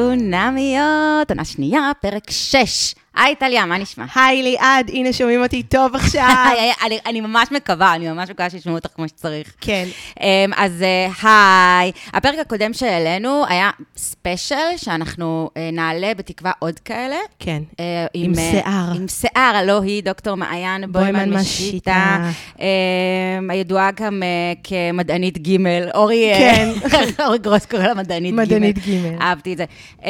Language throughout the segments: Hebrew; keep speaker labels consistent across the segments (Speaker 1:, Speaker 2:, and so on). Speaker 1: חתונמיות, עונה שנייה, פרק 6. היי טליה, מה נשמע?
Speaker 2: היי ליעד, הנה שומעים אותי טוב עכשיו.
Speaker 1: היי, היי, אני- אני ממש מקווה, אני ממש מקווה שישמעו אותך כמו שצריך.
Speaker 2: כן.
Speaker 1: אמ, אז אה, היי, הפרק הקודם שהעלינו היה ספיישל, שאנחנו אה, נעלה בתקווה עוד כאלה.
Speaker 2: כן.
Speaker 1: אה,
Speaker 2: עם
Speaker 1: אה,
Speaker 2: שיער.
Speaker 1: עם שיער, הלא היא דוקטור מעיין
Speaker 2: בוימן
Speaker 1: בוימן
Speaker 2: משיטה.
Speaker 1: משיטה, אמ, הידועה גם אה, כמדענית ג', אורי, אה,
Speaker 2: כן.
Speaker 1: אורי גרוס קורא לה מדענית ג'.
Speaker 2: מדענית ג'.
Speaker 1: אהבתי את זה. אמ,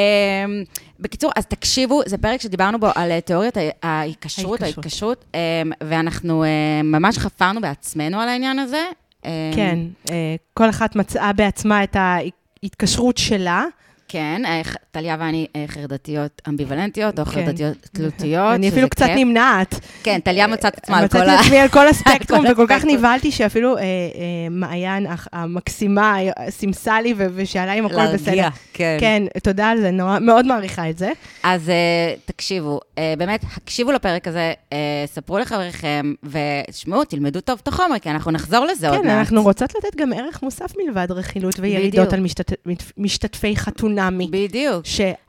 Speaker 1: בקיצור, אז תקשיבו, זה פרק שדיברנו בו על אה, תיאוריית ה- ההיקשרות,
Speaker 2: ההיקשרות.
Speaker 1: ההתקשרות, אמ, ואנחנו אה, ממש חפרנו בעצמנו על העניין הזה. אמ,
Speaker 2: כן. אה, כל אחת מצאה בעצמה את ההתקשרות שלה.
Speaker 1: כן, אה, ח- טליה ואני אה, חרדתיות אמביוולנטיות, או
Speaker 2: כן.
Speaker 1: חרדתיות תלותיות,
Speaker 2: אני
Speaker 1: שזה
Speaker 2: אפילו קצת
Speaker 1: כיף.
Speaker 2: נמנעת.
Speaker 1: כן, טליה מצאת עצמה על כל
Speaker 2: מצאתי
Speaker 1: ה...
Speaker 2: עצמי על כל הספקטרום,
Speaker 1: כל
Speaker 2: וכל כך
Speaker 1: הספקטרום.
Speaker 2: נבהלתי שאפילו אה, אה, מעיין הח- המקסימה אה, סימסה לי ו- ושאלה אם הכל בסדר.
Speaker 1: כן.
Speaker 2: כן, תודה על זה, נורא, מאוד מעריכה את זה.
Speaker 1: אז אה, תקשיבו, אה, באמת, הקשיבו לפרק הזה, אה, ספרו לחבריכם, ושמעו, תלמדו טוב את החומר, כי אנחנו נחזור לזה עוד
Speaker 2: כן,
Speaker 1: מעט.
Speaker 2: אנחנו רוצות לתת גם ערך מוסף מלבד רכילות וירידות
Speaker 1: בדיוק.
Speaker 2: על משתת- מת- משתתפי חתונמי.
Speaker 1: בדיוק.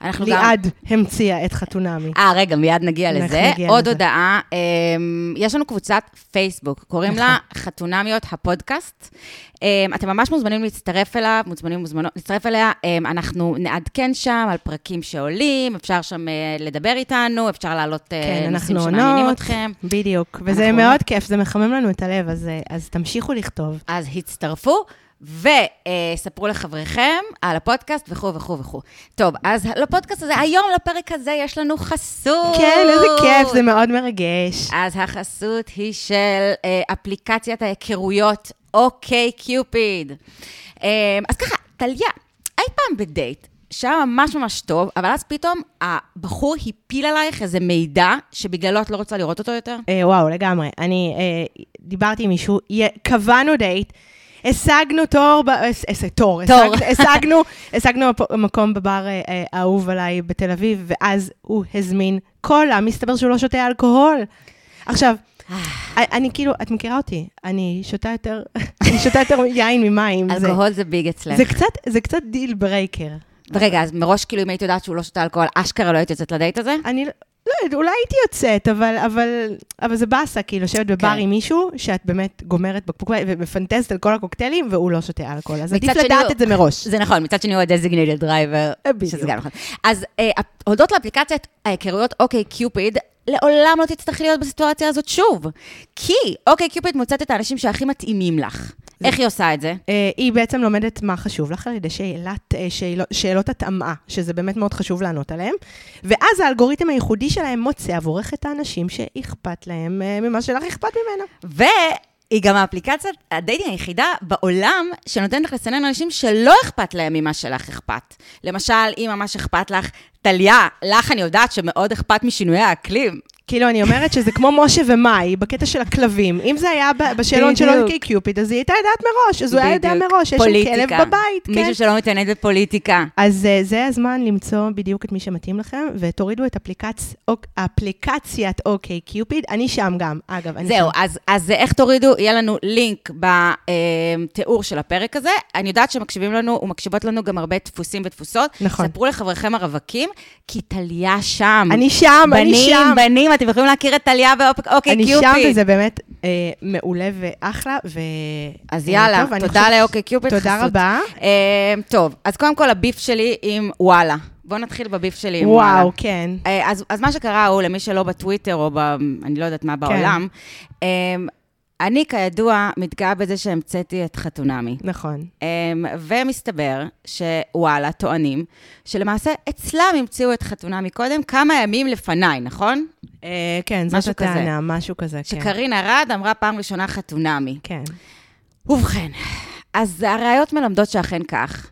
Speaker 1: אנחנו גם-
Speaker 2: שליעד המציאה את חתונמי.
Speaker 1: אה, רגע, מיד נגיע
Speaker 2: אנחנו
Speaker 1: לזה.
Speaker 2: נגיע
Speaker 1: עוד
Speaker 2: לזה.
Speaker 1: הודעה, אה, יש לנו קבוצת פייסבוק, קוראים לה
Speaker 2: נכון.
Speaker 1: חתונמיות הפודקאסט. אה, אתם ממש מוזמנים להצטרף אליו, מוזמנים מוזמנות להצטרף אליה. אה, אנחנו נעדכן שם על פרקים שעולים, אפשר שם אה, לדבר איתנו, אפשר להעלות אה,
Speaker 2: כן,
Speaker 1: נושאים
Speaker 2: אנחנו
Speaker 1: שמעניינים
Speaker 2: עונות.
Speaker 1: אתכם.
Speaker 2: בדיוק, וזה
Speaker 1: אנחנו-
Speaker 2: מאוד כיף, זה מחמם לנו את הלב, אז, אה, אז תמשיכו לכתוב.
Speaker 1: אז הצטרפו. וספרו לחבריכם על הפודקאסט וכו' וכו' וכו'. טוב, אז לפודקאסט הזה, היום לפרק הזה יש לנו חסות.
Speaker 2: כן, איזה כיף, זה מאוד מרגש.
Speaker 1: אז החסות היא של אה, אפליקציית ההיכרויות, אוקיי קיופיד. אה, אז ככה, טליה, אי פעם בדייט, שהיה ממש ממש טוב, אבל אז פתאום הבחור הפיל עלייך איזה מידע שבגללו את לא רוצה לראות אותו יותר?
Speaker 2: אה, וואו, לגמרי. אני אה, דיברתי עם מישהו, י- קבענו דייט, השגנו תור, ב- הש- הש- תור,
Speaker 1: תור.
Speaker 2: השג- השגנו, השגנו הפ- מקום בבר אה, אה, האהוב עליי בתל אביב, ואז הוא הזמין קולה, מסתבר שהוא לא שותה אלכוהול. עכשיו,
Speaker 1: אה.
Speaker 2: אני- אני כאילו, את מכירה אותי, אני שותה יותר, אני שותה יותר יין ממים. זה-
Speaker 1: אלכוהול זה ביג אצלך.
Speaker 2: זה קצת, זה קצת דיל ברייקר.
Speaker 1: רגע, אז מראש, כאילו, אם היית יודעת שהוא לא שותה אלכוהול, אשכרה לא היית יוצאת לדייט הזה?
Speaker 2: אני לא- לא יודעת, אולי הייתי יוצאת, אבל, אבל, אבל זה באסה, כאילו, לשבת בבר
Speaker 1: כן.
Speaker 2: עם מישהו שאת באמת גומרת בקבוק מים ומפנטזת על כל הקוקטיילים, והוא לא שותה אלכוהול. אז
Speaker 1: מצד
Speaker 2: עדיף
Speaker 1: שני
Speaker 2: לדעת
Speaker 1: הוא-
Speaker 2: את זה מראש.
Speaker 1: זה נכון, מצד שני הוא ה-designated driver,
Speaker 2: בדיוק.
Speaker 1: שזה גם נכון. אז אה, הפ- הודות לאפליקציית ההיכרויות אוקיי קיופיד, לעולם לא תצטרכי להיות בסיטואציה הזאת שוב. כי אוקיי קיופיד מוצאת את האנשים שהכי מתאימים לך. איך היא עושה את זה?
Speaker 2: אה, היא בעצם לומדת מה חשוב לך על ידי שאלת, אה, שאלות, שאלות התאמה, שזה באמת מאוד חשוב לענות עליהן, ואז האלגוריתם הייחודי שלהם מוצא עבורך את האנשים שאכפת להם אה, ממה שלך אכפת ממנו.
Speaker 1: והיא גם האפליקציית הדייטינג היחידה בעולם שנותנת לך לסנן אנשים שלא אכפת להם ממה שלך אכפת. למשל, אם ממש אכפת לך, טליה, לך אני יודעת שמאוד אכפת משינויי האקלים.
Speaker 2: כאילו, אני אומרת שזה כמו משה ומאי, בקטע של הכלבים. אם זה היה ב- בשאלון של
Speaker 1: בדיוק.
Speaker 2: אונקי קיופיד, אז היא הייתה יודעת מראש, אז הוא היה יודע
Speaker 1: בדיוק.
Speaker 2: מראש, שיש שם
Speaker 1: פוליטיקה.
Speaker 2: כלב בבית, כן.
Speaker 1: מישהו שלא מתעניין בפוליטיקה.
Speaker 2: אז אה, זה הזמן למצוא בדיוק את מי שמתאים לכם, ותורידו את אפליקצ... אוק- אפליקציית אוקיי קיופיד, אני שם גם, אגב, אני
Speaker 1: זהו,
Speaker 2: שם.
Speaker 1: אז, אז איך תורידו? יהיה לנו לינק בתיאור של הפרק הזה. אני יודעת שמקשיבים לנו ומקשיבות לנו גם הרבה דפוסים ותפוסות.
Speaker 2: נכון.
Speaker 1: ספרו לחבריכם הרווקים, כי טליה שם.
Speaker 2: אני שם, אני
Speaker 1: אמ, בנים,
Speaker 2: שם.
Speaker 1: בנים, אתם יכולים להכיר את טליה באוקיי
Speaker 2: אני
Speaker 1: קיופיד.
Speaker 2: שם, וזה באמת אה, מעולה ואחלה, ו...
Speaker 1: אז
Speaker 2: אה,
Speaker 1: יאללה,
Speaker 2: טוב, אני
Speaker 1: תודה
Speaker 2: חושבת-
Speaker 1: לאוקיי קיופיד,
Speaker 2: תודה
Speaker 1: חסות.
Speaker 2: רבה.
Speaker 1: אה, טוב, אז קודם כל הביף שלי עם וואלה. בואו נתחיל בביף שלי עם וואלה.
Speaker 2: וואו, כן.
Speaker 1: אה, אז, אז מה שקרה הוא, למי שלא בטוויטר או ב... אני לא יודעת מה
Speaker 2: כן.
Speaker 1: בעולם, אה, אני כידוע מתגאה בזה שהמצאתי את חתונמי.
Speaker 2: נכון.
Speaker 1: אמ, ומסתבר שוואלה, טוענים, שלמעשה אצלם המציאו את חתונה מקודם, כמה ימים לפניי, נכון?
Speaker 2: אה, כן, זאת
Speaker 1: משהו כזה.
Speaker 2: הטענה, משהו כזה, כן.
Speaker 1: שקרינה ארד אמרה פעם ראשונה חתונמי.
Speaker 2: כן.
Speaker 1: ובכן, אז הראיות מלמדות שאכן כך.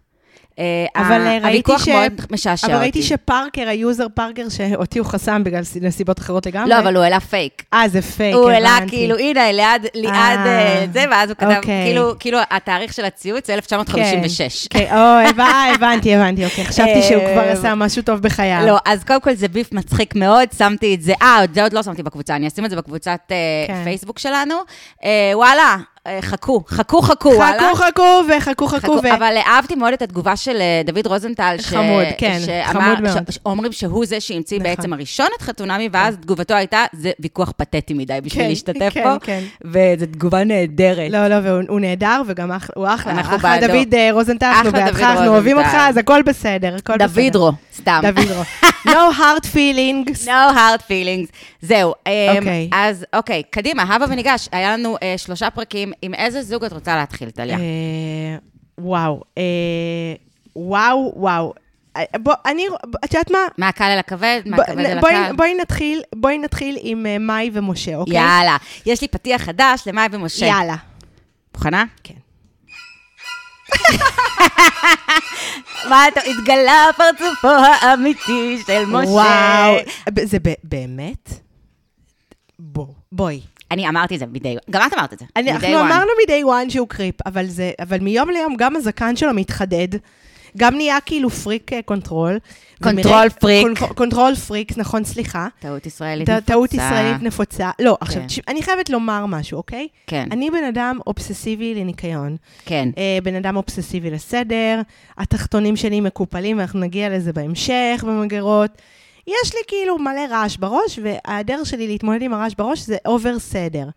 Speaker 1: אה,
Speaker 2: אבל
Speaker 1: ה-
Speaker 2: אה, ראיתי
Speaker 1: הוויכוח
Speaker 2: ש...
Speaker 1: מאוד משעשע אותי.
Speaker 2: אבל ראיתי שפארקר, היוזר פארקר, שאותי הוא חסם בגלל ס- נסיבות אחרות לגמרי.
Speaker 1: לא, אבל הוא העלה פייק.
Speaker 2: אה, זה פייק,
Speaker 1: הוא העלה
Speaker 2: הבנתי.
Speaker 1: כאילו, הנה, ליעד, ליעד
Speaker 2: אה,
Speaker 1: אה, זה, ואז הוא כתב,
Speaker 2: אוקיי.
Speaker 1: כאילו, כאילו, התאריך של הציוץ זה 1956.
Speaker 2: כן, כן, או, הבנ- אה, הבנתי, הבנתי, אוקיי. חשבתי שהוא כבר עשה משהו טוב בחייו.
Speaker 1: אה, לא, אז קודם כל זה ביף מצחיק מאוד, שמתי את זה, אה, את זה עוד לא שמתי בקבוצה, אני אשים את זה בקבוצת אה,
Speaker 2: כן.
Speaker 1: פייסבוק שלנו. אה, וואלה, אה, חכו, חכו, חכו, וואלה.
Speaker 2: חכו, חכו, וחכו, חכו, ו...
Speaker 1: אבל אה, אהבתי מאוד את התגובה של אה, דוד רוזנטל, ש...
Speaker 2: חמוד, כן,
Speaker 1: שאמר,
Speaker 2: חמוד מאוד.
Speaker 1: ש... שאומרים שהוא זה שהמציא
Speaker 2: נכון.
Speaker 1: בעצם הראשון את חתונמי, ואז תגובתו הייתה, זה ויכוח פתטי מדי בשביל
Speaker 2: כן,
Speaker 1: להשתתף
Speaker 2: כן,
Speaker 1: פה,
Speaker 2: כן.
Speaker 1: וזו תגובה נהדרת.
Speaker 2: לא, לא, והוא הוא נהדר, וגם אחלה, הוא אחלה.
Speaker 1: אנחנו
Speaker 2: אחלה
Speaker 1: בעדו.
Speaker 2: דוד אה, רוזנטל, אנחנו
Speaker 1: אחלה דוד
Speaker 2: בעדך, אנחנו אוהבים אותך,
Speaker 1: רוזנטל.
Speaker 2: אז הכל בסדר, הכל בסדר.
Speaker 1: דוידרו, סתם.
Speaker 2: דוידרו. No hard feelings.
Speaker 1: No hard feelings. זהו. אמ,
Speaker 2: אוקיי.
Speaker 1: אז אוקיי, קדימה, הבה וניגש. היה לנו אה, שלושה פרקים. עם איזה זוג את רוצה להתחיל, טליה?
Speaker 2: אה, וואו, אה, וואו, וואו. אה, בוא, אני, את יודעת מה?
Speaker 1: מהקל אל הכבד,
Speaker 2: בוא-
Speaker 1: מהכבד אל
Speaker 2: בואי-
Speaker 1: הקל.
Speaker 2: בואי נתחיל, בואי נתחיל עם אה, מאי ומשה, אוקיי?
Speaker 1: יאללה. יש לי פתיח חדש למאי ומשה.
Speaker 2: יאללה.
Speaker 1: מוכנה?
Speaker 2: כן.
Speaker 1: מה אתה, התגלה פרצופו האמיתי של משה.
Speaker 2: וואו, ב- זה ב- באמת? בוא, בואי.
Speaker 1: אני אמרתי את זה מדי, גם את אמרת את זה.
Speaker 2: אני,
Speaker 1: מ-day
Speaker 2: אנחנו
Speaker 1: one.
Speaker 2: אמרנו מ-day one שהוא קריפ, אבל, זה, אבל מיום ליום גם הזקן שלו מתחדד, גם נהיה כאילו פריק אה, קונטרול.
Speaker 1: קונטרול
Speaker 2: ומרא-
Speaker 1: פריק.
Speaker 2: קונ- קונטרול פריק, נכון, סליחה.
Speaker 1: טעות ישראלית.
Speaker 2: ט- טעות
Speaker 1: נפוצה.
Speaker 2: ישראלית נפוצה. לא, עכשיו,
Speaker 1: כן.
Speaker 2: תשמע, אני חייבת לומר משהו, אוקיי?
Speaker 1: כן.
Speaker 2: אני בן אדם אובססיבי לניקיון.
Speaker 1: כן.
Speaker 2: אה, בן אדם אובססיבי לסדר, התחתונים שלי מקופלים, ואנחנו נגיע לזה בהמשך, במגירות. יש לי כאילו מלא רעש בראש, וההיעדר שלי להתמודד עם הרעש בראש זה אובר סדר.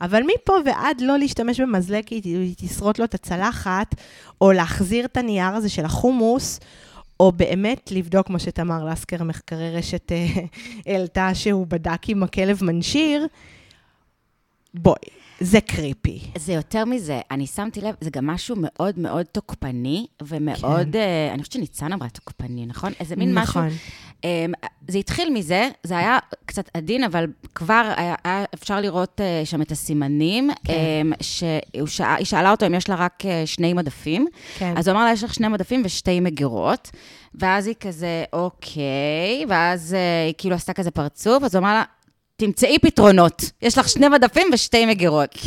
Speaker 2: אבל מפה ועד לא להשתמש במזלג כי היא תשרוט לו את הצלחת, או להחזיר את הנייר הזה של החומוס, או באמת לבדוק, כמו שתמר לסקר, מחקרי רשת, אה, העלתה שהוא בדק עם הכלב מנשיר, בואי, זה קריפי.
Speaker 1: זה יותר מזה, אני שמתי לב, זה גם משהו מאוד מאוד תוקפני, ומאוד, כן. אה, אני חושבת שניצן אמרה תוקפני, נכון? איזה מין משהו...
Speaker 2: נכון.
Speaker 1: אה, זה התחיל מזה, זה היה קצת עדין, אבל כבר היה, היה אפשר לראות אה, שם את הסימנים, כן. שהיא שאלה אותו אם יש לה רק אה, שני מדפים.
Speaker 2: כן.
Speaker 1: אז הוא אמר לה, יש לך שני מדפים ושתי מגירות. ואז היא כזה, אוקיי, ואז אה, היא כאילו עשתה כזה פרצוף, אז הוא אמר לה, תמצאי פתרונות. יש לך שני מדפים ושתי מגירות.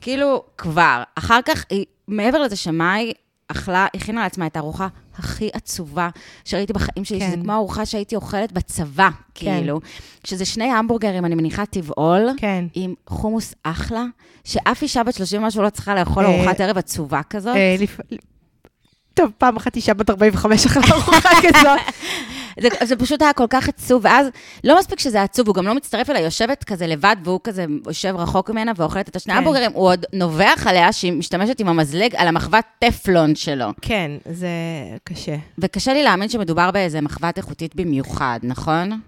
Speaker 1: כאילו, כבר. אחר כך, היא, מעבר לזה שמאי אכלה, הכינה לעצמה את הארוחה הכי עצובה שראיתי בחיים שלי,
Speaker 2: כן.
Speaker 1: כן. שזה כמו הארוחה שהייתי אוכלת בצבא,
Speaker 2: כן.
Speaker 1: כן. כאילו. שזה שני המבורגרים, אני מניחה, טבעול.
Speaker 2: כן.
Speaker 1: עם חומוס אחלה, שאף אישה בת 30 ומשהו לא צריכה לאכול
Speaker 2: אה,
Speaker 1: ארוחת ערב עצובה כזאת.
Speaker 2: אה, לפ- טוב, פעם אחת אישה בת 45 אחרי ארוחה כזאת.
Speaker 1: זה, זה פשוט היה כל כך עצוב, ואז לא מספיק שזה עצוב, הוא גם לא מצטרף אליה, יושבת כזה לבד, והוא כזה יושב רחוק ממנה ואוכלת את השני
Speaker 2: כן.
Speaker 1: הבוגרים, הוא עוד נובח עליה שהיא משתמשת עם המזלג על המחבת טפלון שלו.
Speaker 2: כן, זה קשה.
Speaker 1: וקשה לי להאמין שמדובר באיזה מחבת איכותית במיוחד, נכון?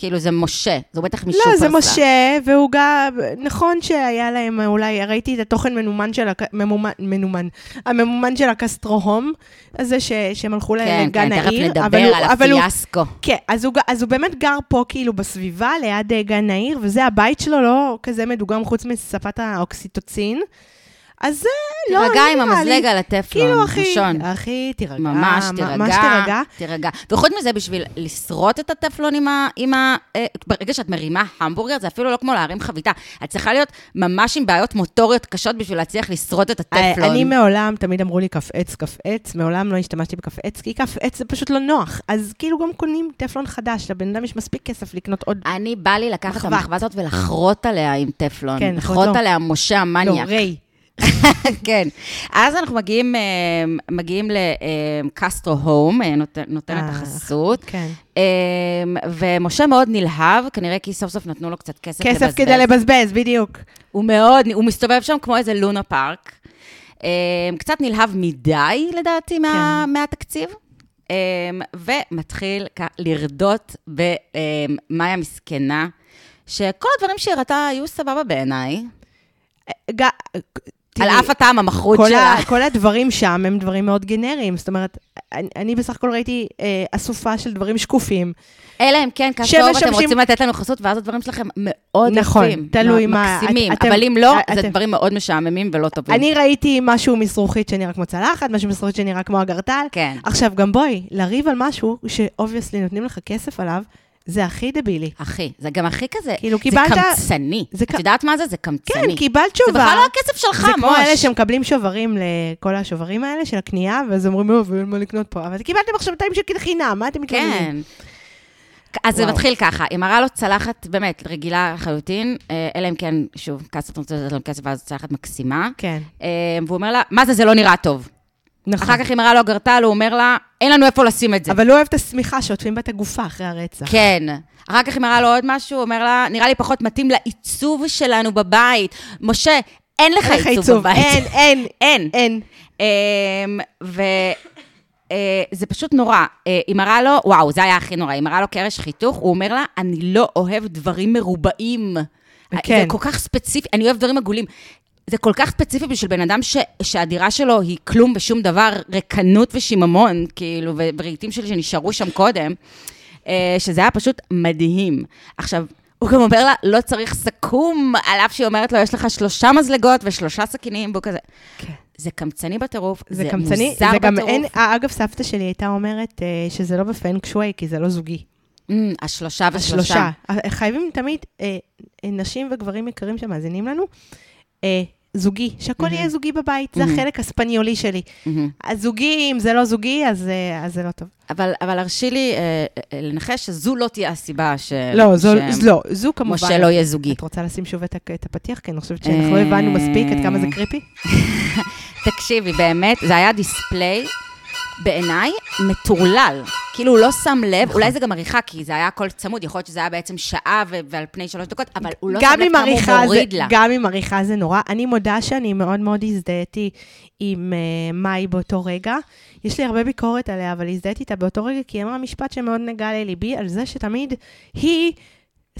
Speaker 1: כאילו, זה משה, זה בטח משופרסל.
Speaker 2: לא, זה משה, והוא גם, נכון שהיה להם אולי, ראיתי את התוכן מנומן של, הק- ממומן, מנומן, הממומן של הקסטרו-הום, הזה ש, שהם הלכו
Speaker 1: כן,
Speaker 2: לגן
Speaker 1: כן, תכף
Speaker 2: אה, העיר.
Speaker 1: נדבר
Speaker 2: אבל הוא-
Speaker 1: על
Speaker 2: אבל הוא-
Speaker 1: הפיאסקו.
Speaker 2: כן, אז הוא, ג- אז הוא באמת גר פה, כאילו, בסביבה, ליד אה, גן העיר, וזה הבית שלו, לא כזה מדוגם חוץ משפת האוקסיטוצין. אז זה לא,
Speaker 1: תירגע
Speaker 2: לא
Speaker 1: עם
Speaker 2: נראה לי.
Speaker 1: המזלג על הטפלון,
Speaker 2: כאילו, אחי,
Speaker 1: ראשון.
Speaker 2: אחי, תירגע.
Speaker 1: ממש,
Speaker 2: מ-
Speaker 1: תירגע.
Speaker 2: ממש תירגע.
Speaker 1: תירגע. וחוץ מזה, בשביל לשרוט את הטפלון עם ה... עם ה אה, ברגע שאת מרימה המבורגר, זה אפילו לא כמו להרים חביתה. את צריכה להיות ממש עם בעיות מוטוריות קשות בשביל להצליח לשרוט את הטפלון.
Speaker 2: אה, אני מעולם, תמיד אמרו לי כף עץ, כף עץ, מעולם לא השתמשתי בכף עץ, כי כף עץ זה פשוט לא נוח. אז כאילו גם קונים טפלון חדש, לבן אדם יש מספיק כסף לקנות עוד...
Speaker 1: אני בא לי לקחת את
Speaker 2: מחבת.
Speaker 1: המחווה הזאת ולחרוט עליה עם טפלון.
Speaker 2: כן, נכון,
Speaker 1: לחרוט
Speaker 2: לא.
Speaker 1: עליה משה
Speaker 2: לא,
Speaker 1: המניאק.
Speaker 2: ריי.
Speaker 1: כן. אז אנחנו מגיעים, אה, מגיעים אה, לקסטרו הום, נותן את
Speaker 2: אה,
Speaker 1: החסות.
Speaker 2: כן.
Speaker 1: אמ, ומשה מאוד נלהב, כנראה כי סוף סוף נתנו לו קצת כסף לבזבז.
Speaker 2: כסף כדי לבזבז, בדיוק.
Speaker 1: הוא מאוד, הוא מסתובב שם כמו איזה לונה פארק. אמ, קצת נלהב מדי, לדעתי, מה,
Speaker 2: כן.
Speaker 1: מהתקציב. אמ, ומתחיל כ- לרדות במאיה מסכנה, שכל הדברים שהיא הראתה היו סבבה בעיניי.
Speaker 2: ג-
Speaker 1: על
Speaker 2: תראי,
Speaker 1: אף הטעם המחרוץ
Speaker 2: כל
Speaker 1: שלה.
Speaker 2: ה- כל הדברים שם הם דברים מאוד גנריים. זאת אומרת, אני- אני בסך הכל ראיתי אה, אסופה של דברים שקופים.
Speaker 1: אלא אם כן,
Speaker 2: שבע
Speaker 1: כאשר אתם
Speaker 2: שמששים-
Speaker 1: רוצים לתת לנו חסות, ואז הדברים שלכם מאוד
Speaker 2: נכון,
Speaker 1: יפים.
Speaker 2: תלוי
Speaker 1: מ-
Speaker 2: מה-
Speaker 1: מקסימים.
Speaker 2: את- אתם- אה,
Speaker 1: אבל אם לא, זה
Speaker 2: אתם-
Speaker 1: דברים מאוד משעממים ולא טובים.
Speaker 2: אני ראיתי משהו מסרוכית שנראה כמו צלחת, משהו מסרוכית שנראה כמו אגרטל.
Speaker 1: כן.
Speaker 2: עכשיו, גם בואי, לריב על משהו שאובייסלי נותנים לך כסף עליו, זה הכי דבילי.
Speaker 1: אחי, זה גם הכי כזה,
Speaker 2: כאילו,
Speaker 1: זה
Speaker 2: קיבלת-
Speaker 1: קמצני.
Speaker 2: זה
Speaker 1: את
Speaker 2: ק-
Speaker 1: יודעת מה זה? זה
Speaker 2: כן,
Speaker 1: קמצני.
Speaker 2: קיבלת שובר.
Speaker 1: זה בכלל לא הכסף שלך,
Speaker 2: זה כמו
Speaker 1: מוש.
Speaker 2: אלה שמקבלים שוברים לכל השוברים האלה של הקנייה, ואז אומרים, "אה, ואין מה לקנות פה. אבל קיבלתם עכשיו 200 שקל חינם, מה אתם מתכוונים?
Speaker 1: כן. אז זה
Speaker 2: וואו.
Speaker 1: מתחיל ככה, היא מראה לו צלחת באמת רגילה לחלוטין, אה, אלא אם כן, שוב, קאסט רוצה לתת לו כסף, ואז צלחת מקסימה.
Speaker 2: כן.
Speaker 1: אה, והוא אומר לה, מה זה, זה לא נראה טוב.
Speaker 2: נכון.
Speaker 1: אחר כך היא מראה לו אגרטל, הוא אומר לה, אין לנו איפה לשים את זה.
Speaker 2: אבל הוא אוהב את השמיכה שעוטפים בה את הגופה אחרי הרצח.
Speaker 1: כן. אחר כך היא מראה לו עוד משהו, הוא אומר לה, נראה לי פחות מתאים לעיצוב שלנו בבית. משה, אין לך
Speaker 2: אין לך
Speaker 1: עיצוב
Speaker 2: עיצוב,
Speaker 1: בבית.
Speaker 2: אין, אין,
Speaker 1: אין.
Speaker 2: אין.
Speaker 1: אמ, וזה פשוט נורא. אה, היא מראה לו, וואו, זה היה הכי נורא, היא מראה לו קרש חיתוך, הוא אומר לה, אני לא אוהב דברים מרובעים. אה,
Speaker 2: כן.
Speaker 1: זה כל כך ספציפי, אני אוהב דברים עגולים. זה כל כך ספציפי בשביל בן אדם ש, שהדירה שלו היא כלום ושום דבר, ריקנות ושיממון, כאילו, ובריטים שלי שנשארו שם קודם, אה, שזה היה פשוט מדהים. עכשיו, הוא גם אומר לה, לא צריך סכו"ם, על אף שהיא אומרת לו, יש לך שלושה מזלגות ושלושה סכינים, והוא כזה.
Speaker 2: כן.
Speaker 1: זה קמצני בטירוף, זה,
Speaker 2: זה קמצני,
Speaker 1: מוזר
Speaker 2: זה גם
Speaker 1: בטירוף.
Speaker 2: אין, אה, אגב, סבתא שלי הייתה אומרת אה, שזה לא בפנק שווי, כי זה לא זוגי.
Speaker 1: אין... Mm, השלושה ושלושה.
Speaker 2: השלושה. אה, חייבים תמיד, אה, אה, נשים וגברים יקרים שמאזינים לנו, אה, זוגי, שהכל יהיה זוגי בבית, זה החלק הספניולי שלי.
Speaker 1: מהמם. הזוגי...
Speaker 2: אם זה לא זוגי, אז אה, אז זה לא טוב.
Speaker 1: אבל, אבל הרשי לי אה, אה, לנחש שזו לא תהיה הסיבה ש...
Speaker 2: לא, זו-
Speaker 1: ש-
Speaker 2: לא, זו כמובן.
Speaker 1: משה לא יהיה זוגי.
Speaker 2: את רוצה לשים שוב את ה- את הפתיח? כי אני חושבת שאנחנו לא הבנו מספיק עד כמה זה
Speaker 1: אה,
Speaker 2: קריפי.
Speaker 1: תקשיבי, באמת, זה היה דיספליי, בעיניי, מטורלל. כאילו, הוא לא שם לב,
Speaker 2: נכון.
Speaker 1: אולי זה גם עריכה, כי זה היה הכל צמוד, יכול להיות שזה היה בעצם שעה ו- ועל פני שלוש דקות, אבל הוא לא שם
Speaker 2: גם
Speaker 1: לב
Speaker 2: עם
Speaker 1: כמה הוא
Speaker 2: עריכה זה,
Speaker 1: מוריד לה.
Speaker 2: גם עם עריכה זה נורא. אני מודה שאני מאוד מאוד הזדהיתי עם uh, מאי באותו רגע. יש לי הרבה ביקורת עליה, אבל הזדהיתי איתה באותו רגע, כי היא אמרה משפט שמאוד נגע לליבי, על זה שתמיד היא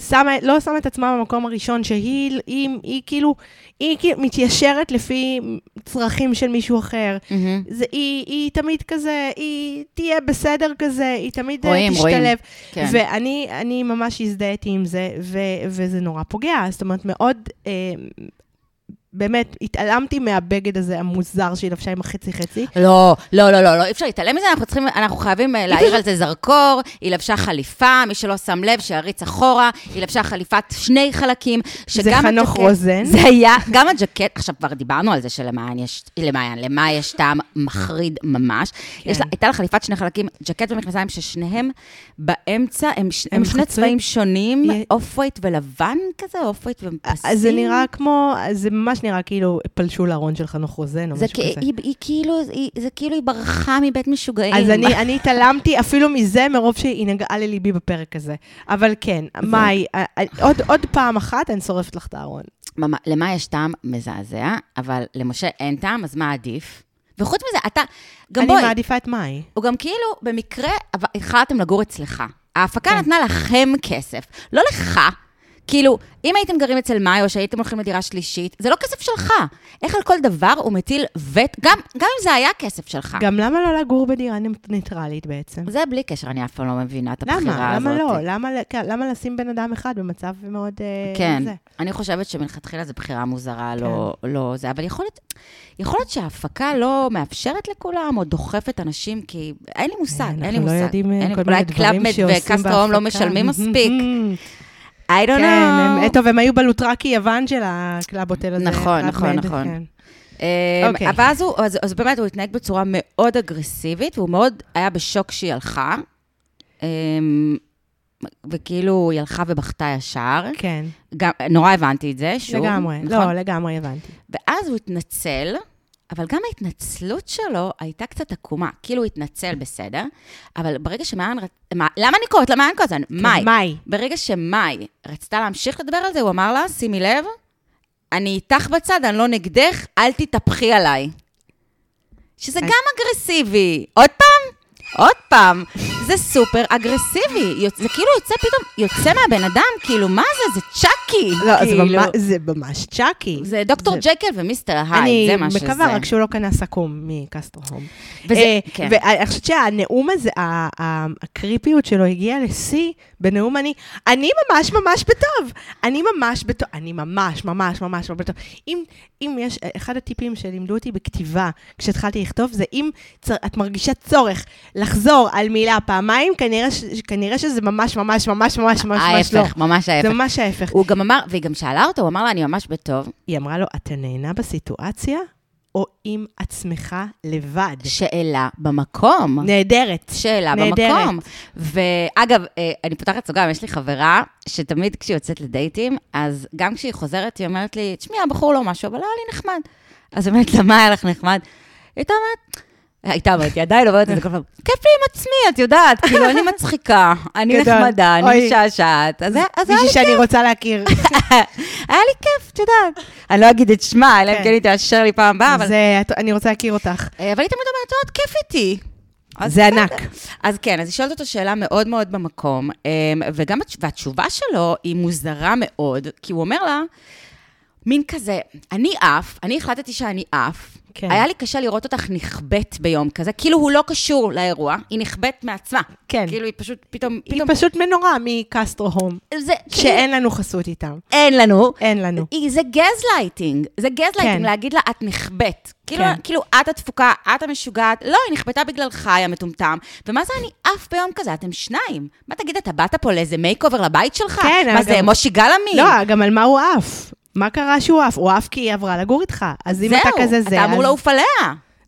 Speaker 2: שמה, לא שמה את עצמה במקום הראשון, שהיא היא, היא כאילו, היא כאילו מתיישרת לפי צרכים של מישהו אחר.
Speaker 1: מהמם.
Speaker 2: זה, היא, היא תמיד כזה, היא תהיה בסדר כזה, היא תמיד אה,
Speaker 1: רואים,
Speaker 2: תשתלב.
Speaker 1: רואים. כן.
Speaker 2: כן. ואני אני ממש הזדהיתי עם זה, ו, וזה נורא פוגע. זאת אומרת, מאוד, אה, באמת, התעלמתי מהבגד הזה המוזר שהיא לבשה עם החצי-חצי.
Speaker 1: לא, לא, לא, לא, לא, אי אפשר להתעלם מזה, אנחנו צריכים, אנחנו חייבים אה, להעיר על זה זרקור. היא לבשה חליפה, מי שלא שם לב, שיריץ אחורה. היא לבשה חליפת שני חלקים, שגם
Speaker 2: זה חנוך
Speaker 1: הז'קט-
Speaker 2: רוזן.
Speaker 1: זה היה, גם הג'קט, עכשיו כבר דיברנו על זה שלמעיין יש, למעיין, למה יש טעם מחריד ממש.
Speaker 2: כן.
Speaker 1: יש לה, הייתה לה חליפת שני חלקים, ג'קט ומכנסיים ששניהם באמצע, הם, ש- הם
Speaker 2: הם
Speaker 1: שני
Speaker 2: חצוי.
Speaker 1: צבעים שונים,
Speaker 2: יה-
Speaker 1: אוף ווייט ולבן כזה, אוף ווייט ומפסים.
Speaker 2: אה, אז זה נראה כמו, זה ממש נראה כאילו פלשו לארון של חנוך רוזן או
Speaker 1: זה
Speaker 2: משהו
Speaker 1: כי-
Speaker 2: כזה.
Speaker 1: היא- היא כאילו, היא- זה כאילו היא ברחה מבית משוגעים.
Speaker 2: אז אני, אני התעלמתי אפילו מזה, מרוב שהיא נגעה לליבי בפרק הזה. אבל כן, מאי, אה, אה, עוד, עוד פעם אחת, אני שורפת לך את הארון.
Speaker 1: ממ- למה יש טעם מזעזע, אבל למשה אין טעם, אז מה עדיף? וחוץ מזה, אתה, גם
Speaker 2: אני
Speaker 1: בואי,
Speaker 2: מעדיפה את מאי.
Speaker 1: הוא גם כאילו, במקרה, אבל החלטתם לגור אצלך.
Speaker 2: כן.
Speaker 1: ההפקה נתנה לכם כסף, לא לך. כאילו, אם הייתם גרים אצל מאי, או שהייתם הולכים לדירה שלישית, זה לא כסף שלך. איך על כל דבר הוא מטיל וט... גם, גם אם זה היה כסף שלך. גם...
Speaker 2: גם למה לא לגור בדירה ניטרלית בעצם?
Speaker 1: זה בלי קשר, אני אף פעם לא מבינה את הבחירה
Speaker 2: למה?
Speaker 1: הזאת.
Speaker 2: למה לא? למה, ל- כן, למה לשים בן אדם אחד במצב מאוד... אה,
Speaker 1: כן,
Speaker 2: זה? כן.
Speaker 1: אני חושבת שמלכתחילה זו בחירה מוזרה, לא, לא זה, אבל יכול להיות, יכול להיות שההפקה לא מאפשרת לכולם, או דוחפת אנשים, כי אין לי מושג, אין לי
Speaker 2: אנחנו
Speaker 1: מושג.
Speaker 2: לא יודעים אה,
Speaker 1: אין לי-
Speaker 2: כל מיני דברים
Speaker 1: אולי
Speaker 2: שעושים
Speaker 1: קלאבמט
Speaker 2: בהפקה.
Speaker 1: וקסטרום לא משלמים מספיק, I don't
Speaker 2: כן,
Speaker 1: know.
Speaker 2: הם- אה, טוב, הם היו בלוטרקי יוון של הקלאב הוטל הזה.
Speaker 1: נכון,
Speaker 2: קלאב
Speaker 1: נכון,
Speaker 2: מד,
Speaker 1: נכון.
Speaker 2: כן.
Speaker 1: אמ,
Speaker 2: אוקיי.
Speaker 1: אבל אז הוא, אז, אז באמת הוא התנהג בצורה מאוד אגרסיבית, והוא מאוד היה בשוק שהיא הלכה, אמ, וכאילו היא הלכה ובכתה ישר.
Speaker 2: כן,
Speaker 1: גם, נורא הבנתי את זה, שוב.
Speaker 2: לגמרי.
Speaker 1: נכון?
Speaker 2: לא, לגמרי הבנתי.
Speaker 1: ואז הוא התנצל, אבל גם ההתנצלות שלו הייתה קצת עקומה. כאילו, הוא התנצל בסדר, אבל ברגע שמעיין... רצ... מה- למה אני קוראת למעיין כל הזמן? מאי.
Speaker 2: כן, מאי.
Speaker 1: ברגע שמאי רצתה להמשיך לדבר על זה, הוא אמר לה, שימי לב, אני איתך בצד, אני לא נגדך, אל תתהפכי עליי. שזה גם אגרסיבי. עוד פעם? עוד פעם. זה סופר אגרסיבי. יוצ- זה כאילו יוצא פתאום, יוצא מהבן אדם, כאילו, מה זה? זה צ'אקי.
Speaker 2: לא, זה
Speaker 1: כאילו.
Speaker 2: ממש- זה ממש צ'אקי.
Speaker 1: זה דוקטור
Speaker 2: זה-
Speaker 1: ג'קל ומיסטר
Speaker 2: אני
Speaker 1: היי, זה מה שזה.
Speaker 2: מקווה רק שהוא לא קנה סכו"ם מקסטרום.
Speaker 1: וזה-
Speaker 2: אה,
Speaker 1: כן.
Speaker 2: ואני חושבת שהנאום הזה, ה- ה- הקריפיות שלו הגיעה לשיא בנאום אני, אני ממש ממש בטוב. אני ממש בטוב, אני ממש ממש ממש לא בטוב. אם, אם יש, אחד הטיפים שלימדו אותי בכתיבה כשהתחלתי לכתוב, זה אם צר, את מרגישה צורך לחזור על מילה פעמיים, כנראה, ש, כנראה שזה ממש ממש ממש ממש ממש ממש לא.
Speaker 1: ההפך, ממש
Speaker 2: זה
Speaker 1: ההפך.
Speaker 2: ממש ההפך.
Speaker 1: הוא גם אמר, והיא גם שאלה אותו, הוא אמר לה, אני ממש בטוב.
Speaker 2: היא אמרה לו, אתה נהנה בסיטואציה? או עם עצמך לבד.
Speaker 1: שאלה במקום.
Speaker 2: נהדרת.
Speaker 1: שאלה
Speaker 2: נהדרת.
Speaker 1: במקום. ואגב, אה, אני פותחת סוגריים, יש לי חברה שתמיד כשהיא יוצאת לדייטים, אז גם כשהיא חוזרת, היא אומרת לי, תשמעי, הבחור לא משהו, אבל היה לי נחמד. אז היא אומרת לה, מה היה לך נחמד? היא הייתה אומרת, הייתה אומרת, היא עדיין אומרת את זה כל פעם, כיף לי עם עצמי, את יודעת, כאילו, אני מצחיקה, אני
Speaker 2: גדול.
Speaker 1: נחמדה, אני
Speaker 2: אוי.
Speaker 1: משעשעת, אז היה אז היה לי
Speaker 2: מישהי שאני רוצה להכיר.
Speaker 1: היה לי כיף, את יודעת. אני לא אגיד את שמה, אלא אם
Speaker 2: כן.
Speaker 1: כן היא תאשר לי פעם הבאה, אבל
Speaker 2: זה- את- אני רוצה להכיר אותך.
Speaker 1: אה, אבל היא תמיד אומרת, עוד כיף איתי. אז
Speaker 2: זה
Speaker 1: בסדר.
Speaker 2: ענק.
Speaker 1: אז כן, אז היא שואלת אותו שאלה מאוד מאוד במקום, אמ, וגם התש- והתשובה שלו היא מוזרה מאוד, כי הוא אומר לה, מין כזה, אני עף, אני החלטתי שאני עף. כן.
Speaker 2: כן.
Speaker 1: היה לי קשה לראות אותך נכבדת ביום כזה, כאילו הוא לא קשור לאירוע, היא נכבדת מעצמה.
Speaker 2: כן.
Speaker 1: כאילו היא פשוט, פתאום,
Speaker 2: היא
Speaker 1: פתאום,
Speaker 2: פשוט מנורה מקסטרו הום,
Speaker 1: זה, שאין
Speaker 2: שאין לנו חסות איתם.
Speaker 1: לנו.
Speaker 2: אין לנו.
Speaker 1: היא- זה גזלייטינג, זה גזלייטינג,
Speaker 2: כן.
Speaker 1: להגיד לה, את נכבדת. כאילו,
Speaker 2: כן.
Speaker 1: כאילו, את התפוקה, את המשוגעת, לא, היא נכבדה בגללך, יא מטומטם. ומה זה אני עף ביום כזה? אתם שניים. מה תגיד, אתה באת פה לאיזה מייק אובר לבית שלך?
Speaker 2: כן,
Speaker 1: מה
Speaker 2: אבל
Speaker 1: זה,
Speaker 2: גם-
Speaker 1: מושי גלאמי?
Speaker 2: לא, גם על מה הוא עף? מה קרה שהוא עף? הוא עף כי היא עברה לגור איתך. אז אם אתה כזה זה...
Speaker 1: זהו, אתה אמור
Speaker 2: אז-
Speaker 1: לעוף עליה.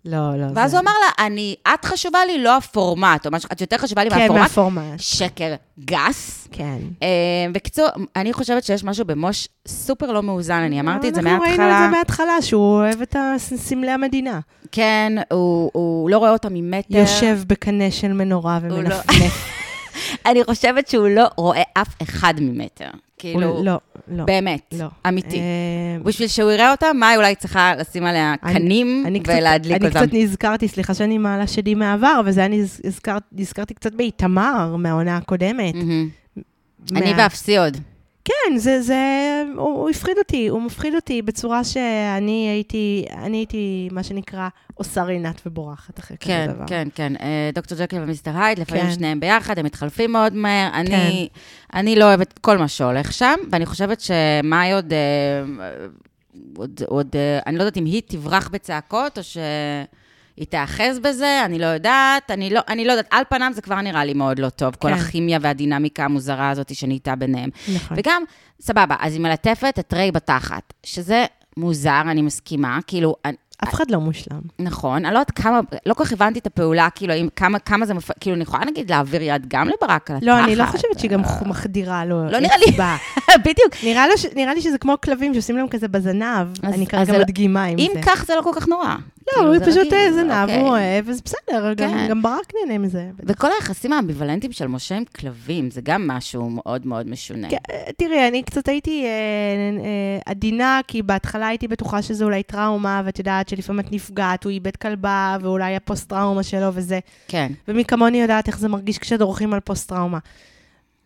Speaker 2: לא, לא.
Speaker 1: ואז
Speaker 2: זה-
Speaker 1: הוא אמר לה, אני, את חשובה לי, לא הפורמט, או משהו, את יותר חשובה לי
Speaker 2: כן,
Speaker 1: מהפורמט.
Speaker 2: מהפורמט.
Speaker 1: שקר גס.
Speaker 2: כן.
Speaker 1: אה, בקיצור, אני חושבת שיש משהו במוש סופר לא מאוזן, אני אמרתי את זה מההתחלה.
Speaker 2: אנחנו ראינו את זה מההתחלה, שהוא אוהב את הס- סמלי המדינה.
Speaker 1: כן, הוא, הוא לא רואה אותה ממטר.
Speaker 2: יושב בקנה של מנורה
Speaker 1: לא-
Speaker 2: ומנפנף.
Speaker 1: אני חושבת שהוא לא רואה אף אחד ממטר.
Speaker 2: הוא
Speaker 1: כאילו,
Speaker 2: לא, לא.
Speaker 1: באמת,
Speaker 2: לא.
Speaker 1: אמיתי.
Speaker 2: אה,
Speaker 1: בשביל שהוא יראה אותה, מאי אולי צריכה לשים עליה
Speaker 2: אני-
Speaker 1: קנים
Speaker 2: אני קצת-
Speaker 1: ולהדליק אותם.
Speaker 2: אני קצת נזכרתי, סליחה שאני מעלה שלי מהעבר, אבל זה אני ז- הזכרת- נזכרתי קצת באיתמר מהעונה הקודמת.
Speaker 1: מהמם. אני
Speaker 2: מה-
Speaker 1: ואפסי עוד.
Speaker 2: כן, זה, זה, הוא, הוא הפחיד אותי, הוא מפחיד אותי בצורה שאני הייתי, אני הייתי, מה שנקרא, עושה רינת ובורחת אחרי
Speaker 1: כן,
Speaker 2: כזה דבר.
Speaker 1: כן, כן. אה, דוקטור ג'קל ומיסטר הייד, לפעמים
Speaker 2: כן.
Speaker 1: שניהם ביחד, הם מתחלפים מאוד מהר. אני- אני לא אוהבת כל מה שהולך שם, ואני חושבת שמאי עוד... אה, עוד- עוד... אה, אני לא יודעת אם היא תברח בצעקות, או שהיא תיאחז בזה, אני לא יודעת. אני לא- אני לא יודעת. על פניו זה כבר נראה לי מאוד לא טוב, כל
Speaker 2: כן.
Speaker 1: הכימיה והדינמיקה המוזרה הזאת שנהייתה ביניהם.
Speaker 2: נכון.
Speaker 1: וגם, סבבה, אז היא מלטפת את ריי בתחת, שזה מוזר, אני מסכימה. כאילו, אני-
Speaker 2: אף אחד לא מושלם.
Speaker 1: נכון, אני לא יודעת כמה, לא כל כך הבנתי את הפעולה, כאילו, אם, כמה, כמה זה מפ... כאילו, אני יכולה נגיד להעביר יד גם לברק על התחת.
Speaker 2: לא, אני לא חושבת שהיא גם חו- מחדירה לו
Speaker 1: אה. לא נראה לי.
Speaker 2: אצבע.
Speaker 1: בדיוק.
Speaker 2: נראה, לו ש... נראה לי שזה כמו כלבים שעושים להם כזה בזנב,
Speaker 1: אז-
Speaker 2: אני
Speaker 1: אז
Speaker 2: כרגע
Speaker 1: זה לא-
Speaker 2: מדגימה עם
Speaker 1: אם
Speaker 2: זה.
Speaker 1: כך, זה לא כל כך נורא.
Speaker 2: לא,
Speaker 1: כאילו,
Speaker 2: הוא
Speaker 1: זה
Speaker 2: פשוט
Speaker 1: רגיל,
Speaker 2: אה, זנב,
Speaker 1: אוקיי.
Speaker 2: הוא אוהב, אז בסדר, גם-
Speaker 1: כן.
Speaker 2: גם ברק נהנה מזה.
Speaker 1: וכל היחסים האמביוולנטיים של משה עם כלבים, זה גם משהו מאוד מאוד משונה.
Speaker 2: כן, אה, תראי, אני קצת הייתי אה, אה, עדינה, כי בהתחלה הייתי בטוחה שזה אולי טראומה, ואת יודעת שלפעמים את נפגעת, הוא איבד כלבה, ואולי הפוסט-טראומה שלו וזה.
Speaker 1: כן.
Speaker 2: ומי כמוני יודעת איך זה מרגיש כשדורכים על פוסט-טראומה.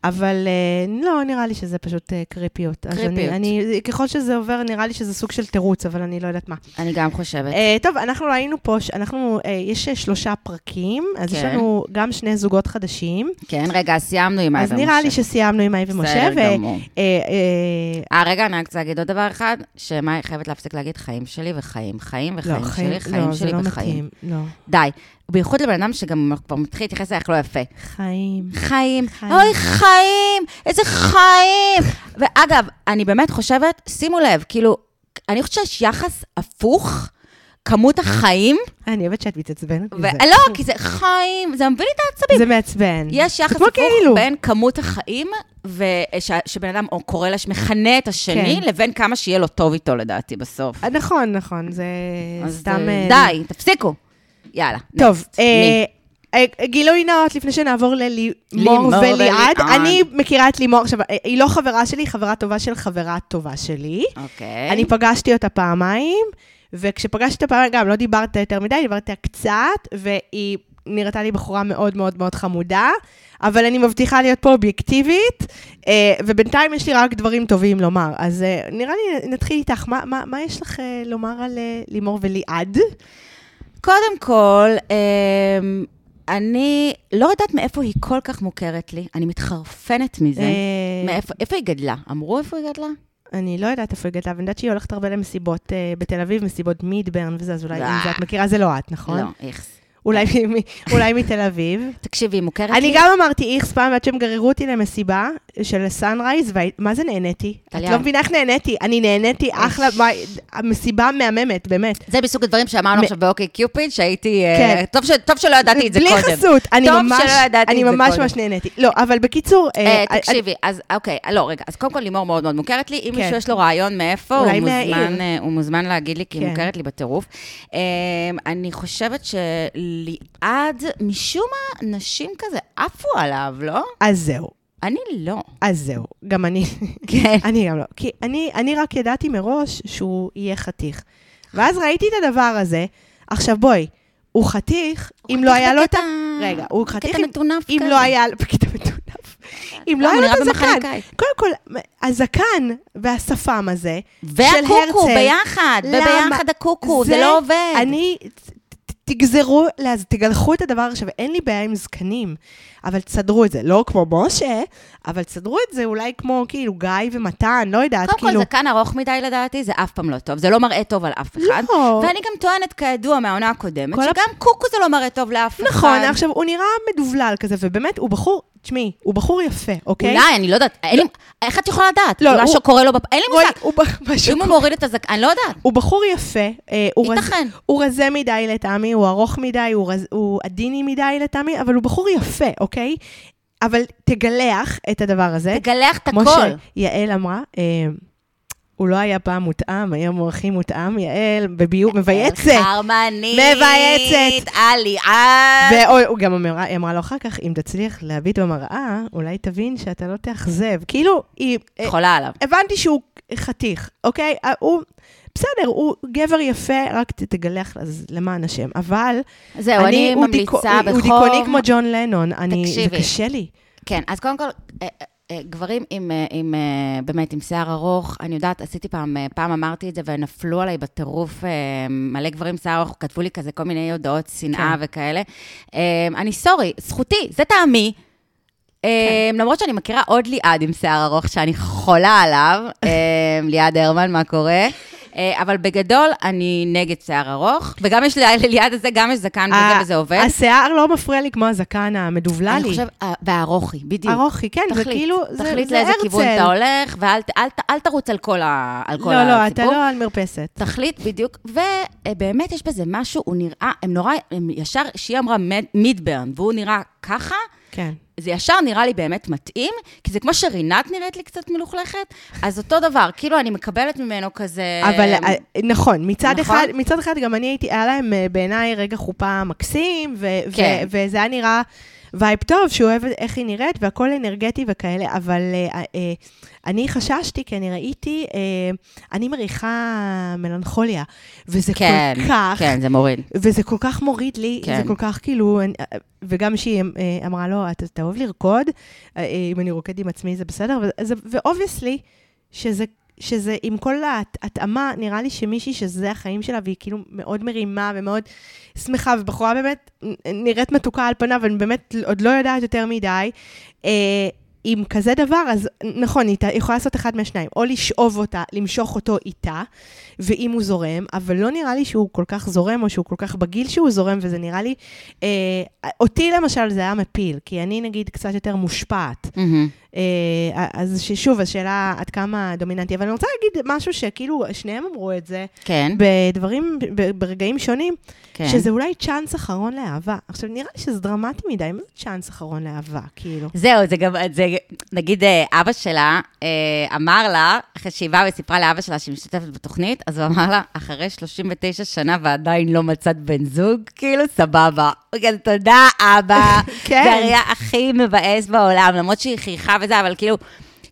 Speaker 2: אבל אה, לא, נראה לי שזה פשוט אה, קריפיות. אז אני-
Speaker 1: קריפיות.
Speaker 2: אני, ככל שזה עובר, נראה לי שזה סוג של תירוץ, אבל אני לא יודעת מה.
Speaker 1: אני גם חושבת.
Speaker 2: אה, טוב, אנחנו היינו פה, ש- אנחנו, אה, יש אה, שלושה פרקים, אז יש
Speaker 1: כן.
Speaker 2: לנו גם שני זוגות חדשים.
Speaker 1: כן, רגע, אז סיימנו עם מאי
Speaker 2: אז
Speaker 1: ומשה.
Speaker 2: נראה לי שסיימנו עם מאי ומשה.
Speaker 1: בסדר גמור.
Speaker 2: ו- אה, אה,
Speaker 1: אה, רגע, אני רק רוצה להגיד עוד דבר אחד, שמאי חייבת להפסיק להגיד חיים שלי וחיים, חיים וחיים שלי, חיים
Speaker 2: לא,
Speaker 1: שלי
Speaker 2: זה לא
Speaker 1: וחיים.
Speaker 2: מתאים, לא.
Speaker 1: די. בייחוד לבן אדם שגם כבר מתחיל להתייחס אלייך לא יפה.
Speaker 2: חיים.
Speaker 1: חיים.
Speaker 2: חיים.
Speaker 1: אוי, חיים! איזה חיים! ואגב, אני באמת חושבת, שימו לב, כאילו, אני חושבת שיש יחס הפוך, כמות החיים,
Speaker 2: אני אוהבת שאת מתעצבנת
Speaker 1: ו-
Speaker 2: מזה.
Speaker 1: לא, כי זה חיים, זה מביא לי את העצבים.
Speaker 2: זה מעצבן.
Speaker 1: יש יחס
Speaker 2: כמו
Speaker 1: הפוך
Speaker 2: כאילו.
Speaker 1: בין כמות החיים, ו- ש- שבן אדם או קורא לה, שמכנה את השני,
Speaker 2: כן.
Speaker 1: לבין כמה שיהיה לו טוב איתו, לדעתי, בסוף.
Speaker 2: אה, נכון, נכון, זה
Speaker 1: אז
Speaker 2: סתם...
Speaker 1: אה,
Speaker 2: אה,
Speaker 1: די, תפסיקו. יאללה.
Speaker 2: טוב,
Speaker 1: next. מי?
Speaker 2: אה, אה, גילוי נאות, לפני שנעבור
Speaker 1: לימור
Speaker 2: ללימור וליעד,
Speaker 1: וליעד.
Speaker 2: אני מכירה את לימור, עכשיו, אה, היא לא חברה שלי, היא חברה טובה של חברה טובה שלי.
Speaker 1: אוקיי.
Speaker 2: אני פגשתי אותה פעמיים, וכשפגשתי אותה פעמיים, גם לא דיברת יותר מדי, דיברת קצת, והיא נראתה לי בחורה מאוד מאוד מאוד חמודה, אבל אני מבטיחה להיות פה אובייקטיבית, אה, ובינתיים יש לי רק דברים טובים לומר. אז אה, נראה לי, נתחיל איתך, מה, מה, מה יש לך אה, לומר על אה, לימור וליעד?
Speaker 1: קודם כל, אמ, אני לא יודעת מאיפה היא כל כך מוכרת לי, אני מתחרפנת מזה.
Speaker 2: אה,
Speaker 1: מאיפה, איפה היא גדלה? אמרו איפה היא גדלה?
Speaker 2: אני לא יודעת איפה היא גדלה, אבל אני יודעת שהיא הולכת הרבה למסיבות אה, בתל אביב, מסיבות מידברן וזה, אז אולי אם זה את מכירה, זה לא את, נכון?
Speaker 1: לא, איכס.
Speaker 2: אולי מ- אולי מתל אביב.
Speaker 1: תקשיבי, היא מוכרת לי.
Speaker 2: אני גם אמרתי איכס פעם עד שהם גררו אותי למסיבה של סאנרייז, ומה זה נהניתי? את
Speaker 1: טליה.
Speaker 2: לא מבינה איך נהניתי, אני נהניתי אחלה, מה- המסיבה מהממת, באמת.
Speaker 1: זה מסוג הדברים שאמרנו
Speaker 2: מ-
Speaker 1: עכשיו באוקיי קיופיד, שהייתי... אה,
Speaker 2: כן.
Speaker 1: טוב ש- טוב שלא ידעתי את זה קודם.
Speaker 2: בלי חסות, אני
Speaker 1: טוב
Speaker 2: ממש,
Speaker 1: שלא ידעתי
Speaker 2: אני
Speaker 1: את זה
Speaker 2: ממש
Speaker 1: קודם.
Speaker 2: ממש נהניתי. לא, אבל בקיצור, אה,
Speaker 1: אה,
Speaker 2: אני-
Speaker 1: תקשיבי, אז אוקיי, לא, רגע, אז קודם כל לימור מאוד מאוד מוכרת לי, אם
Speaker 2: כן.
Speaker 1: מישהו יש לו רעיון מאיפה, הוא
Speaker 2: אולי
Speaker 1: מוזמן,
Speaker 2: מהעיר.
Speaker 1: אה, הוא מוזמן להגיד לי, כי היא
Speaker 2: כן.
Speaker 1: מוכרת לי בטירוף. אה, אני חושבת שליעד, משום מה, נשים כזה עפו עליו, לא?
Speaker 2: אז זהו,
Speaker 1: אני לא.
Speaker 2: אז זהו, גם אני,
Speaker 1: כן.
Speaker 2: אני גם לא, כי אני, אני רק ידעתי מראש שהוא יהיה חתיך. ואז ראיתי את הדבר הזה, עכשיו בואי, הוא חתיך, אם לא היה לו את ה... רגע, הוא חתיך
Speaker 1: קטע
Speaker 2: אם-
Speaker 1: מטונף
Speaker 2: אם
Speaker 1: כזה. כן.
Speaker 2: לא היה לו... בקטע מטונף. אם לא
Speaker 1: הוא
Speaker 2: היה לו
Speaker 1: נראה
Speaker 2: את
Speaker 1: במחנה
Speaker 2: הזקן.
Speaker 1: קיץ.
Speaker 2: קודם כל, הזקן והשפם הזה,
Speaker 1: והקוקו
Speaker 2: הרצל.
Speaker 1: ביחד, וביחד הקוקו, זה לא עובד.
Speaker 2: אני, ת- ת- תגזרו, לה- תגלחו את הדבר עכשיו, אין לי בעיה עם זקנים, אבל תסדרו את זה, לא כמו משה, אבל תסדרו את זה אולי כמו כאילו גיא ומתן, לא יודעת,
Speaker 1: קודם כל,
Speaker 2: כאילו...
Speaker 1: זקן ארוך מדי לדעתי, זה אף פעם לא טוב, זה לא מראה טוב על אף אחד.
Speaker 2: לא.
Speaker 1: ואני גם טוענת, כידוע, מהעונה הקודמת,
Speaker 2: כל הפ-
Speaker 1: שגם קוקו זה לא מראה טוב לאף אחד.
Speaker 2: נכון, עכשיו, הוא נראה מדובלל כזה, ובאמת, הוא בחור, תשמעי, הוא בחור יפה, אוקיי?
Speaker 1: אולי, אני לא יודעת, אין לי- איך את יכולה לדעת?
Speaker 2: לא,
Speaker 1: אולי
Speaker 2: הוא-
Speaker 1: שקורה לו, בפ- אין לי
Speaker 2: רואי,
Speaker 1: מושג.
Speaker 2: הוא בח- משהו
Speaker 1: אם הוא מוריד את הזקן, אני לא יודעת.
Speaker 2: הוא בחור יפה, אה, הוא, רז,
Speaker 1: ייתכן.
Speaker 2: הוא רזה מדי לטעמי, הוא ארוך מדי, הוא, רז, הוא עדיני מדי לטעמי, אבל הוא בחור יפה, אוקיי? אבל תגלח את הדבר הזה.
Speaker 1: תגלח את
Speaker 2: כמו
Speaker 1: הכל.
Speaker 2: שיעל אמרה, אה, הוא לא היה פעם מותאם, היום הוא הכי מותאם, יעל, בביוב, מבייצת.
Speaker 1: חרמנית.
Speaker 2: מבייצת.
Speaker 1: עלי, אה, עלי.
Speaker 2: והוא גם אמרה, היא אמרה לו אחר כך, אם תצליח להביט במראה, אולי תבין שאתה לא תאכזב. כאילו, היא... אה,
Speaker 1: חולה עליו.
Speaker 2: הבנתי שהוא חתיך, אוקיי? אה, הוא, בסדר, הוא גבר יפה, רק ת- תגלח אז למען השם. אבל
Speaker 1: זהו, אני
Speaker 2: הוא דיקו-
Speaker 1: ממליצה
Speaker 2: הוא
Speaker 1: בחום.
Speaker 2: דיכאוני כמו ג'ון לנון, אני, זה
Speaker 1: תקשיבי.
Speaker 2: קשה לי.
Speaker 1: כן, אז קודם כל, אה, אה, גברים עם, אה, עם, אה, באמת, עם שיער ארוך, אני יודעת, עשיתי פעם, אה, פעם אמרתי את זה, ונפלו עליי בטירוף אה, מלא גברים עם שיער ארוך, כתבו לי כזה כל מיני הודעות שנאה
Speaker 2: כן.
Speaker 1: וכאלה. אה, אני סורי, זכותי, זה טעמי. אה,
Speaker 2: כן.
Speaker 1: למרות שאני מכירה עוד ליעד עם שיער ארוך, שאני חולה עליו, אה, ליעד הרמן, מה קורה? אה, אבל בגדול, אני נגד שיער ארוך, וגם יש לי- לליעד הזה, גם יש זקן וזה,
Speaker 2: ה-
Speaker 1: וזה עובד.
Speaker 2: השיער לא מפריע לי כמו הזקן המדובלל
Speaker 1: אני
Speaker 2: אה, לי.
Speaker 1: חושב, אה, והארוכי, בדיוק.
Speaker 2: ארוכי, כן, זה כאילו, זה זה הרצל.
Speaker 1: תחליט לאיזה כיוון אתה הולך, ואל ת- אל ת- אל תרוץ על כל ה- על כל
Speaker 2: לא, לא, אתה
Speaker 1: הסיפור.
Speaker 2: לא על מרפסת.
Speaker 1: תחליט בדיוק, ובאמת יש בזה משהו, הוא נראה, הם נורא, הם ישר, שהיא אמרה מד- מידברן, והוא נראה ככה,
Speaker 2: כן.
Speaker 1: זה ישר נראה לי באמת מתאים, כי זה כמו שרינת נראית לי קצת מלוכלכת, אז אותו דבר, כאילו אני מקבלת ממנו כזה...
Speaker 2: אבל אה, נכון, מצד
Speaker 1: אמ, נכון?
Speaker 2: אחד, מצד אחד גם אני הייתי, היה להם אה, בעיניי רגע חופה מקסים, ו- ו-
Speaker 1: כן.
Speaker 2: וזה היה נראה וייב טוב, שהוא אוהב איך היא נראית והכל אנרגטי וכאלה, אבל אה, אה, אני חששתי כי אני ראיתי, אה, אני מריחה מלנכוליה, וזה
Speaker 1: כן,
Speaker 2: כל כך...
Speaker 1: כן, זה מוריד.
Speaker 2: וזה כל כך מוריד לי,
Speaker 1: כן.
Speaker 2: כן. זה כל כך כאילו, אני, וגם שהיא אה, אמרה לו, אתה, אתה אוהב לרקוד, אה, אה, אם אני רוקד עם עצמי זה בסדר, ואובייסלי, שזה, שזה עם כל ההתאמה, נראה לי שמישהי שזה החיים שלה, והיא כאילו מאוד מרימה ומאוד שמחה, ובחורה באמת נראית מתוקה על פניו, אני באמת עוד לא יודעת יותר מדי. אה, עם כזה דבר, אז נכון, היא ת- יכולה לעשות אחד מהשניים, או לשאוב אותה, למשוך אותו איתה, ואם הוא זורם, אבל לא נראה לי שהוא כל כך זורם, או שהוא כל כך בגיל שהוא זורם, וזה נראה לי... אה, אותי למשל זה היה מפיל, כי אני נגיד קצת יותר מושפעת.
Speaker 1: מהמם.
Speaker 2: אה, אז ששוב, השאלה עד כמה דומיננטי, אבל אני רוצה להגיד משהו שכאילו שניהם אמרו את זה,
Speaker 1: כן,
Speaker 2: בדברים, ב- ברגעים שונים,
Speaker 1: כן.
Speaker 2: שזה אולי צ'אנס אחרון לאהבה. עכשיו, נראה לי שזה דרמטי מדי, מה זה צ'אנס אחרון לאהבה, כאילו?
Speaker 1: זהו, זה גם, זה, נגיד אה, אבא שלה אה, אמר לה, אחרי שהיא באה וסיפרה לאבא שלה שהיא משתתפת בתוכנית, אז הוא אמר לה, אחרי 39 שנה ועדיין לא מצאת בן זוג, כאילו, סבבה. הוא כזה, תודה, אבא.
Speaker 2: כן.
Speaker 1: זה הראייה הכי מבאס בעולם, למרות שהיא חייכה וזה, אבל כאילו...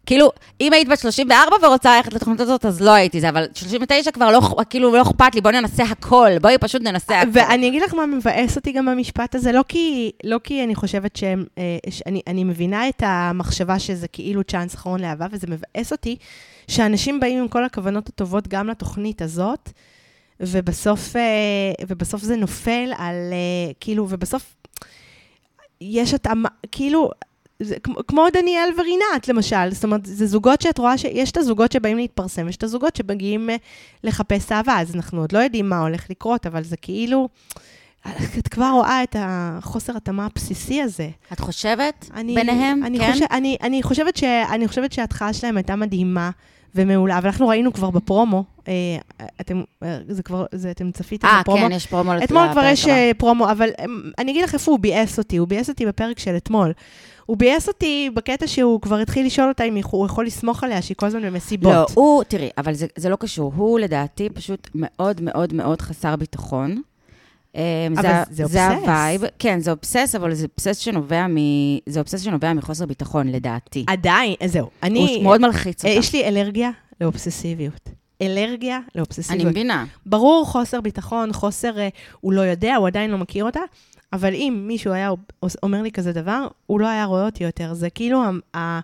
Speaker 1: כאילו, אם היית בת 34 ורוצה ללכת לתוכנית הזאת, אז לא הייתי זה, אבל 39 כבר לא, אכ- כאילו, לא אכפת לי, בואי ננסה הכל, בואי פשוט ננסה הכל.
Speaker 2: ואני אגיד לך מה מבאס אותי גם במשפט הזה, לא כי, לא כי אני חושבת שהם, אה, שאני אני מבינה את המחשבה שזה כאילו צ'אנס אחרון לאהבה, וזה מבאס אותי שאנשים באים עם כל הכוונות הטובות גם לתוכנית הזאת, ובסוף, אה, ובסוף זה נופל על, אה, כאילו, ובסוף יש התאמה, כאילו... זה, כמו, כמו דניאל ורינת, למשל. זאת אומרת, זה זוגות שאת רואה שיש את הזוגות שבאים להתפרסם, ויש את הזוגות שמגיעים אה, לחפש אהבה, אז אנחנו עוד לא יודעים מה הולך לקרות, אבל זה כאילו, את כבר רואה את החוסר התאמה הבסיסי הזה.
Speaker 1: את חושבת?
Speaker 2: אני,
Speaker 1: ביניהם?
Speaker 2: אני
Speaker 1: כן?
Speaker 2: חושב, אני, אני, חושבת ש, אני חושבת שההתחלה שלהם הייתה מדהימה ומעולה, אבל אנחנו ראינו כבר בפרומו, אה, אתם, אה, זה כבר, זה, אתם צפיתם
Speaker 1: אה,
Speaker 2: בפרומו.
Speaker 1: כן, יש פרומו. לפ-
Speaker 2: אתמול כבר
Speaker 1: לפרק
Speaker 2: יש
Speaker 1: הבא.
Speaker 2: אה, פרומו, אבל אמ, אני אגיד לך איפה הוא ביאס אותי, הוא ביאס אותי בפרק של אתמול. הוא ביאס אותי בקטע שהוא כבר התחיל לשאול אותה אם הוא יכול לסמוך עליה, שהיא כל הזמן במסיבות.
Speaker 1: לא, הוא, תראי, אבל זה, זה לא קשור. הוא לדעתי פשוט מאוד מאוד מאוד חסר ביטחון. אמ,
Speaker 2: אבל
Speaker 1: ה-
Speaker 2: זה
Speaker 1: זה
Speaker 2: אובסס.
Speaker 1: הווייב. כן, זה אובסס, אבל זה אובסס שנובע, מ... זה אובסס שנובע מחוסר ביטחון, לדעתי.
Speaker 2: עדיין, אה, זהו. אני,
Speaker 1: הוא מאוד מלחיץ
Speaker 2: אה,
Speaker 1: אותה.
Speaker 2: יש לי אלרגיה לאובססיביות. אלרגיה
Speaker 1: אני
Speaker 2: לאובססיביות.
Speaker 1: מבינה.
Speaker 2: ברור, חוסר ביטחון, חוסר, אה, הוא לא יודע, הוא עדיין לא מכיר אותה, אבל אם מישהו היה עוש- אומר לי כזה דבר, הוא לא היה רואה אותי יותר. זה כאילו ה- ה-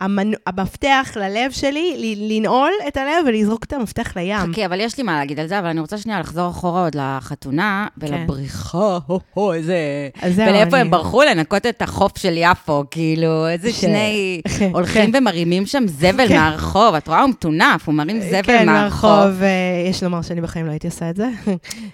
Speaker 2: המנ... המפתח ללב שלי, ל- לנעול את הלב ולזרוק את המפתח לים.
Speaker 1: חכי, אבל יש לי מה להגיד על זה, אבל אני רוצה שנייה לחזור אחורה עוד לחתונה ולבריחה, הו-הו, איזה...
Speaker 2: אז כן. זהו,
Speaker 1: ולאיפה
Speaker 2: אני-
Speaker 1: הם ברחו? לנקות את החוף של יפו, כאילו, איזה
Speaker 2: כן.
Speaker 1: שני...
Speaker 2: כן,
Speaker 1: הולכים ומרימים שם זבל
Speaker 2: כן.
Speaker 1: מהרחוב. את רואה, הוא מטונף, הוא מרים זבל
Speaker 2: כן,
Speaker 1: מהרחוב.
Speaker 2: מהרחוב, אה, יש לומר שאני בחיים לא הייתי עושה את זה.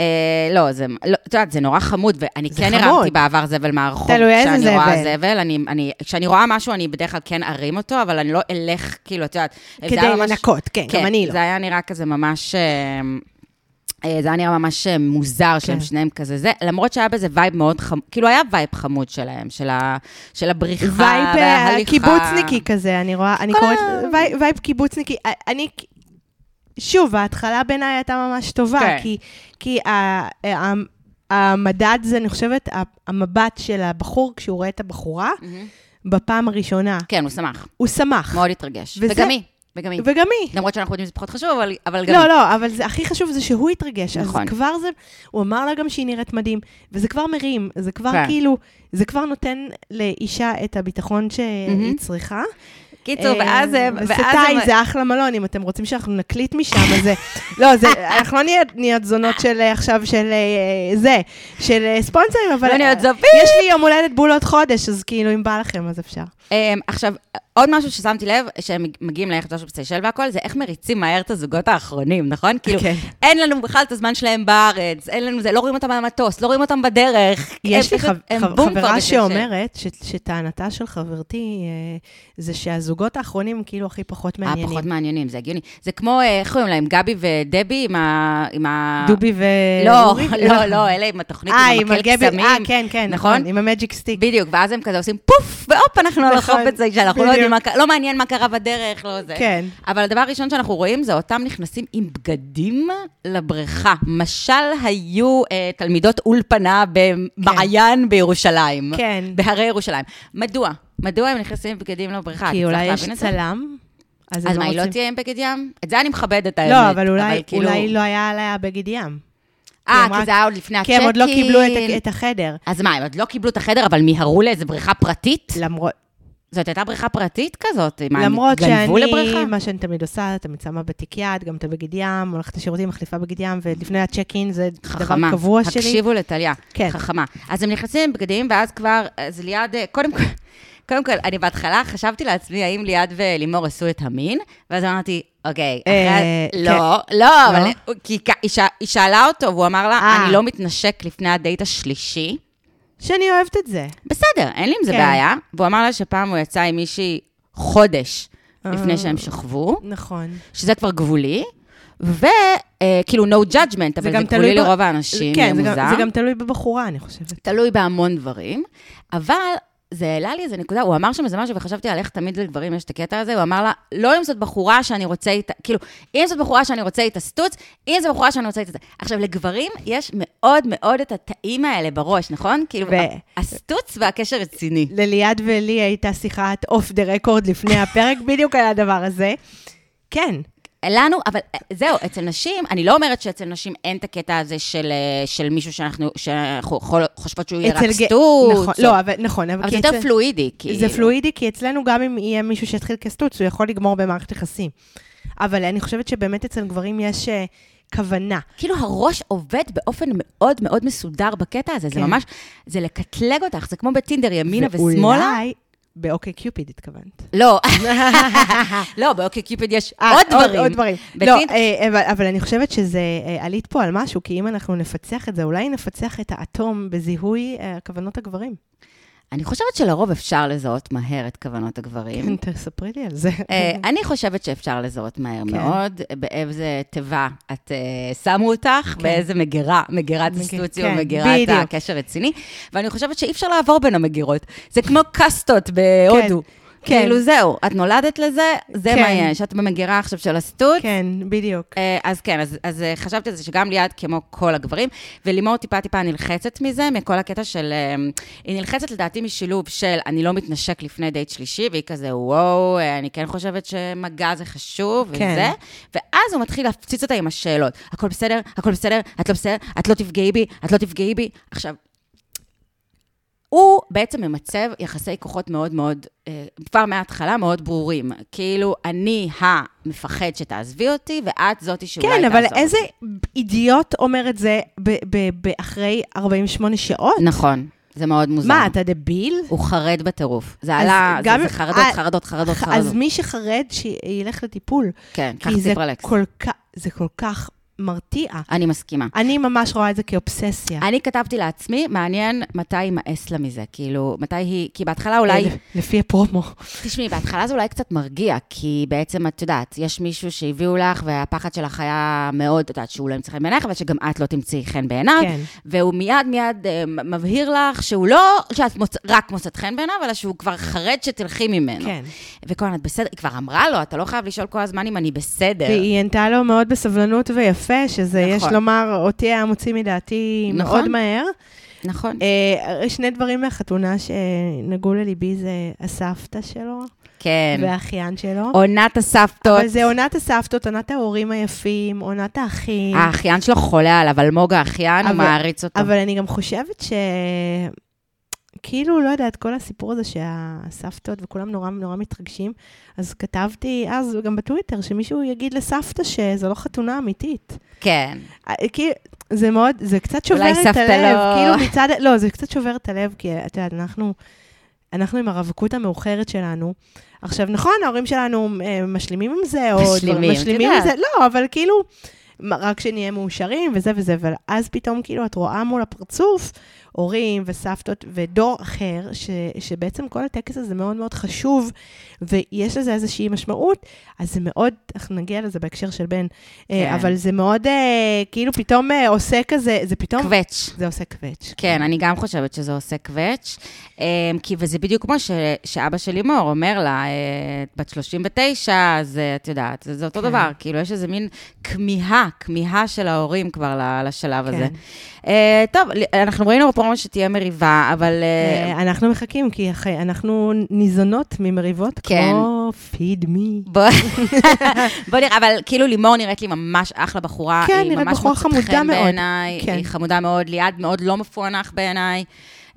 Speaker 1: אה, לא, זה, לא, את יודעת, זה נורא חמוד, ואני
Speaker 2: זה
Speaker 1: כן
Speaker 2: חמוד.
Speaker 1: הרמתי בעבר זבל מהרחוב.
Speaker 2: תלוי איזה
Speaker 1: כשאני רואה
Speaker 2: זבל.
Speaker 1: זבל, אני, אני, כשאני רואה משהו, אני בדרך כלל כן ארים אותו, אבל אני לא אלך, כאילו, את יודעת, זה
Speaker 2: כדי
Speaker 1: היה ממש-
Speaker 2: לנקות, כן, גם אני לא.
Speaker 1: זה היה נראה כזה ממש... אה, אה, זה היה נראה ממש אה, מוזר שהם
Speaker 2: כן.
Speaker 1: שניהם כזה זה, למרות שהיה בזה וייב מאוד חמוד, כאילו היה וייב חמוד שלהם, של, ה, של הבריחה
Speaker 2: וייב אה,
Speaker 1: וההליכה.
Speaker 2: קיבוצניקי כזה, אני רואה, אני
Speaker 1: כל
Speaker 2: קוראת,
Speaker 1: ה-
Speaker 2: וייב- וייב קיבוצניקי. אה, אני, שוב, ההתחלה בעיניי הייתה ממש טובה,
Speaker 1: כן.
Speaker 2: כי- כי ה- ה- המדד זה, אני חושבת, ה- המבט של הבחור כשהוא רואה את הבחורה,
Speaker 1: מהמם.
Speaker 2: בפעם הראשונה,
Speaker 1: כן, הוא שמח,
Speaker 2: הוא שמח.
Speaker 1: מאוד התרגש.
Speaker 2: וזה-
Speaker 1: וגם היא, וגם היא.
Speaker 2: וגם היא.
Speaker 1: למרות שאנחנו יודעים שזה פחות חשוב, אבל, אבל גם
Speaker 2: לא, לא, אבל זה, הכי חשוב זה שהוא התרגש. נכון.
Speaker 1: נכון.
Speaker 2: אז כבר זה, הוא אמר לה גם שהיא נראית מדהים, וזה כבר מרים, זה כבר
Speaker 1: כן.
Speaker 2: כן. כאילו, זה כבר נותן לאישה את הביטחון שהיא
Speaker 1: מהמם.
Speaker 2: mm-hmm. צריכה.
Speaker 1: קיצור, ואז הם... ואז הם-
Speaker 2: סטאי אה, זה אחלה מלון, אם אתם רוצים שאנחנו נקליט משם, אז זה... לא, זה, אנחנו לא נהיה- נהיה זונות של אה, עכשיו, של אה, זה, של אה, ספונסרים, אבל...
Speaker 1: לא נהיות
Speaker 2: אה,
Speaker 1: זווית.
Speaker 2: יש לי יום הולדת בול עוד חודש, אז כאילו, אם בא לכם, אז אפשר.
Speaker 1: אמ, עכשיו, עוד משהו ששמתי לב, שהם מגיעים ליחדה של סיישל והכל, זה איך מריצים מהר את הזוגות האחרונים, נכון? כאילו,
Speaker 2: כן.
Speaker 1: אין לנו בכלל את הזמן שלהם בארץ, אין לנו זה, לא רואים אותם על המטוס, לא רואים אותם בדרך.
Speaker 2: יש
Speaker 1: הם
Speaker 2: לי
Speaker 1: פשוט-
Speaker 2: חב-
Speaker 1: הם
Speaker 2: חב-
Speaker 1: בום כבר
Speaker 2: חברה
Speaker 1: בסיישל.
Speaker 2: שאומרת ש- שטענתה של חברתי אה, זה שהזוגות האחרונים הם כאילו הכי פחות
Speaker 1: אה,
Speaker 2: מעניינים.
Speaker 1: פחות מעניינים, זה הגיוני. זה כמו, אה, איך קוראים להם, גבי ודבי עם ה... עם ה-
Speaker 2: דובי ו...
Speaker 1: אה. לא,
Speaker 2: אורי?
Speaker 1: לא, לא, אלה עם התוכנית
Speaker 2: אה,
Speaker 1: עם המקל
Speaker 2: הגבי-
Speaker 1: קסמים.
Speaker 2: אה, כן, כן,
Speaker 1: נכון?
Speaker 2: נכון, עם המג'יק סטיק.
Speaker 1: בדיוק, ואז הם כזה עושים פוף, והופ, אנחנו על החוף
Speaker 2: נכון,
Speaker 1: בציישל, אנחנו לא יודעים
Speaker 2: בדיוק.
Speaker 1: מה קרה, לא מעניין מה קרה בדרך, לא זה.
Speaker 2: כן.
Speaker 1: אבל הדבר הראשון שאנחנו רואים זה אותם נכנסים עם בגדים לבריכה. משל היו אה, תלמידות אולפנה במעיין בירושלים.
Speaker 2: כן.
Speaker 1: בהרי ירושלים. מדוע? מדוע הם נכנסים עם בגדים לבריכה? את
Speaker 2: כי
Speaker 1: הצלחת
Speaker 2: אולי יש
Speaker 1: אה, להבין את זה?
Speaker 2: צלם, אז
Speaker 1: אז
Speaker 2: הם
Speaker 1: מה, היא
Speaker 2: רוצים...
Speaker 1: לא תהיה עם בגד ים? את זה אני מכבדת, האמת.
Speaker 2: לא, אבל אולי,
Speaker 1: כאילו-
Speaker 2: אולי לא היה עליה בגד ים.
Speaker 1: אה,
Speaker 2: הם
Speaker 1: כי
Speaker 2: רק-
Speaker 1: זה היה עוד לפני
Speaker 2: כי הם עוד לא
Speaker 1: הצ'קין.
Speaker 2: קיבלו את, את החדר.
Speaker 1: אז מה, הם עוד לא קיבלו את החדר, אבל מיהרו לאיזה בריכה פרטית?
Speaker 2: למרות,
Speaker 1: זאת הייתה בריכה פרטית כזאת, מה, הם
Speaker 2: לא. למרות
Speaker 1: גנבו
Speaker 2: שאני,
Speaker 1: לבריכה?
Speaker 2: מה שאני תמיד עושה, תמיד שמה בתיק יד, גם את הבגד ים, הולכת לשירותים, מחליפה בגד ים, ולפני הצ'ק אין זה
Speaker 1: חכמה.
Speaker 2: דבר קבוע שלי.
Speaker 1: הקשיבו לטליה.
Speaker 2: כן.
Speaker 1: חכמה. אז הם נכנסים עם בגדים, ואז כבר, אז ליעד, אה, קודם כל, קודם כל, אני בהתחלה חשבתי לעצמי, האם ליעד ולימור עשו את המין? ואז אמרתי, אוקיי,
Speaker 2: אה,
Speaker 1: אחרי... לא, לא, אבל... כי כ- היא ש- היא שאלה אותו, והוא אמר לה,
Speaker 2: אה.
Speaker 1: אני לא מתנשק לפני הדייט השלישי.
Speaker 2: שאני אוהבת את זה.
Speaker 1: בסדר, אין לי עם זה
Speaker 2: כן.
Speaker 1: בעיה. והוא אמר לה שפעם הוא יצא עם מישהי חודש לפני
Speaker 2: אה.
Speaker 1: שהם שכבו.
Speaker 2: נכון.
Speaker 1: שזה כבר גבולי, וכאילו no judgment, אבל
Speaker 2: גם
Speaker 1: זה
Speaker 2: תלוי
Speaker 1: גבולי
Speaker 2: ב-
Speaker 1: לרוב האנשים, יהיה
Speaker 2: כן, זה גם-
Speaker 1: מוזר.
Speaker 2: זה גם תלוי בבחורה, אני חושבת.
Speaker 1: תלוי בהמון דברים, אבל זה העלה לי איזה נקודה, הוא אמר שם איזה משהו, וחשבתי על איך תמיד לגברים יש את הקטע הזה, הוא אמר לה, לא אם זאת בחורה שאני רוצה איתה, כאילו, אם זאת בחורה שאני רוצה איתה סטוץ, אם זאת בחורה שאני רוצה איתה זה. עכשיו, לגברים יש מאוד מאוד את התאים האלה בראש, נכון? כאילו,
Speaker 2: ו-
Speaker 1: הסטוץ והקשר רציני.
Speaker 2: לליעד ולי הייתה שיחת אוף דה רקורד לפני הפרק, בדיוק על הדבר הזה. כן,
Speaker 1: לנו, אבל אה, זהו, אצל נשים, אני לא אומרת שאצל נשים אין את הקטע הזה של, אה, של מישהו שאנחנו, שאנחנו חול- חושבות שהוא יהיה רק
Speaker 2: ג-
Speaker 1: סטוץ.
Speaker 2: נכון,
Speaker 1: או-
Speaker 2: לא, אבל נכון, אבל
Speaker 1: אבל
Speaker 2: כי
Speaker 1: זה יותר
Speaker 2: אצל-
Speaker 1: פלואידי, כאילו.
Speaker 2: זה פלואידי, כי אצלנו גם אם יהיה מישהו שיתחיל כסטוץ, הוא יכול לגמור במערכת יחסים. אבל אני חושבת שבאמת אצל גברים יש אה, כוונה.
Speaker 1: כאילו הראש עובד באופן מאוד מאוד מסודר בקטע הזה, זה
Speaker 2: כן.
Speaker 1: ממש, זה לקטלג אותך, זה כמו בטינדר, ימינה
Speaker 2: ואולי-
Speaker 1: ושמאלה.
Speaker 2: באוקיי קיופיד התכוונת.
Speaker 1: לא, לא, באוקיי קיופיד יש
Speaker 2: אה,
Speaker 1: עוד דברים.
Speaker 2: עוד דברים. לא,
Speaker 1: בטינדר-
Speaker 2: אה, אבל- אבל אני חושבת שזה, אה, עלית פה על משהו, כי אם אנחנו נפצח את זה, אולי נפצח את האטום בזיהוי אה, כוונות הגברים.
Speaker 1: אני חושבת שלרוב אפשר לזהות מהר את כוונות הגברים.
Speaker 2: כן, תספרי לי על זה.
Speaker 1: אה, אני חושבת שאפשר לזהות מהר
Speaker 2: אוקיי. כן.
Speaker 1: מאוד, באיזה תיבה את אה, שמו אותך, באיזה מגירה, מגירת
Speaker 2: מג-
Speaker 1: הסטוציו,
Speaker 2: כן,
Speaker 1: מגירת
Speaker 2: בדיוק.
Speaker 1: הקשר רציני, ואני חושבת שאי אפשר לעבור בין המגירות. זה כמו קסטות בהודו.
Speaker 2: כן.
Speaker 1: כאילו זהו, את נולדת לזה, זה
Speaker 2: כן.
Speaker 1: מה יש, את במגירה עכשיו של הסטוט.
Speaker 2: כן, בדיוק.
Speaker 1: אה, אז כן, אז, אז אה, חשבתי על זה שגם ליעד כמו כל הגברים, ולימור טיפה טיפה נלחצת מזה, מכל הקטע של... אה, היא נלחצת לדעתי משילוב של אני לא מתנשק לפני דייט שלישי, והיא כזה, וואו, אה, אני כן חושבת שמגע זה חשוב,
Speaker 2: כן.
Speaker 1: וזה, ואז הוא מתחיל להפציץ אותה עם השאלות. הכל בסדר, הכל בסדר, את לא בסדר, את לא תפגעי בי, את לא תפגעי בי. עכשיו, הוא בעצם ממצב יחסי כוחות מאוד מאוד, אה, כבר מההתחלה מאוד ברורים. כאילו, אני המפחד שתעזבי אותי, ואת זאתי שאולי
Speaker 2: כן,
Speaker 1: תעזוב.
Speaker 2: אבל איזה אידיוט אומר את זה ב- ב- ב- אחרי 48 שעות?
Speaker 1: נכון, זה מאוד מוזר.
Speaker 2: מה, אתה דביל?
Speaker 1: הוא חרד בטירוף. זה עלה, זה,
Speaker 2: גם-
Speaker 1: זה חרדות,
Speaker 2: אה,
Speaker 1: חרדות, חרדות,
Speaker 2: ח-
Speaker 1: חרדות.
Speaker 2: אז מי שחרד, שילך לטיפול.
Speaker 1: כן, נכון. קח
Speaker 2: כי זה
Speaker 1: ציפרלקס.
Speaker 2: כל כך- זה כל כך מרתיע.
Speaker 1: אני מסכימה.
Speaker 2: אני ממש רואה את זה כאובססיה.
Speaker 1: אני כתבתי לעצמי, מעניין מתי יימאס לה מזה, כאילו, מתי היא, כי בהתחלה אולי,
Speaker 2: אה,
Speaker 1: אה,
Speaker 2: לפי הפרומו.
Speaker 1: תשמעי, בהתחלה זה אולי קצת מרגיע, כי בעצם את יודעת, יש מישהו שהביאו לך, והפחד שלך היה מאוד, את יודעת, שהוא לא ימצא חן בעינייך, אבל שגם את לא תמצאי חן בעיניו,
Speaker 2: כן.
Speaker 1: והוא מיד מיד אה, מ- מבהיר לך שהוא לא, שאת מוצ... רק מוצאת חן בעיניו, אלא שהוא כבר חרד שתלכי ממנו.
Speaker 2: כן.
Speaker 1: וכל הזמן, את בסדר, היא כבר אמרה לו, אתה לא חייב לשאול כל הזמן אם אני בסדר.
Speaker 2: והיא ענתה לו מאוד בסבלנות ויפה, שזה,
Speaker 1: אה. נכון.
Speaker 2: יש לומר, אותי היה מוציא מדעתי
Speaker 1: נכון.
Speaker 2: מאוד מהר.
Speaker 1: נכון.
Speaker 2: אה, שני דברים מהחתונה שנגעו לליבי זה הסבתא שלו
Speaker 1: כן.
Speaker 2: והאחיין שלו.
Speaker 1: עונת הסבתות.
Speaker 2: אבל זה עונת הסבתות, עונת ההורים היפים, עונת האחים.
Speaker 1: האחיין שלו חולה עליו, אלמוג האחיין, הוא
Speaker 2: אבל-
Speaker 1: מעריץ אותו.
Speaker 2: אבל אני גם חושבת ש... כאילו, לא יודעת, כל הסיפור הזה שהסבתות וכולם נורא נורא מתרגשים, אז כתבתי אז גם בטוויטר, שמישהו יגיד לסבתא שזו לא חתונה אמיתית.
Speaker 1: כן.
Speaker 2: אה, כאילו, זה מאוד, זה קצת שובר
Speaker 1: אולי
Speaker 2: את
Speaker 1: סבתא
Speaker 2: הלב.
Speaker 1: לא-
Speaker 2: כאילו מצד, לא, זה קצת שובר את הלב, כי את יודעת, אנחנו, אנחנו עם הרווקות המאוחרת שלנו. עכשיו, נכון, ההורים שלנו אה, משלימים עם זה, או דברים-
Speaker 1: משלימים, את
Speaker 2: משלימים עם
Speaker 1: יודעת.
Speaker 2: זה, לא, אבל כאילו, מה, רק שנהיה מאושרים וזה וזה, אבל אז פתאום כאילו את רואה מול הפרצוף הורים וסבתות ודור אחר, ש, שבעצם כל הטקס הזה מאוד מאוד חשוב, ויש לזה איזושהי משמעות, אז זה מאוד, אנחנו נגיע לזה בהקשר של בן, כן.
Speaker 1: כן.
Speaker 2: אבל זה מאוד, אה, כאילו פתאום אה, עושה כזה, זה פתאום,
Speaker 1: קווץ'.
Speaker 2: זה עושה קווץ'.
Speaker 1: כן, אני גם חושבת שזה עושה קווץ', אמ, כי וזה בדיוק כמו ש, שאבא של לימור אומר לה, אה, את בת 39, אז אה, את יודעת, זה, זה אותו
Speaker 2: כן.
Speaker 1: דבר, כאילו יש איזה מין כמיהה, כמיהה של ההורים כבר ל- לשלב
Speaker 2: כן.
Speaker 1: הזה. אה, טוב, ל- אנחנו ראינו בפרומו שתהיה מריבה, אבל... אה,
Speaker 2: אה, אנחנו מחכים, כי אחרי, אנחנו ניזונות ממריבות
Speaker 1: כן.
Speaker 2: כמו פיד מי.
Speaker 1: בוא, בוא נראה, אבל כאילו לימור נראית לי ממש אחלה בחורה.
Speaker 2: כן,
Speaker 1: היא
Speaker 2: נראית
Speaker 1: ממש
Speaker 2: בחורה
Speaker 1: מוצאת
Speaker 2: חמודה
Speaker 1: חן
Speaker 2: מאוד.
Speaker 1: בעיניי,
Speaker 2: כן.
Speaker 1: היא חמודה מאוד, ליעד מאוד לא מפוענח בעיניי.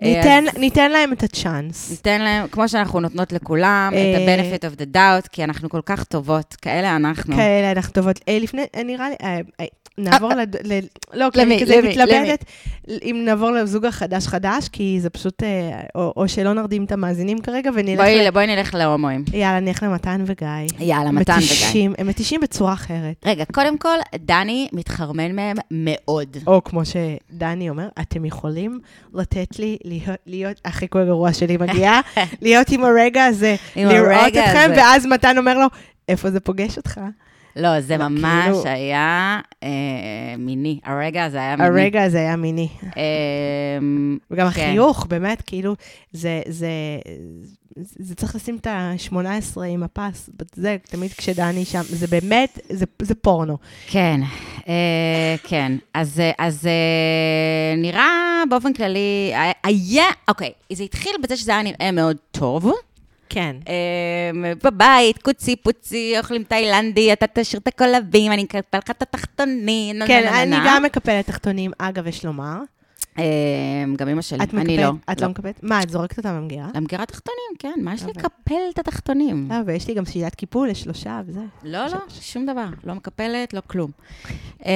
Speaker 1: אה,
Speaker 2: ניתן,
Speaker 1: אז
Speaker 2: ניתן להם את הצ'אנס.
Speaker 1: ניתן להם, כמו שאנחנו נותנות לכולם, את
Speaker 2: אה,
Speaker 1: ה-benefit of the doubt, כי אנחנו כל כך טובות, כאלה אנחנו.
Speaker 2: כאלה, אנחנו טובות. אה, לפני, אה, נראה לי, אה, אה, נעבור לד... ל... לא, כי
Speaker 1: למי?
Speaker 2: אני כזה
Speaker 1: למי?
Speaker 2: מתלבטת, אם נעבור לזוג החדש חדש, כי זה פשוט, אה, או או שלא נרדים את המאזינים כרגע, ונלך...
Speaker 1: בואי
Speaker 2: ל-
Speaker 1: ל- בואי נלך להומואים.
Speaker 2: יאללה, נלך למתן וגיא.
Speaker 1: יאללה, מתן וגיא.
Speaker 2: מתישים, הם מתישים בצורה אחרת.
Speaker 1: רגע, קודם כל, דני מתחרמן מהם מאוד.
Speaker 2: או כמו שדני אומר, אתם יכולים לתת לי להיות, להיות אחרי כל אירוע שלי מגיעה, להיות עם הרגע הזה,
Speaker 1: עם
Speaker 2: לראות
Speaker 1: הרגע
Speaker 2: אתכם,
Speaker 1: הזה.
Speaker 2: ואז מתן אומר לו, איפה זה פוגש אותך?
Speaker 1: לא, זה
Speaker 2: לא,
Speaker 1: ממש
Speaker 2: כאילו-
Speaker 1: היה אה, מיני. הרגע הזה היה מיני.
Speaker 2: הרגע הזה היה מיני.
Speaker 1: אמ,
Speaker 2: וגם
Speaker 1: כן.
Speaker 2: החיוך, באמת, כאילו, זה, זה, זה, זה צריך לשים את ה-18 עם הפס, זה תמיד כשדני שם, זה באמת, זה, זה פורנו.
Speaker 1: כן, אה, כן. אז, אה, אז אה, נראה באופן כללי, אה, היה, אוקיי, זה התחיל בזה שזה היה נראה מאוד טוב.
Speaker 2: כן.
Speaker 1: אה, בבית, קוצי פוצי, אוכלים תאילנדי, אתה תשאיר את הקולבים, אני אקפל לך את התחתונים, נה,
Speaker 2: כן,
Speaker 1: נה, נה,
Speaker 2: אני
Speaker 1: נה.
Speaker 2: גם מקפלת תחתונים, אגב, יש לומר.
Speaker 1: אה, גם אימא שלי,
Speaker 2: את
Speaker 1: אני לא.
Speaker 2: מקפלת, את לא אוקיי. מקפלת? מה, את זורקת אותה במגירה?
Speaker 1: למגירה תחתונים, כן, מה יש לי
Speaker 2: אבל-
Speaker 1: לקפל את התחתונים?
Speaker 2: לא, ויש לי גם שאלת קיפול לשלושה וזה.
Speaker 1: לא, לא,
Speaker 2: ש-
Speaker 1: שום דבר. לא מקפלת, לא כלום. אמ,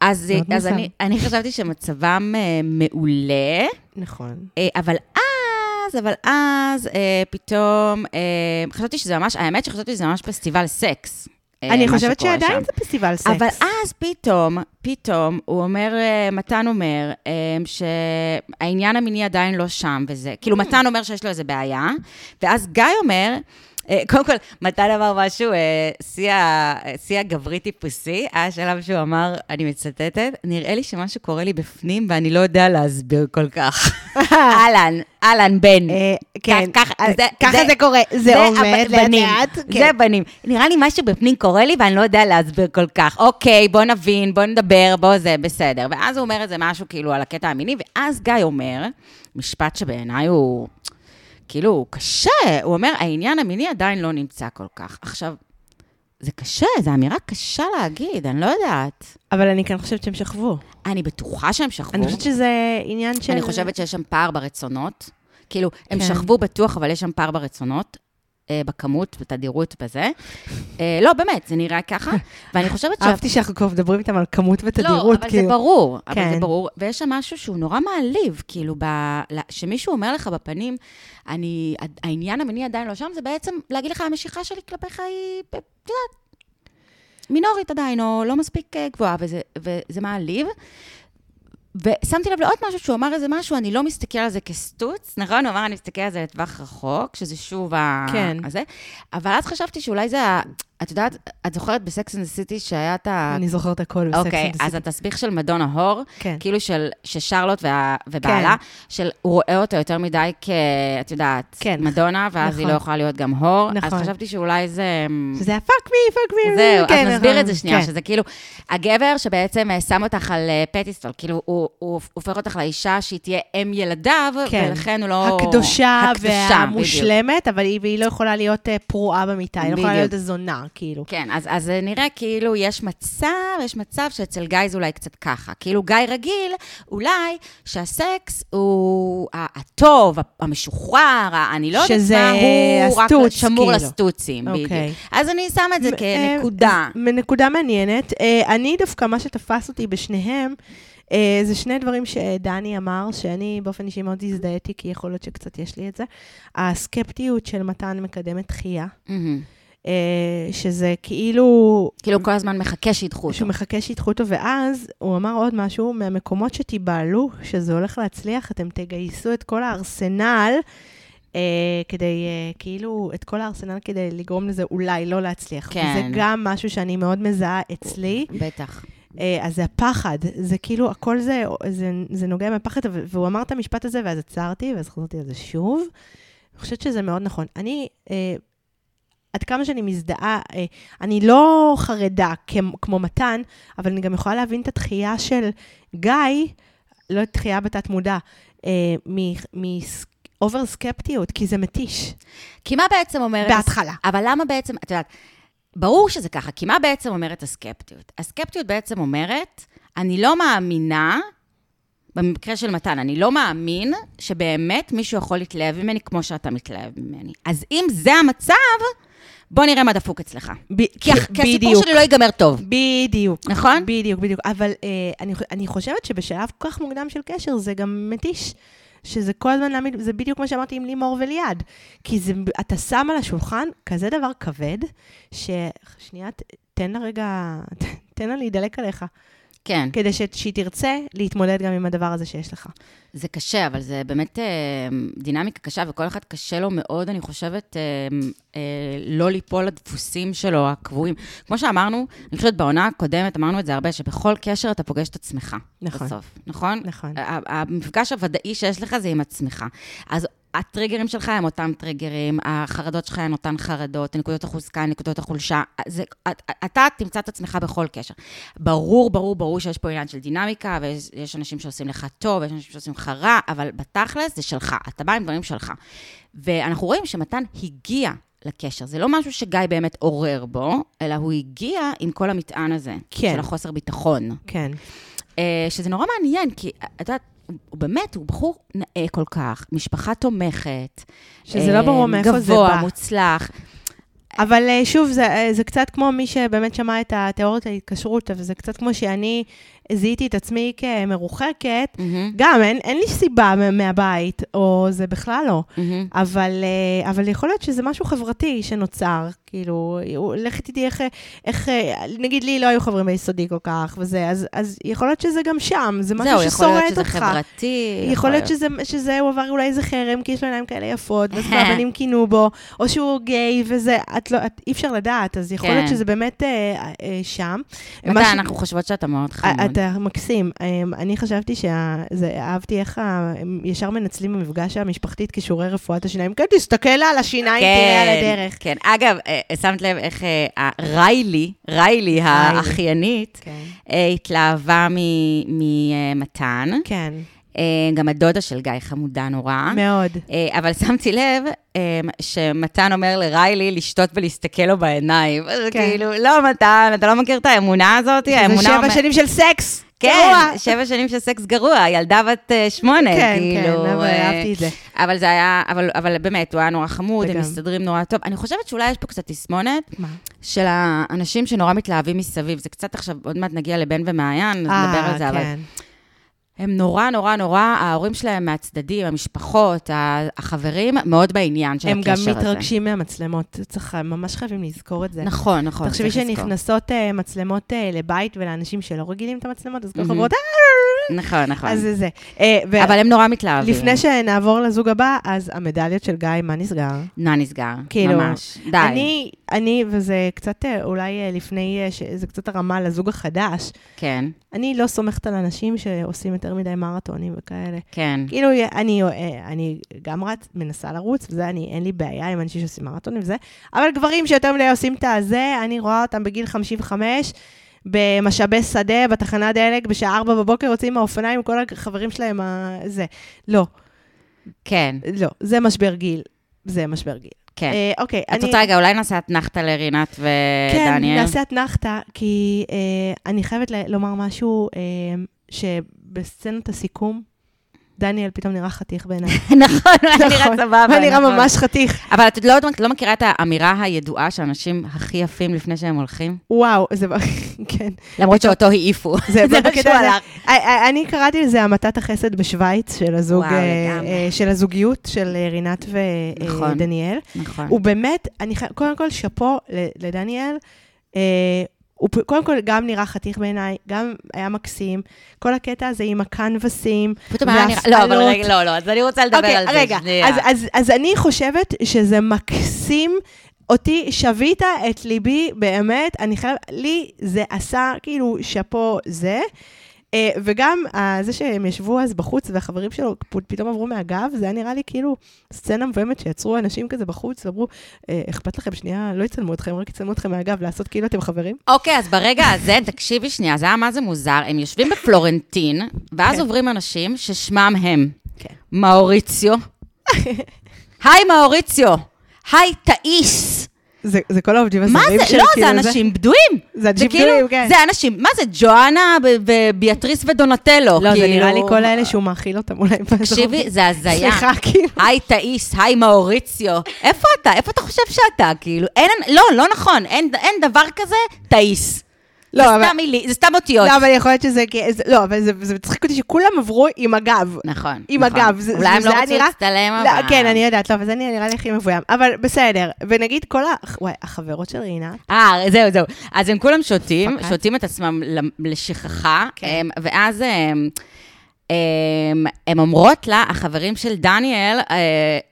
Speaker 1: אז,
Speaker 2: מאוד
Speaker 1: אז
Speaker 2: מוזר.
Speaker 1: אני, אני חשבתי שמצבם אה, מעולה,
Speaker 2: נכון.
Speaker 1: אה, אבל אז ואז, אבל אז אה, פתאום, אה, חשבתי שזה ממש, האמת שחשבתי שזה ממש פסטיבל סקס. אה,
Speaker 2: אני
Speaker 1: מה
Speaker 2: חושבת
Speaker 1: שקורה
Speaker 2: שעדיין
Speaker 1: שם.
Speaker 2: זה פסטיבל סקס.
Speaker 1: אבל אז פתאום, פתאום, הוא אומר, אה, מתן אומר, אה, שהעניין המיני עדיין לא שם וזה.
Speaker 2: Mm.
Speaker 1: כאילו, מתן אומר שיש לו איזה בעיה, ואז גיא אומר, אה, קודם כל, מתן אמר משהו, אה, שיא ה- שיא הגברי טיפוסי, היה השלב שהוא אמר, אני מצטטת, נראה לי שמשהו קורה לי בפנים ואני לא יודע להסביר כל כך. אהלן, אהלן, בן.
Speaker 2: אה, כן,
Speaker 1: כך-
Speaker 2: אה,
Speaker 1: זה-
Speaker 2: ככה
Speaker 1: זה-
Speaker 2: זה קורה, זה עומד
Speaker 1: הבנים.
Speaker 2: לאט כן. לאט.
Speaker 1: זה בנים. נראה לי משהו בפנים קורה לי ואני לא יודע להסביר כל כך. אוקיי, בוא נבין, בוא נדבר, בוא זה, בסדר. ואז הוא אומר איזה משהו כאילו על הקטע המיני, ואז גיא אומר, משפט שבעיניי הוא, כאילו, הוא קשה, הוא אומר, העניין המיני עדיין לא נמצא כל כך. עכשיו, זה קשה, זו אמירה קשה להגיד, אני לא יודעת.
Speaker 2: אבל אני כן חושבת שהם שכבו.
Speaker 1: אני בטוחה שהם שכבו.
Speaker 2: אני חושבת שזה עניין של...
Speaker 1: אני חושבת שיש שם פער ברצונות. כאילו, הם
Speaker 2: כן.
Speaker 1: שכבו בטוח, אבל יש שם פער ברצונות, אה, בכמות, בתדירות, בזה. אה, לא, באמת, זה נראה ככה. ואני חושבת ש...
Speaker 2: אהבתי שאנחנו כבר מדברים איתם על כמות
Speaker 1: לא,
Speaker 2: ותדירות,
Speaker 1: אבל זה
Speaker 2: כאילו.
Speaker 1: ברור, אבל
Speaker 2: כן.
Speaker 1: זה ברור. ויש שם משהו שהוא נורא מעליב, כאילו, ב... ל- שמישהו אומר לך בפנים, אני... העניין המיני עדיין לא שם, זה בעצם להגיד לך, המשיכה שלי כלפיך היא, את יודעת, מינורית עדיין, או לא מספיק אה, גבוהה, וזה, וזה מעליב. ושמתי לב לעוד משהו, שהוא אמר איזה משהו, אני לא מסתכל על זה כסטוץ, נכון? הוא אמר, אני מסתכל על זה לטווח רחוק, שזה שוב ה...
Speaker 2: כן.
Speaker 1: הזה. אבל אז חשבתי שאולי זה ה... את יודעת, את זוכרת בסקס אנד סיטי שהיה את ה...
Speaker 2: אני זוכרת הכל. בסקס
Speaker 1: אוקיי,
Speaker 2: and the
Speaker 1: אז
Speaker 2: City.
Speaker 1: התסביך של מדונה הור,
Speaker 2: כן.
Speaker 1: כאילו של, ששרלוט וה, ובעלה, של הוא רואה אותו יותר מדי כ... את יודעת,
Speaker 2: כן.
Speaker 1: מדונה, ואז היא
Speaker 2: נכון.
Speaker 1: לא יכולה להיות גם הור.
Speaker 2: נכון.
Speaker 1: אז חשבתי שאולי זה...
Speaker 2: שזה היה פאק מי, פאק מי.
Speaker 1: כאילו- זהו,
Speaker 2: כן,
Speaker 1: אז נסביר
Speaker 2: נכון.
Speaker 1: את זה שנייה,
Speaker 2: כן.
Speaker 1: שזה כאילו, הגבר שבעצם אה, שם אותך על אה, פטיסטול, כאילו, הוא הוא הופך אותך לאישה שהיא תהיה אם ילדיו,
Speaker 2: כן.
Speaker 1: ולכן הוא לא...
Speaker 2: הקדושה
Speaker 1: בדיוק.
Speaker 2: והמושלמת, אבל היא והיא לא יכולה להיות אה, פרועה במיטה, היא לא יכולה
Speaker 1: בדיוק.
Speaker 2: להיות הזונה, כאילו.
Speaker 1: כן, אז, אז זה נראה כאילו יש מצב, יש מצב שאצל גיא זה אולי קצת ככה. כאילו גיא רגיל, אולי שהסקס הוא ה- הטוב, ה- המשוחרר, ה- אני לא יודעת
Speaker 2: שזה
Speaker 1: מה, הוא רק
Speaker 2: הסטוץ,
Speaker 1: שמור
Speaker 2: כאילו.
Speaker 1: לסטוצים,
Speaker 2: אוקיי.
Speaker 1: בדיוק. אז אני שמה את זה
Speaker 2: מ-
Speaker 1: כנקודה.
Speaker 2: אה, נקודה מעניינת. אה, אני דווקא, מה שתפס אותי בשניהם, אה, זה שני דברים שדני אמר, שאני באופן אישי מאוד הזדהיתי, כי יכול להיות שקצת יש לי את זה. הסקפטיות של מתן מקדמת דחייה,
Speaker 1: מהמם.
Speaker 2: אה, שזה כאילו,
Speaker 1: כאילו הוא כל הזמן מחכה שידחו אותו.
Speaker 2: שהוא מחכה שידחו אותו, ואז הוא אמר עוד משהו, מהמקומות שתיבהלו, שזה הולך להצליח, אתם תגייסו את כל הארסנל. Uh, כדי, uh, כאילו, את כל הארסנל כדי לגרום לזה אולי לא להצליח.
Speaker 1: כן.
Speaker 2: זה גם משהו שאני מאוד מזהה אצלי.
Speaker 1: בטח.
Speaker 2: אה, אז זה הפחד, זה כאילו, הכל זה, זה, זה נוגע מהפחד, אבל- והוא אמר את המשפט הזה, ואז עצרתי, ואז חזרתי על זה שוב. אני חושבת שזה מאוד נכון. אני, אה, עד כמה שאני מזדהה, אה, אני לא חרדה כמו, כמו מתן, אבל אני גם יכולה להבין את התחייה של גיא, לא תחייה בתת-מודע, אה, מאובר סקפטיות, כי זה מתיש,
Speaker 1: כי מה בעצם אומרת...
Speaker 2: בהתחלה.
Speaker 1: אבל למה בעצם, את יודעת, ברור שזה ככה, כי מה בעצם אומרת הסקפטיות? הסקפטיות בעצם אומרת, אני לא מאמינה, במקרה של מתן, אני לא מאמין שבאמת מישהו יכול להתלהב ממני כמו שאתה מתלהב ממני. אז אם זה המצב, בוא נראה מה דפוק אצלך.
Speaker 2: ב-
Speaker 1: כי, הח- כי הסיפור
Speaker 2: בדיוק.
Speaker 1: שלי לא ייגמר טוב.
Speaker 2: בדיוק.
Speaker 1: נכון?
Speaker 2: בדיוק, בדיוק. אבל אה, אני, חו- אני חושבת שבשלב כל כך מוקדם של קשר זה גם מתיש. שזה כל הזמן להעמיד, זה בדיוק מה שאמרתי עם לימור וליעד. כי זה, אתה שם על השולחן כזה דבר כבד, ששנייה, ת- תן לה רגע, תן לה להידלק עליך,
Speaker 1: כן.
Speaker 2: כדי ש, שהיא תרצה להתמודד גם עם הדבר הזה שיש לך.
Speaker 1: זה קשה, אבל זה באמת אה, דינמיקה קשה, וכל אחד קשה לו מאוד, אני חושבת, אה, אה, לא ליפול לדפוסים שלו הקבועים. כמו שאמרנו, אני חושבת בעונה הקודמת אמרנו את זה הרבה, שבכל קשר אתה פוגש את עצמך.
Speaker 2: נכון.
Speaker 1: בסוף, נכון?
Speaker 2: נכון.
Speaker 1: ה- המפגש הוודאי שיש לך זה עם עצמך. אז הטריגרים שלך הם אותם טריגרים, החרדות שלך הן אותן חרדות, נקודות החוזקה, נקודות החולשה. זה, אתה תמצא את עצמך בכל קשר. ברור, ברור, ברור שיש פה עניין של דינמיקה, ויש יש אנשים שעושים לך טוב, ויש אנשים שעושים לך רע, אבל בתכלס זה שלך, אתה בא עם דברים שלך. ואנחנו רואים שמתן הגיע לקשר. זה לא משהו שגיא באמת עורר בו, אלא הוא הגיע עם כל המטען הזה.
Speaker 2: כן.
Speaker 1: של החוסר ביטחון.
Speaker 2: כן.
Speaker 1: אה, שזה נורא מעניין, כי אה, את יודעת, הוא- הוא באמת, הוא בחור נאה כל כך, משפחה תומכת. אה,
Speaker 2: שזה לא ברור מאיפה זה
Speaker 1: גבוה,
Speaker 2: בא.
Speaker 1: מוצלח.
Speaker 2: אבל אה, שוב, זה, אה, זה קצת כמו מי שבאמת שמע את התיאוריות ההתקשרות, וזה קצת כמו שאני זיהיתי את עצמי כמרוחקת.
Speaker 1: מהמם.
Speaker 2: גם, אין, אין לי סיבה מה- מהבית, או זה בכלל לא.
Speaker 1: מהמם.
Speaker 2: אבל, אה, אבל יכול להיות שזה משהו חברתי שנוצר, כאילו, הוא- לכי תדעי איך, איך, אה, נגיד לי לא היו חברים ביסודי כל כך, וזה, אז, אז יכול להיות שזה גם שם, זה משהו
Speaker 1: זהו,
Speaker 2: ששורט אותך.
Speaker 1: יכול להיות שזה חברתי.
Speaker 2: יכול להיות שזה, שזה, הוא עבר אולי איזה חרם, כי יש לו עיניים כאלה יפות, ואז כל הבנים קינאו בו, או שהוא גיי, וזה, את לא, את, אי אפשר לדעת, אז יכול
Speaker 1: כן.
Speaker 2: להיות שזה באמת אה, אה, שם. מה
Speaker 1: מתי
Speaker 2: ש-
Speaker 1: אנחנו חושבות שאתה מאוד
Speaker 2: אה,
Speaker 1: חמוד.
Speaker 2: אתה מקסים. אה, אני חשבתי שאהבתי איך ה- הם ישר מנצלים במפגש המשפחתי את כישורי רפואת השיניים. כן, תסתכל לה על השיניים, תראה על הדרך.
Speaker 1: כן. אגב, אה, שמת לב איך אה, ה- ריילי, ריילי האחיינית,
Speaker 2: כן.
Speaker 1: אה, התלהבה ממתן.
Speaker 2: כן,
Speaker 1: אה, גם הדודה של גיא חמודה נורא.
Speaker 2: מאוד.
Speaker 1: אה, אבל שמתי לב אה, שמתן אומר לריילי לשתות ולהסתכל לו בעיניים. זה
Speaker 2: כן.
Speaker 1: כאילו, לא, מתן, אתה לא מכיר את האמונה הזאת?
Speaker 2: זה
Speaker 1: האמונה
Speaker 2: שבע
Speaker 1: אומרת-
Speaker 2: שנים של סקס.
Speaker 1: כן,
Speaker 2: גרוע.
Speaker 1: שבע שנים של סקס גרוע, ילדה בת אה, שמונה,
Speaker 2: כן,
Speaker 1: כאילו.
Speaker 2: כן, אבל
Speaker 1: אה,
Speaker 2: אהבתי את זה.
Speaker 1: אבל זה היה, אבל, אבל באמת, הוא היה נורא חמוד, הם
Speaker 2: וגם-
Speaker 1: מסתדרים נורא טוב. אני חושבת שאולי יש פה קצת תסמונת
Speaker 2: מה?
Speaker 1: של האנשים שנורא מתלהבים מסביב. זה קצת עכשיו, עוד מעט נגיע לבן ומעיין, אז נדבר על זה, אבל
Speaker 2: כן.
Speaker 1: הם נורא נורא נורא, ההורים שלהם מהצדדים, המשפחות, ה- החברים, מאוד בעניין של
Speaker 2: הם
Speaker 1: הקשר
Speaker 2: גם
Speaker 1: הזה.
Speaker 2: מתרגשים מהמצלמות. צריך, ממש חייבים לזכור את זה.
Speaker 1: נכון, נכון.
Speaker 2: תחשבי
Speaker 1: צריך לזכור.
Speaker 2: שנכנסות אה, מצלמות אה, לבית ולאנשים שלא רגילים את המצלמות, אז כל
Speaker 1: מהמם.
Speaker 2: חברות,
Speaker 1: נכון, נכון.
Speaker 2: אז זה זה. אה, ו-
Speaker 1: אבל הם נורא מתלהבים.
Speaker 2: לפני שנעבור לזוג הבא, אז המדליות של גיא, מה נסגר?
Speaker 1: נא נסגר,
Speaker 2: כאילו,
Speaker 1: ממש. די.
Speaker 2: אני, אני, וזה קצת אה, אולי אה, לפני, אה, ש- זה קצת הרמה לזוג החדש,
Speaker 1: כן,
Speaker 2: אני לא סומכת על אנשים שעושים יותר מדי מרתונים וכאלה.
Speaker 1: כן.
Speaker 2: כאילו, אני, אה, אני גם רץ, מנסה לרוץ, וזה, אני, אין לי בעיה עם אנשים שעושים מרתונים וזה, אבל גברים שיותר מדי עושים את הזה, אני רואה אותם בגיל 55, במשאבי שדה, בתחנת דלק, בשעה 4 בבוקר יוצאים מהאופניים עם כל החברים שלהם, ה- זה. לא,
Speaker 1: כן,
Speaker 2: לא, זה משבר גיל. זה משבר גיל.
Speaker 1: כן.
Speaker 2: אה, אוקיי,
Speaker 1: את רוצה אה, רגע, אולי נעשה אתנחתא לרינת
Speaker 2: כן,
Speaker 1: ודניאל?
Speaker 2: נעשה אתנחתא, כי אה, אני חייבת ל- לומר משהו אה, שבסצנת הסיכום, דניאל פתאום נראה חתיך בעיניי.
Speaker 1: נכון, היה נראה
Speaker 2: נכון,
Speaker 1: סבבה.
Speaker 2: הוא נראה
Speaker 1: נכון.
Speaker 2: ממש חתיך.
Speaker 1: אבל את לא, את לא מכירה את האמירה הידועה שאנשים הכי יפים לפני שהם הולכים?
Speaker 2: וואו, זה... ב- כן.
Speaker 1: למרות שאותו העיפו.
Speaker 2: זה
Speaker 1: זה מה
Speaker 2: בקטע
Speaker 1: שהוא
Speaker 2: הזה.
Speaker 1: הלך.
Speaker 2: אה, אה, אני קראתי לזה המתת החסד בשוויץ, של הזוג,
Speaker 1: וואו,
Speaker 2: אה,
Speaker 1: לגמרי.
Speaker 2: אה, של הזוגיות של אה, רינת
Speaker 1: נכון.
Speaker 2: ודניאל.
Speaker 1: נכון.
Speaker 2: הוא באמת, אני חי... קודם כל, שאפו ל- לדניאל. אה, הוא פ- קודם כל גם נראה חתיך בעיניי, גם היה מקסים. כל הקטע הזה עם הקנבסים.
Speaker 1: פתאום היה נראה... לא, אבל רגע, לא, לא, אז אני רוצה לדבר על זה.
Speaker 2: אוקיי, רגע,
Speaker 1: שנייה.
Speaker 2: אז, אז, אז אני חושבת שזה מקסים. אותי שבית את ליבי, באמת, אני חייב, לי זה עשה כאילו שאפו זה. אה, וגם אה, זה שהם ישבו אז בחוץ והחברים שלו פ- פתאום עברו מהגב, זה היה נראה לי כאילו סצנה מבוימת שיצרו אנשים כזה בחוץ, ואמרו, "אה, אכפת לכם שנייה, לא יצלמו אתכם, רק יצלמו אתכם מהגב, לעשות כאילו אתם חברים.
Speaker 1: אוקיי, אז ברגע הזה, תקשיבי שנייה, זה היה מה זה מוזר. הם יושבים בפלורנטין, ואז
Speaker 2: כן.
Speaker 1: עוברים אנשים ששמם הם.
Speaker 2: כן.
Speaker 1: מאוריציו. היי, מאוריציו. היי, תאיס.
Speaker 2: זה, זה כל העובדים
Speaker 1: מה
Speaker 2: הזרים
Speaker 1: זה?
Speaker 2: של
Speaker 1: לא,
Speaker 2: כאילו
Speaker 1: זה אנשים בדויים.
Speaker 2: זה אנשים
Speaker 1: כאילו,
Speaker 2: בדויים, כן.
Speaker 1: זה אנשים, מה זה, ג'ואנה ו- וביאטריס ודונטלו.
Speaker 2: לא, זה
Speaker 1: כאילו-
Speaker 2: נראה לי כל האלה שהוא מאכיל אותם אולי.
Speaker 1: תקשיבי, זה הזיה.
Speaker 2: סליחה, כאילו.
Speaker 1: היי תאיס, היי מאוריציו. איפה אתה? איפה אתה חושב שאתה? כאילו, אין, לא, לא נכון, אין, אין דבר כזה תאיס.
Speaker 2: לא,
Speaker 1: זה
Speaker 2: אבל-
Speaker 1: סתם מילי, זה סתם אותיות.
Speaker 2: לא, אבל יכול להיות שזה... כי- זה- לא, אבל זה- זה מצחיק אותי שכולם עברו עם הגב.
Speaker 1: נכון,
Speaker 2: עם
Speaker 1: נכון.
Speaker 2: הגב. זה-
Speaker 1: אולי הם
Speaker 2: זה
Speaker 1: לא
Speaker 2: היה
Speaker 1: רצו
Speaker 2: נראה-
Speaker 1: להצטלם,
Speaker 2: לא,
Speaker 1: אבל-
Speaker 2: כן, אני יודעת, לא, אבל זה נראה נראה לי הכי מבוים. אבל בסדר. ונגיד כל ה... וואי, החברות של רינה.
Speaker 1: אה, זהו, זהו. אז הם כולם שותים,
Speaker 2: פקד.
Speaker 1: שותים את עצמם ל- לשכחה,
Speaker 2: אוקיי. כן.
Speaker 1: הם- ואז הם... הם, הם אומרות לה, החברים של דניאל אה,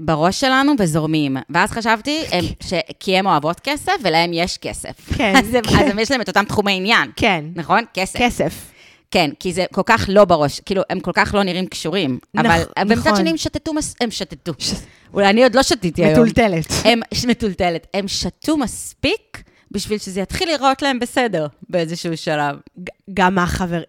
Speaker 1: בראש שלנו וזורמים. ואז חשבתי, הם, ש, כי הן אוהבות כסף ולהם יש כסף.
Speaker 2: אוקיי. כן,
Speaker 1: אז, הם,
Speaker 2: כן.
Speaker 1: אז הם יש להם את אותם תחומי עניין.
Speaker 2: כן.
Speaker 1: נכון? כסף.
Speaker 2: כסף.
Speaker 1: כן, כי זה כל כך לא בראש, כאילו, הם כל כך לא נראים קשורים.
Speaker 2: נכ-
Speaker 1: אבל, ומצד
Speaker 2: נכון.
Speaker 1: שני, הם שתתו, מס- הם שתתו.
Speaker 2: ש-
Speaker 1: אולי אני עוד לא שתיתי היום.
Speaker 2: מטולטלת.
Speaker 1: הם, ש- מטולטלת. הם שתו מספיק בשביל שזה יתחיל להיראות להם בסדר באיזשהו שלב.
Speaker 2: ג- גם החבר...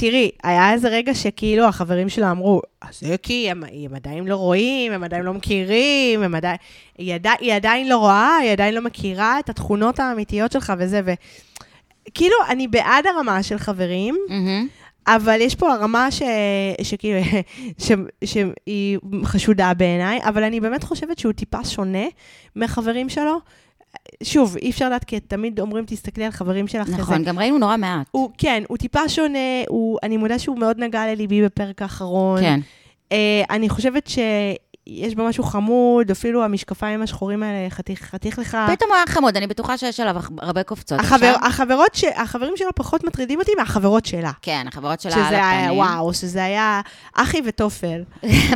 Speaker 2: תראי, היה איזה רגע שכאילו החברים שלו אמרו, אז זה כי הם, הם עדיין לא רואים, הם עדיין לא מכירים, הם עדיין... היא, עדי, היא עדיין לא רואה, היא עדיין לא מכירה את התכונות האמיתיות שלך וזה, וכאילו, אני בעד הרמה של חברים,
Speaker 1: מהמם.
Speaker 2: אבל יש פה הרמה ש... שכאילו, ש... שהיא חשודה בעיניי, אבל אני באמת חושבת שהוא טיפה שונה מהחברים שלו. שוב, אי אפשר לדעת, כי תמיד אומרים, תסתכלי על חברים שלך כזה.
Speaker 1: נכון, גם ראינו נורא מעט.
Speaker 2: הוא, כן, הוא טיפה שונה, הוא, אני מודה שהוא מאוד נגע לליבי בפרק האחרון.
Speaker 1: כן.
Speaker 2: אה, אני חושבת שיש בו משהו חמוד, אפילו המשקפיים השחורים האלה, חתיך, חתיך לך.
Speaker 1: פתאום הוא היה חמוד, אני בטוחה שיש עליו הח- הרבה קופצות
Speaker 2: החבר,
Speaker 1: עכשיו.
Speaker 2: החברות ש... החברים שלו פחות מטרידים אותי מהחברות שלה.
Speaker 1: כן, החברות שלה על הפנים.
Speaker 2: שזה היה, וואו, שזה היה אחי וטופל.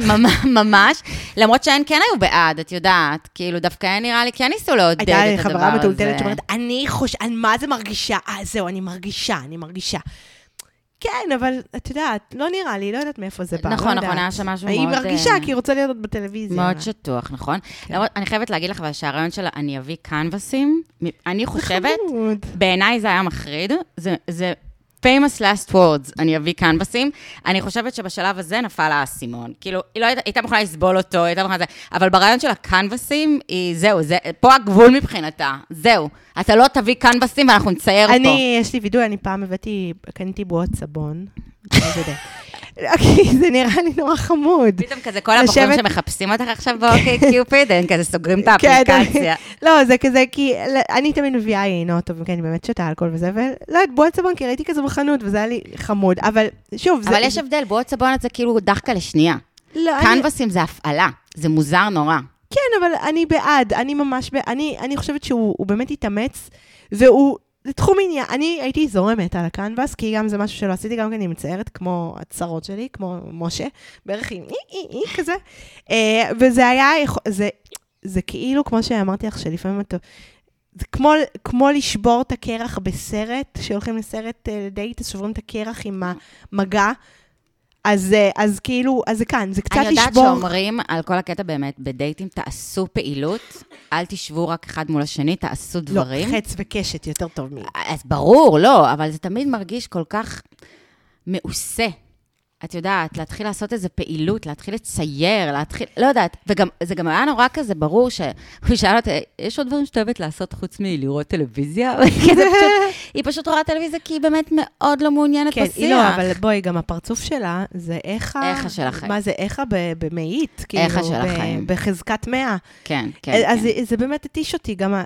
Speaker 1: ממש- ממש. למרות שהן כן היו בעד, את יודעת. כאילו, דווקא הן נראה לי כן ניסו לעודד את הדבר הזה.
Speaker 2: הייתה לי חברה מטולטלת שאומרת,
Speaker 1: "אה,
Speaker 2: אני חושבת, מה זה מרגישה? אה, זהו, אני מרגישה, אני מרגישה. כן, אבל את יודעת, לא נראה לי, לא יודעת מאיפה זה בא. לא
Speaker 1: נכון, נכון,
Speaker 2: יודעת.
Speaker 1: היה שם משהו
Speaker 2: היא
Speaker 1: מאוד,
Speaker 2: מרגישה,
Speaker 1: אה,
Speaker 2: כי היא רוצה להיות עוד בטלוויזיה.
Speaker 1: מאוד שטוח, נכון? למרות, אני חייבת להגיד לך אבל שהרעיון של אני אביא קנבסים, מ- אני חושבת,
Speaker 2: חמוד.
Speaker 1: בעיניי זה היה מחריד, זה- זה famous last words, אני אביא קנבסים. אני חושבת שבשלב הזה נפל האסימון. כאילו, היא לא הייתה- הייתה מוכנה לסבול אותו, הייתה מוכנה לזה, אבל ברעיון של הקנבסים, היא- זהו, זה- פה הגבול מבחינתה, זהו. אתה לא תביא קנבסים ואנחנו נצייר אותו.
Speaker 2: אני, יש לי וידוי, אני פעם הבאתי, קניתי בועות סבון. לא יודעת. כי זה נראה לי נורא חמוד.
Speaker 1: פתאום כזה כל הבחורים
Speaker 2: לשבת-
Speaker 1: שמחפשים אותך עכשיו באוקיי קיופיד, הם כזה סוגרים את
Speaker 2: כן, אתה-
Speaker 1: האפליקציה.
Speaker 2: לא, זה כזה, כי ל- אני תמיד מביאה יינות טובים, כי אני באמת שותה אלכוהול וזה, ולא יודעת, בועת סבון, כי ראיתי כזה בחנות, וזה היה לי חמוד. אבל שוב, זה...
Speaker 1: אבל יש הבדל, בועות סבונת זה כאילו דחקה לשנייה.
Speaker 2: לא, אני-
Speaker 1: קנבסים זה הפעלה, זה מוזר נורא.
Speaker 2: כן, אבל אני בעד, אני ממש בעד, אני, אני חושבת שהוא הוא באמת התאמץ, והוא, זה תחום עניין, אני הייתי זורמת על הקנבס, כי גם זה משהו שלא עשיתי, גם כן אני מציירת כמו הצרות שלי, כמו משה, בערך עם אי אי אי כזה, אה, וזה היה, יכול- זה, זה כאילו, כמו שאמרתי לך, שלפעמים אתה... זה כמו, כמו לשבור את הקרח בסרט, כשהולכים לסרט אה, לדייט, אז שוברים את הקרח עם המגע. אז, אה, אז כאילו, אז זה כאן, זה קצת
Speaker 1: אני
Speaker 2: לשבור.
Speaker 1: יודעת שאומרים על כל הקטע באמת, בדייטים תעשו פעילות, אל תשבו רק אחד מול השני, תעשו דברים.
Speaker 2: לא, חץ וקשת יותר טוב מ...
Speaker 1: אז ברור, לא, אבל זה תמיד מרגיש כל כך מעושה. את יודעת, להתחיל לעשות איזה פעילות, להתחיל לצייר, להתחיל, לא יודעת, וגם, זה גם היה נורא כזה ברור, שהוא שאל אותה, יש עוד דברים שאת אוהבת לעשות חוץ מלראות טלוויזיה? כזה פשוט, היא פשוט רואה טלוויזיה כי היא באמת מאוד לא מעוניינת
Speaker 2: כן,
Speaker 1: בשיח.
Speaker 2: היא לא, אבל בואי, גם הפרצוף שלה זה איכה...
Speaker 1: איכה של החיים.
Speaker 2: מה זה איכה ב- במאית? כאילו,
Speaker 1: איכה של
Speaker 2: ב-
Speaker 1: החיים.
Speaker 2: בחזקת מאה.
Speaker 1: כן, כן,
Speaker 2: אז
Speaker 1: כן.
Speaker 2: זה- זה באמת התיש אותי, גם... ה-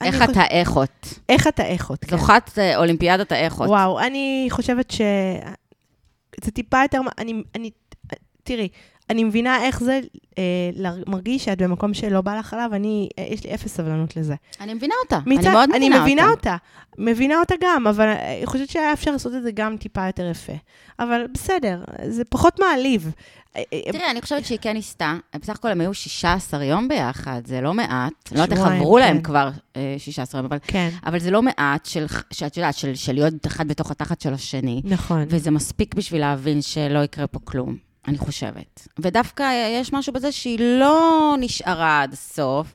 Speaker 2: אני
Speaker 1: איך
Speaker 2: חוש-
Speaker 1: את האיכות?
Speaker 2: איך את האיכות, כן.
Speaker 1: זוכת אה, אולימפיאדת האיכות.
Speaker 2: וואו, אני חושבת ש... זה טיפה יותר... מ- אני... אני- תראי, אני מבינה איך זה אה, ל- מרגיש שאת במקום שלא בא לך עליו, אני... אה, יש לי אפס סבלנות לזה.
Speaker 1: אני מבינה אותה, אני
Speaker 2: מצד-
Speaker 1: מאוד מבינה אותה.
Speaker 2: אני מבינה אותה. מבינה אותה גם, אבל אני חושבת שהיה אפשר לעשות את זה גם טיפה יותר יפה. אבל בסדר, זה פחות מעליב. אה, אה,
Speaker 1: תראי, אני חושבת שהיא כן ניסתה. בסך הכל הם היו 16 יום ביחד, זה לא מעט. לא יודעת איך
Speaker 2: שבועיים,
Speaker 1: עברו להם
Speaker 2: כן.
Speaker 1: כבר אה, 16 יום, אבל...
Speaker 2: כן,
Speaker 1: אבל זה לא מעט של, שאת יודעת, של, של להיות אחד בתוך התחת של השני.
Speaker 2: נכון.
Speaker 1: וזה מספיק בשביל להבין שלא יקרה פה כלום, אני חושבת. ודווקא יש משהו בזה שהיא לא נשארה עד הסוף,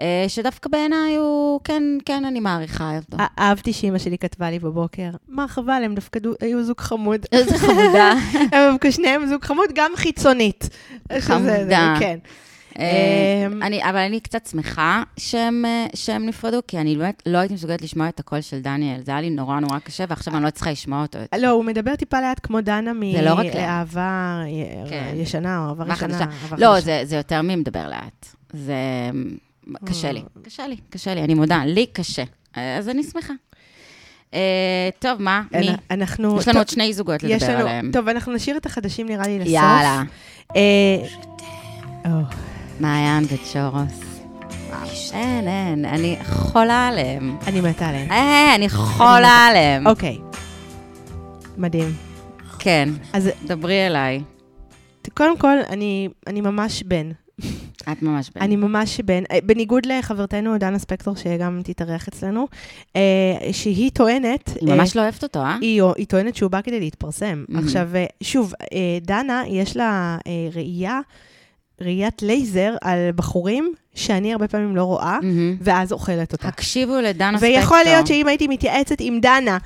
Speaker 1: אה, שדווקא בעיניי הוא, כן, כן, אני מעריכה אותו.
Speaker 2: אה, אהבתי שאימא שלי כתבה לי בבוקר, מה חבל, הם דווקא דו- היו זוג חמוד.
Speaker 1: איזה חמודה.
Speaker 2: הם דווקא שניהם זוג חמוד, גם חיצונית. שזה-
Speaker 1: חמודה.
Speaker 2: כן.
Speaker 1: אה,
Speaker 2: אמ,
Speaker 1: אני, אבל אני קצת שמחה שהם, אה, שהם נפרדו, כי אני באמת לא הייתי מסוגלת לשמוע את הקול של דניאל. זה היה לי נורא נורא קשה, ועכשיו אני לא צריכה לשמוע אותו.
Speaker 2: לא, הוא מדבר טיפה לאט כמו דנה
Speaker 1: זה לא רק לאט.
Speaker 2: מאהבה
Speaker 1: כן.
Speaker 2: ישנה או אהבה
Speaker 1: מה
Speaker 2: ראשונה.
Speaker 1: חדשה?
Speaker 2: אהבה
Speaker 1: לא,
Speaker 2: חדשה.
Speaker 1: זה, זה יותר מי מדבר לאט. זה...
Speaker 2: אה.
Speaker 1: קשה לי. קשה לי, קשה לי, אני מודה. לי קשה. אה, אז אני שמחה. אה, טוב, מה? מי?
Speaker 2: אנ- אנחנו...
Speaker 1: יש לנו עוד
Speaker 2: טוב,
Speaker 1: שני זוגות
Speaker 2: יש
Speaker 1: לדבר
Speaker 2: לנו-
Speaker 1: עליהם.
Speaker 2: טוב, אנחנו נשאיר את החדשים נראה לי לסוף.
Speaker 1: יאללה.
Speaker 2: אה,
Speaker 1: אה,
Speaker 2: או,
Speaker 1: מעיין וצ'ורוס. אין, אין, אני חולה עליהם.
Speaker 2: אני מתה עליהם.
Speaker 1: אה, אני חולה עליהם.
Speaker 2: אוקיי. מדהים.
Speaker 1: כן,
Speaker 2: אוקיי. אז
Speaker 1: דברי אליי.
Speaker 2: ת- קודם כל, אני, אני ממש בן.
Speaker 1: את ממש בן.
Speaker 2: אני ממש בן. אה, בניגוד לחברתנו דנה ספקטור, שגם תתארח אצלנו, אה, שהיא טוענת...
Speaker 1: היא
Speaker 2: אה,
Speaker 1: ממש לא אוהבת אותו, אה?
Speaker 2: היא, היא טוענת שהוא בא כדי להתפרסם. Mm-hmm. עכשיו, אה, שוב, אה, דנה, יש לה אה, ראייה, ראיית לייזר על בחורים, שאני הרבה פעמים לא רואה,
Speaker 1: מהמם.
Speaker 2: ואז אוכלת אותה.
Speaker 1: Mm-hmm. תקשיבו לדנה ספקטור.
Speaker 2: ויכול להיות שאם הייתי מתייעצת עם דנה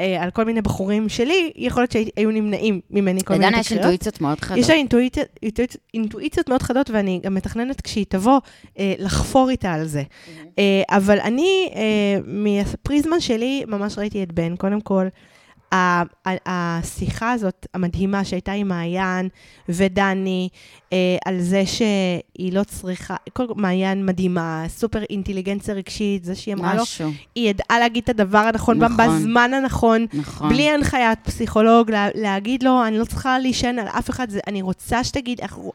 Speaker 2: אה, על כל מיני בחורים שלי, יכול להיות שהיו נמנעים ממני כל מיני
Speaker 1: לדנה יש
Speaker 2: תקריות.
Speaker 1: אינטואיציות מאוד חדות.
Speaker 2: יש לה אינטואיציות, אינטואיציות, אינטואיציות מאוד חדות, ואני גם מתכננת כשהיא תבוא אה, לחפור איתה על זה.
Speaker 1: אוקיי.
Speaker 2: אה, אבל אני, אה, מהפריזמה שלי, ממש ראיתי את בן, קודם כל. ה- ה- השיחה הזאת, המדהימה שהייתה עם מעיין ודני, אה, על זה שהיא לא צריכה, קודם כל מעיין מדהימה, סופר אינטליגנציה רגשית, זה שהיא אמרה לו,
Speaker 1: משהו.
Speaker 2: היא ידעה להגיד את הדבר הנכון, נכון.
Speaker 1: נכון.
Speaker 2: בזמן הנכון,
Speaker 1: נכון.
Speaker 2: בלי הנחיית פסיכולוג, לה, להגיד לו, אני לא צריכה להישען על אף אחד, זה, אני רוצה שתגיד, אנחנו,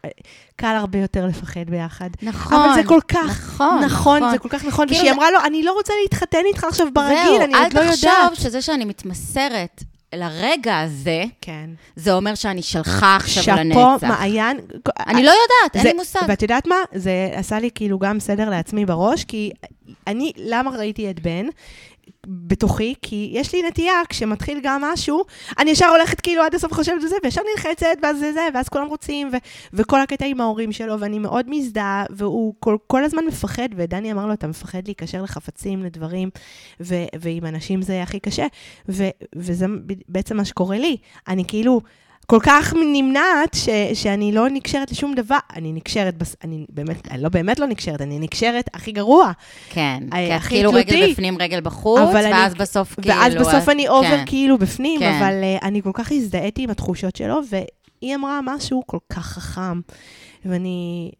Speaker 2: קל הרבה יותר לפחד ביחד.
Speaker 1: נכון.
Speaker 2: אבל זה כל כך
Speaker 1: נכון,
Speaker 2: נכון, זה כל כך נכון.
Speaker 1: כאילו
Speaker 2: ושהיא
Speaker 1: זה-
Speaker 2: אמרה לו, אני לא רוצה להתחתן איתך עכשיו ברגיל, אני עוד לא יודעת.
Speaker 1: זהו, אל תחשוב שזה שאני מתמסרת לרגע הזה,
Speaker 2: כן.
Speaker 1: זה אומר שאני שלחה עכשיו
Speaker 2: שאפו,
Speaker 1: לנצח.
Speaker 2: מעיין.
Speaker 1: אני לא יודעת, אין
Speaker 2: זה-
Speaker 1: לי מושג.
Speaker 2: ואת יודעת מה? זה עשה לי כאילו גם סדר לעצמי בראש, כי אני, למה ראיתי את בן? בתוכי, כי יש לי נטייה, כשמתחיל גם משהו, אני ישר הולכת כאילו עד הסוף חושבת על זה, וישר נלחצת, ואז זה זה, ואז כולם רוצים, ו- וכל הקטע עם ההורים שלו, ואני מאוד מזדהה, והוא כל, כל הזמן מפחד, ודני אמר לו, אתה מפחד להיקשר לחפצים, לדברים, ו- ועם אנשים זה הכי קשה, ו- וזה ב- בעצם מה שקורה לי. אני כאילו... כל כך נמנעת ש, שאני לא נקשרת לשום דבר, אני נקשרת, בס... אני באמת, אני לא באמת לא נקשרת, אני נקשרת הכי גרוע.
Speaker 1: כן,
Speaker 2: אה,
Speaker 1: כי את
Speaker 2: הכי
Speaker 1: כאילו רגל
Speaker 2: תלותי.
Speaker 1: בפנים, רגל בחוץ,
Speaker 2: אבל אני-
Speaker 1: ואז בסוף כאילו...
Speaker 2: ואז בסוף
Speaker 1: את-
Speaker 2: אני אובר
Speaker 1: כן.
Speaker 2: כאילו בפנים,
Speaker 1: כן.
Speaker 2: אבל אה, אני כל כך הזדהיתי עם התחושות שלו, והיא אמרה משהו כל כך חכם. ואני,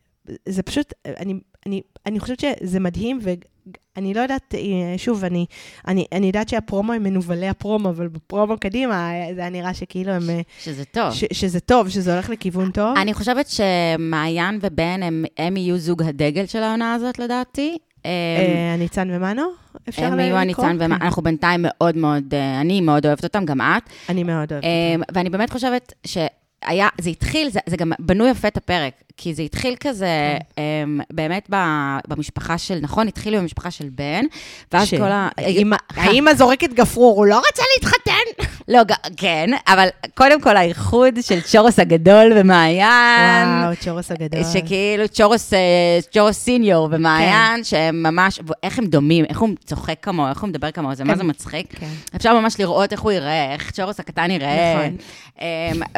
Speaker 2: זה פשוט, אני, אני, אני חושבת שזה מדהים, ואני לא יודעת, אה, שוב, אני, אני, אני יודעת שהפרומו הם מנוולי הפרומו, אבל בפרומו קדימה, אה, זה היה נראה שכאילו הם, אה,
Speaker 1: שזה טוב.
Speaker 2: ש, שזה טוב, שזה הולך לכיוון טוב.
Speaker 1: אני חושבת שמעיין ובן, הם- הם יהיו זוג הדגל של העונה הזאת, לדעתי. אה,
Speaker 2: אה, הניצן ומנו? אפשר
Speaker 1: הם יהיו
Speaker 2: לקרוא?
Speaker 1: הניצן, ומה-
Speaker 2: כן.
Speaker 1: אנחנו בינתיים מאוד מאוד, אה, אני מאוד אוהבת אותם, גם את.
Speaker 2: אני מאוד אוהבת.
Speaker 1: אמ, ואני באמת חושבת שהיה, זה התחיל, זה, זה גם בנו יפה את הפרק, כי זה התחיל כזה,
Speaker 2: כן.
Speaker 1: אמ, באמת ב- במשפחה של, נכון, התחילו במשפחה של בן, ואז
Speaker 2: ש- אה,
Speaker 1: כל ה... אה,
Speaker 2: האמא- האמא זורקת גפרור, הוא לא רצה להתחתן.
Speaker 1: לא, ג- כן, אבל קודם כל האיחוד של צ'ורוס הגדול ומעיין.
Speaker 2: וואו, צ'ורוס הגדול.
Speaker 1: אה, שכאילו צ'ורוס, אה, צ'ורוס סיניור ומעיין,
Speaker 2: כן.
Speaker 1: שהם ממש, איך הם דומים, איך הוא צוחק כמוהו, איך הוא מדבר כמוהו, זה מה זה מצחיק.
Speaker 2: כן.
Speaker 1: אפשר ממש לראות איך הוא ייראה, איך צ'ורוס הקטן ייראה.
Speaker 2: נכון.
Speaker 1: אמ,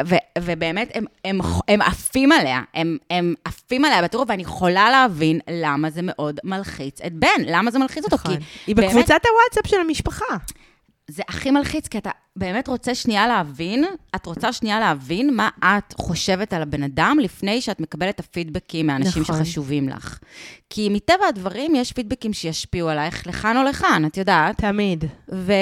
Speaker 1: ו- ובאמת, הם- הם- הם עפים עליה, הם- הם עפים עליה בטירוף, ואני יכולה להבין למה זה מאוד מלחיץ את בן, למה זה מלחיץ אותו,
Speaker 2: נכון.
Speaker 1: כי
Speaker 2: היא
Speaker 1: באמת-
Speaker 2: בקבוצת הוואטסאפ של המשפחה.
Speaker 1: זה הכי מלחיץ, כי אתה באמת רוצה שנייה להבין, את רוצה שנייה להבין מה את חושבת על הבן אדם לפני שאת מקבלת את הפידבקים מהאנשים
Speaker 2: נכון.
Speaker 1: נכון. שחשובים לך. כי מטבע הדברים יש פידבקים שישפיעו עלייך לכאן או לכאן, את יודעת.
Speaker 2: תמיד.
Speaker 1: ו...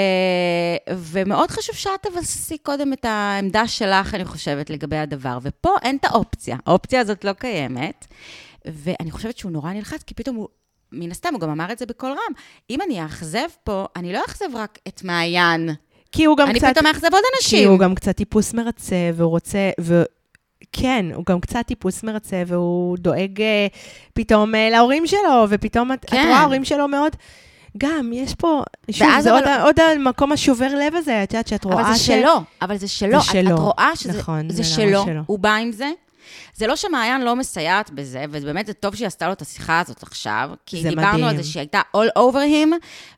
Speaker 1: ומאוד חשוב שאת תבססי קודם את העמדה שלך, אני חושבת, לגבי הדבר. ופה אין את האופציה. האופציה הזאת לא קיימת. ואני חושבת שהוא נורא נלחץ, כי פתאום הוא, מן הסתם, הוא גם אמר את זה בקול רם. אם אני אאכזב פה, אני לא אאכזב רק את מעיין.
Speaker 2: כי הוא גם
Speaker 1: אני
Speaker 2: קצת...
Speaker 1: פתאום אאכזב עוד
Speaker 2: כי
Speaker 1: אנשים.
Speaker 2: הוא גם קצת טיפוס מרצה, והוא רוצה... ו... כן, הוא גם קצת טיפוס מרצה, והוא דואג אה, פתאום אה, להורים שלו, ופתאום את,
Speaker 1: כן.
Speaker 2: את רואה ההורים שלו מאוד... גם, יש פה... שוב,
Speaker 1: ואז
Speaker 2: זה
Speaker 1: אבל-
Speaker 2: עוד, ה- עוד המקום השובר לב הזה, את יודעת שאת רואה
Speaker 1: אבל זה
Speaker 2: ש-
Speaker 1: שלו, אבל זה שלו. את-
Speaker 2: שלו,
Speaker 1: את רואה שזה
Speaker 2: נכון,
Speaker 1: זה
Speaker 2: זה ממש
Speaker 1: שלו,
Speaker 2: שלו.
Speaker 1: הוא בא עם זה. זה לא שמעיין לא מסייעת בזה, ובאמת זה טוב שהיא עשתה לו את השיחה הזאת עכשיו, כי
Speaker 2: זה
Speaker 1: דיברנו
Speaker 2: מדהים.
Speaker 1: על זה שהיא הייתה all over him,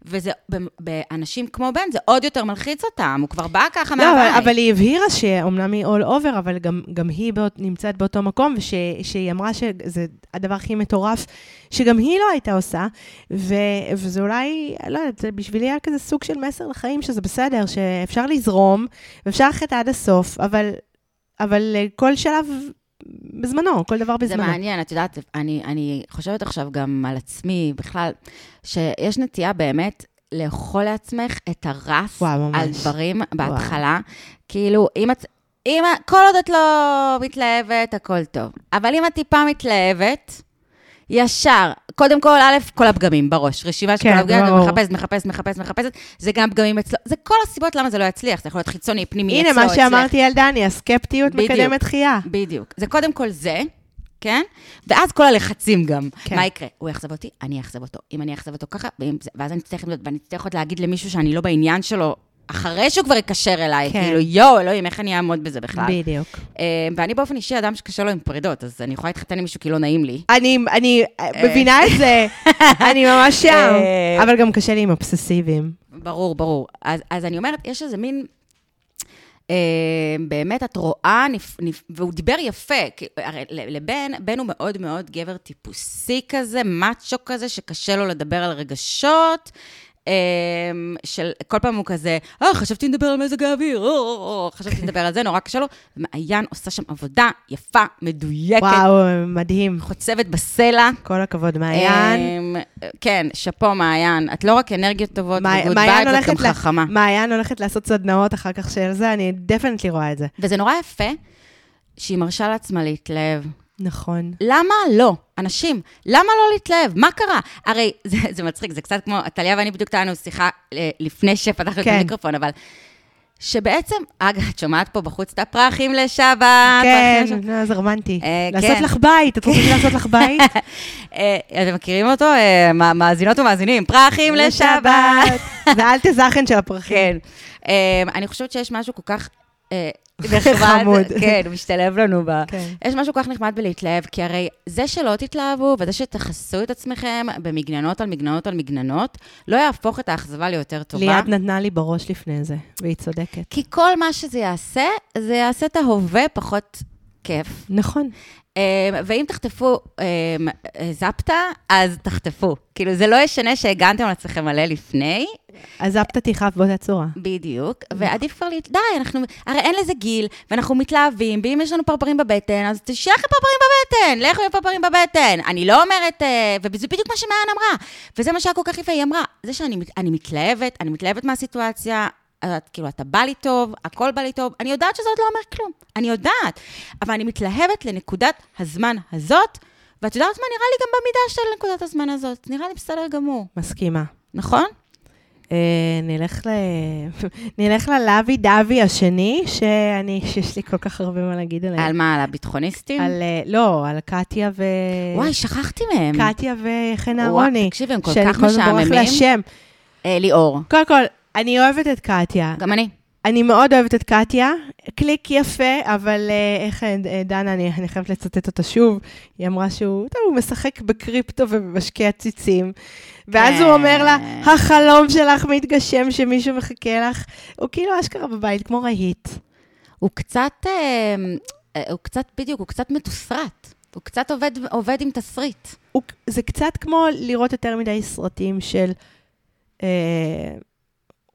Speaker 1: וזה, במ- באנשים כמו בן, זה עוד יותר מלחיץ אותם, הוא כבר בא ככה
Speaker 2: לא, אבל,
Speaker 1: מהבית.
Speaker 2: אבל היא הבהירה שאומנם היא all over, אבל גם, גם היא באות, נמצאת באותו מקום, ושהיא אמרה שזה הדבר הכי מטורף, שגם היא לא הייתה עושה, ו, וזה אולי, לא יודעת, זה בשבילי היה כזה סוג של מסר לחיים, שזה בסדר, שאפשר לזרום, ואפשר ללכת עד הסוף, אבל, אבל אה, כל שלב בזמנו, כל דבר
Speaker 1: זה
Speaker 2: בזמנו.
Speaker 1: מעניין, את יודעת, אני, אני חושבת עכשיו גם על עצמי בכלל, שיש נטייה באמת לאכול לעצמך את הרס
Speaker 2: וואו, ממש.
Speaker 1: על דברים בהתחלה. כאילו, אם את... אם, ה- כל עוד את לא מתלהבת, הכל טוב. אבל אם את טיפה מתלהבת, ישר, קודם כל, א', כל הפגמים בראש, רשימה של
Speaker 2: כן,
Speaker 1: כל הפגמים,
Speaker 2: ברור.
Speaker 1: את מחפשת, מחפשת, מחפשת, מחפשת, זה גם פגמים אצלו, זה כל הסיבות למה זה לא יצליח, זה יכול להיות חיצוני, פנימי, לא אצלו,
Speaker 2: הנה, מה
Speaker 1: אצלך.
Speaker 2: שאמרתי על דני, הסקפטיות
Speaker 1: בדיוק.
Speaker 2: מקדמת חייה.
Speaker 1: בדיוק. זה קודם כל זה, כן? ואז כל הלחצים גם.
Speaker 2: כן.
Speaker 1: כן. מה יקרה? הוא יאכזב אותי, אני אאכזב אותו. אם אני אאכזב אותו ככה, ואם זה- ואז אני אצטרך למדוד, ואני אצטרך עוד להגיד למישהו שאני לא בעניין שלו, אחרי שהוא כבר יקשר אליי,
Speaker 2: כן.
Speaker 1: כן. כאילו, יואו, אלוהים, איך אני אעמוד בזה בכלל?
Speaker 2: בדיוק.
Speaker 1: אה, ואני באופן אישי אדם שקשה לו עם פרידות, אז אני יכולה להתחתן עם מישהו כי לא נעים לי.
Speaker 2: אני, אני מבינה את זה, אני ממש שם.
Speaker 1: אה.
Speaker 2: אבל גם קשה לי עם אובססיביים.
Speaker 1: ברור, ברור. אז, אז אני אומרת, יש איזה מין... אה, באמת, את רואה, נפ, נפ, והוא דיבר יפה, כי- הרי ל- לבן, בן הוא מאוד מאוד גבר טיפוסי כזה, מאצ'ו כזה, שקשה לו לדבר על רגשות, אמ, של, כל פעם הוא כזה, אה, חשבתי נדבר על מזג האוויר, אה, אה, אה, חשבתי נדבר על זה, נורא קשה לו. ומעיין עושה שם עבודה יפה, מדויקת,
Speaker 2: וואו, מדהים.
Speaker 1: חוצבת בסלע.
Speaker 2: כל הכבוד, מעיין.
Speaker 1: אמ, כן, שאפו, מעיין. את לא רק אנרגיות טובות,
Speaker 2: מעי-
Speaker 1: וגוד
Speaker 2: מעיין
Speaker 1: בייב, את גם
Speaker 2: הולכת ל-
Speaker 1: חכמה.
Speaker 2: מעיין הולכת לעשות סדנאות אחר כך של זה, אני דפנטלי רואה את זה.
Speaker 1: וזה נורא יפה שהיא מרשה לעצמה להתלהב.
Speaker 2: נכון.
Speaker 1: למה לא? אנשים, למה לא להתלהב? מה קרה? הרי זה, זה מצחיק, זה קצת כמו, טליה ואני בדיוק טענו שיחה אה, לפני שפתחנו
Speaker 2: כן.
Speaker 1: את המיקרופון, אבל... שבעצם, אגב, את שומעת פה בחוץ את הפרחים לשבת,
Speaker 2: כן,
Speaker 1: פרחים לשבת.
Speaker 2: לא, זה רומנטי.
Speaker 1: אה,
Speaker 2: לעשות
Speaker 1: כן.
Speaker 2: לך בית, את רוצים לעשות לך בית?
Speaker 1: אה, אתם מכירים אותו? אה, מה- מאזינות ומאזינים, פרחים לשבת.
Speaker 2: ואל תזכן של הפרחים.
Speaker 1: כן. אה, אני חושבת שיש משהו כל כך אה, נחמד.
Speaker 2: חמוד.
Speaker 1: כן, משתלב לנו ב...
Speaker 2: כן.
Speaker 1: יש משהו כל כך נחמד בלהתלהב, כי הרי זה שלא תתלהבו וזה שתכסו את עצמכם במגננות על מגננות על מגננות, לא יהפוך את האכזבה ליותר טובה.
Speaker 2: ליאת נתנה לי בראש לפני זה, והיא צודקת.
Speaker 1: כי כל מה שזה יעשה, זה יעשה את ההווה פחות כיף.
Speaker 2: נכון.
Speaker 1: אמ, ואם תחטפו אמ, אה, זפטה, אז תחטפו. כאילו, זה לא ישנה שהגנתם על עצמכם מלא לפני,
Speaker 2: אז הפתא תכאב באותה צורה.
Speaker 1: בדיוק, ועדיף כבר, להת- די, אנחנו, הרי אין לזה גיל, ואנחנו מתלהבים, ואם יש לנו פרפרים בבטן, אז תשאיר לך פרפרים בבטן, לכו עם פרפרים בבטן. אני לא אומרת, אה, וזה בדיוק מה שמעיין אמרה, וזה מה שהיה כל כך יפה, היא אמרה, זה שאני מת- אני מתלהבת, אני מתלהבת מהסיטואציה, את, כאילו, אתה בא לי טוב, הכל בא לי טוב, אני יודעת שזה עוד לא אומר כלום, אני יודעת, אבל אני מתלהבת לנקודת הזמן הזאת, ואת יודעת מה, נראה לי גם במידה של נקודת הזמן הזאת, נראה לי בסדר גמור,
Speaker 2: מסכימה.
Speaker 1: נכון?
Speaker 2: אה, נלך ל... נלך ללאבי דאבי השני, שאני, שיש לי כל כך הרבה מה להגיד עליהם.
Speaker 1: על מה, על הביטחוניסטים?
Speaker 2: על... אה, לא, על קטיה ו...
Speaker 1: וואי, שכחתי מהם.
Speaker 2: קטיה וחן
Speaker 1: וואי,
Speaker 2: אהרוני.
Speaker 1: תקשיבי, הם כל
Speaker 2: שאני
Speaker 1: כך
Speaker 2: כל הזמן בורח
Speaker 1: משעממים.
Speaker 2: לשם.
Speaker 1: אה, ליאור.
Speaker 2: קודם כל, אני אוהבת את קטיה.
Speaker 1: גם אני.
Speaker 2: אני מאוד אוהבת את קטיה, קליק יפה, אבל אה, איך אה, אה, דנה, אני, אני חייבת לצטט אותה שוב, היא אמרה שהוא, טוב, הוא משחק בקריפטו ומשקיע ציצים. ואז
Speaker 1: כן.
Speaker 2: הוא אומר לה, החלום שלך מתגשם שמישהו מחכה לך. הוא כאילו אשכרה בבית, כמו רהיט.
Speaker 1: הוא קצת, אה, אה, הוא קצת, בדיוק, הוא קצת מתוסרט. הוא קצת עובד, עובד עם תסריט.
Speaker 2: הוא, זה קצת כמו לראות יותר מדי סרטים של... אה,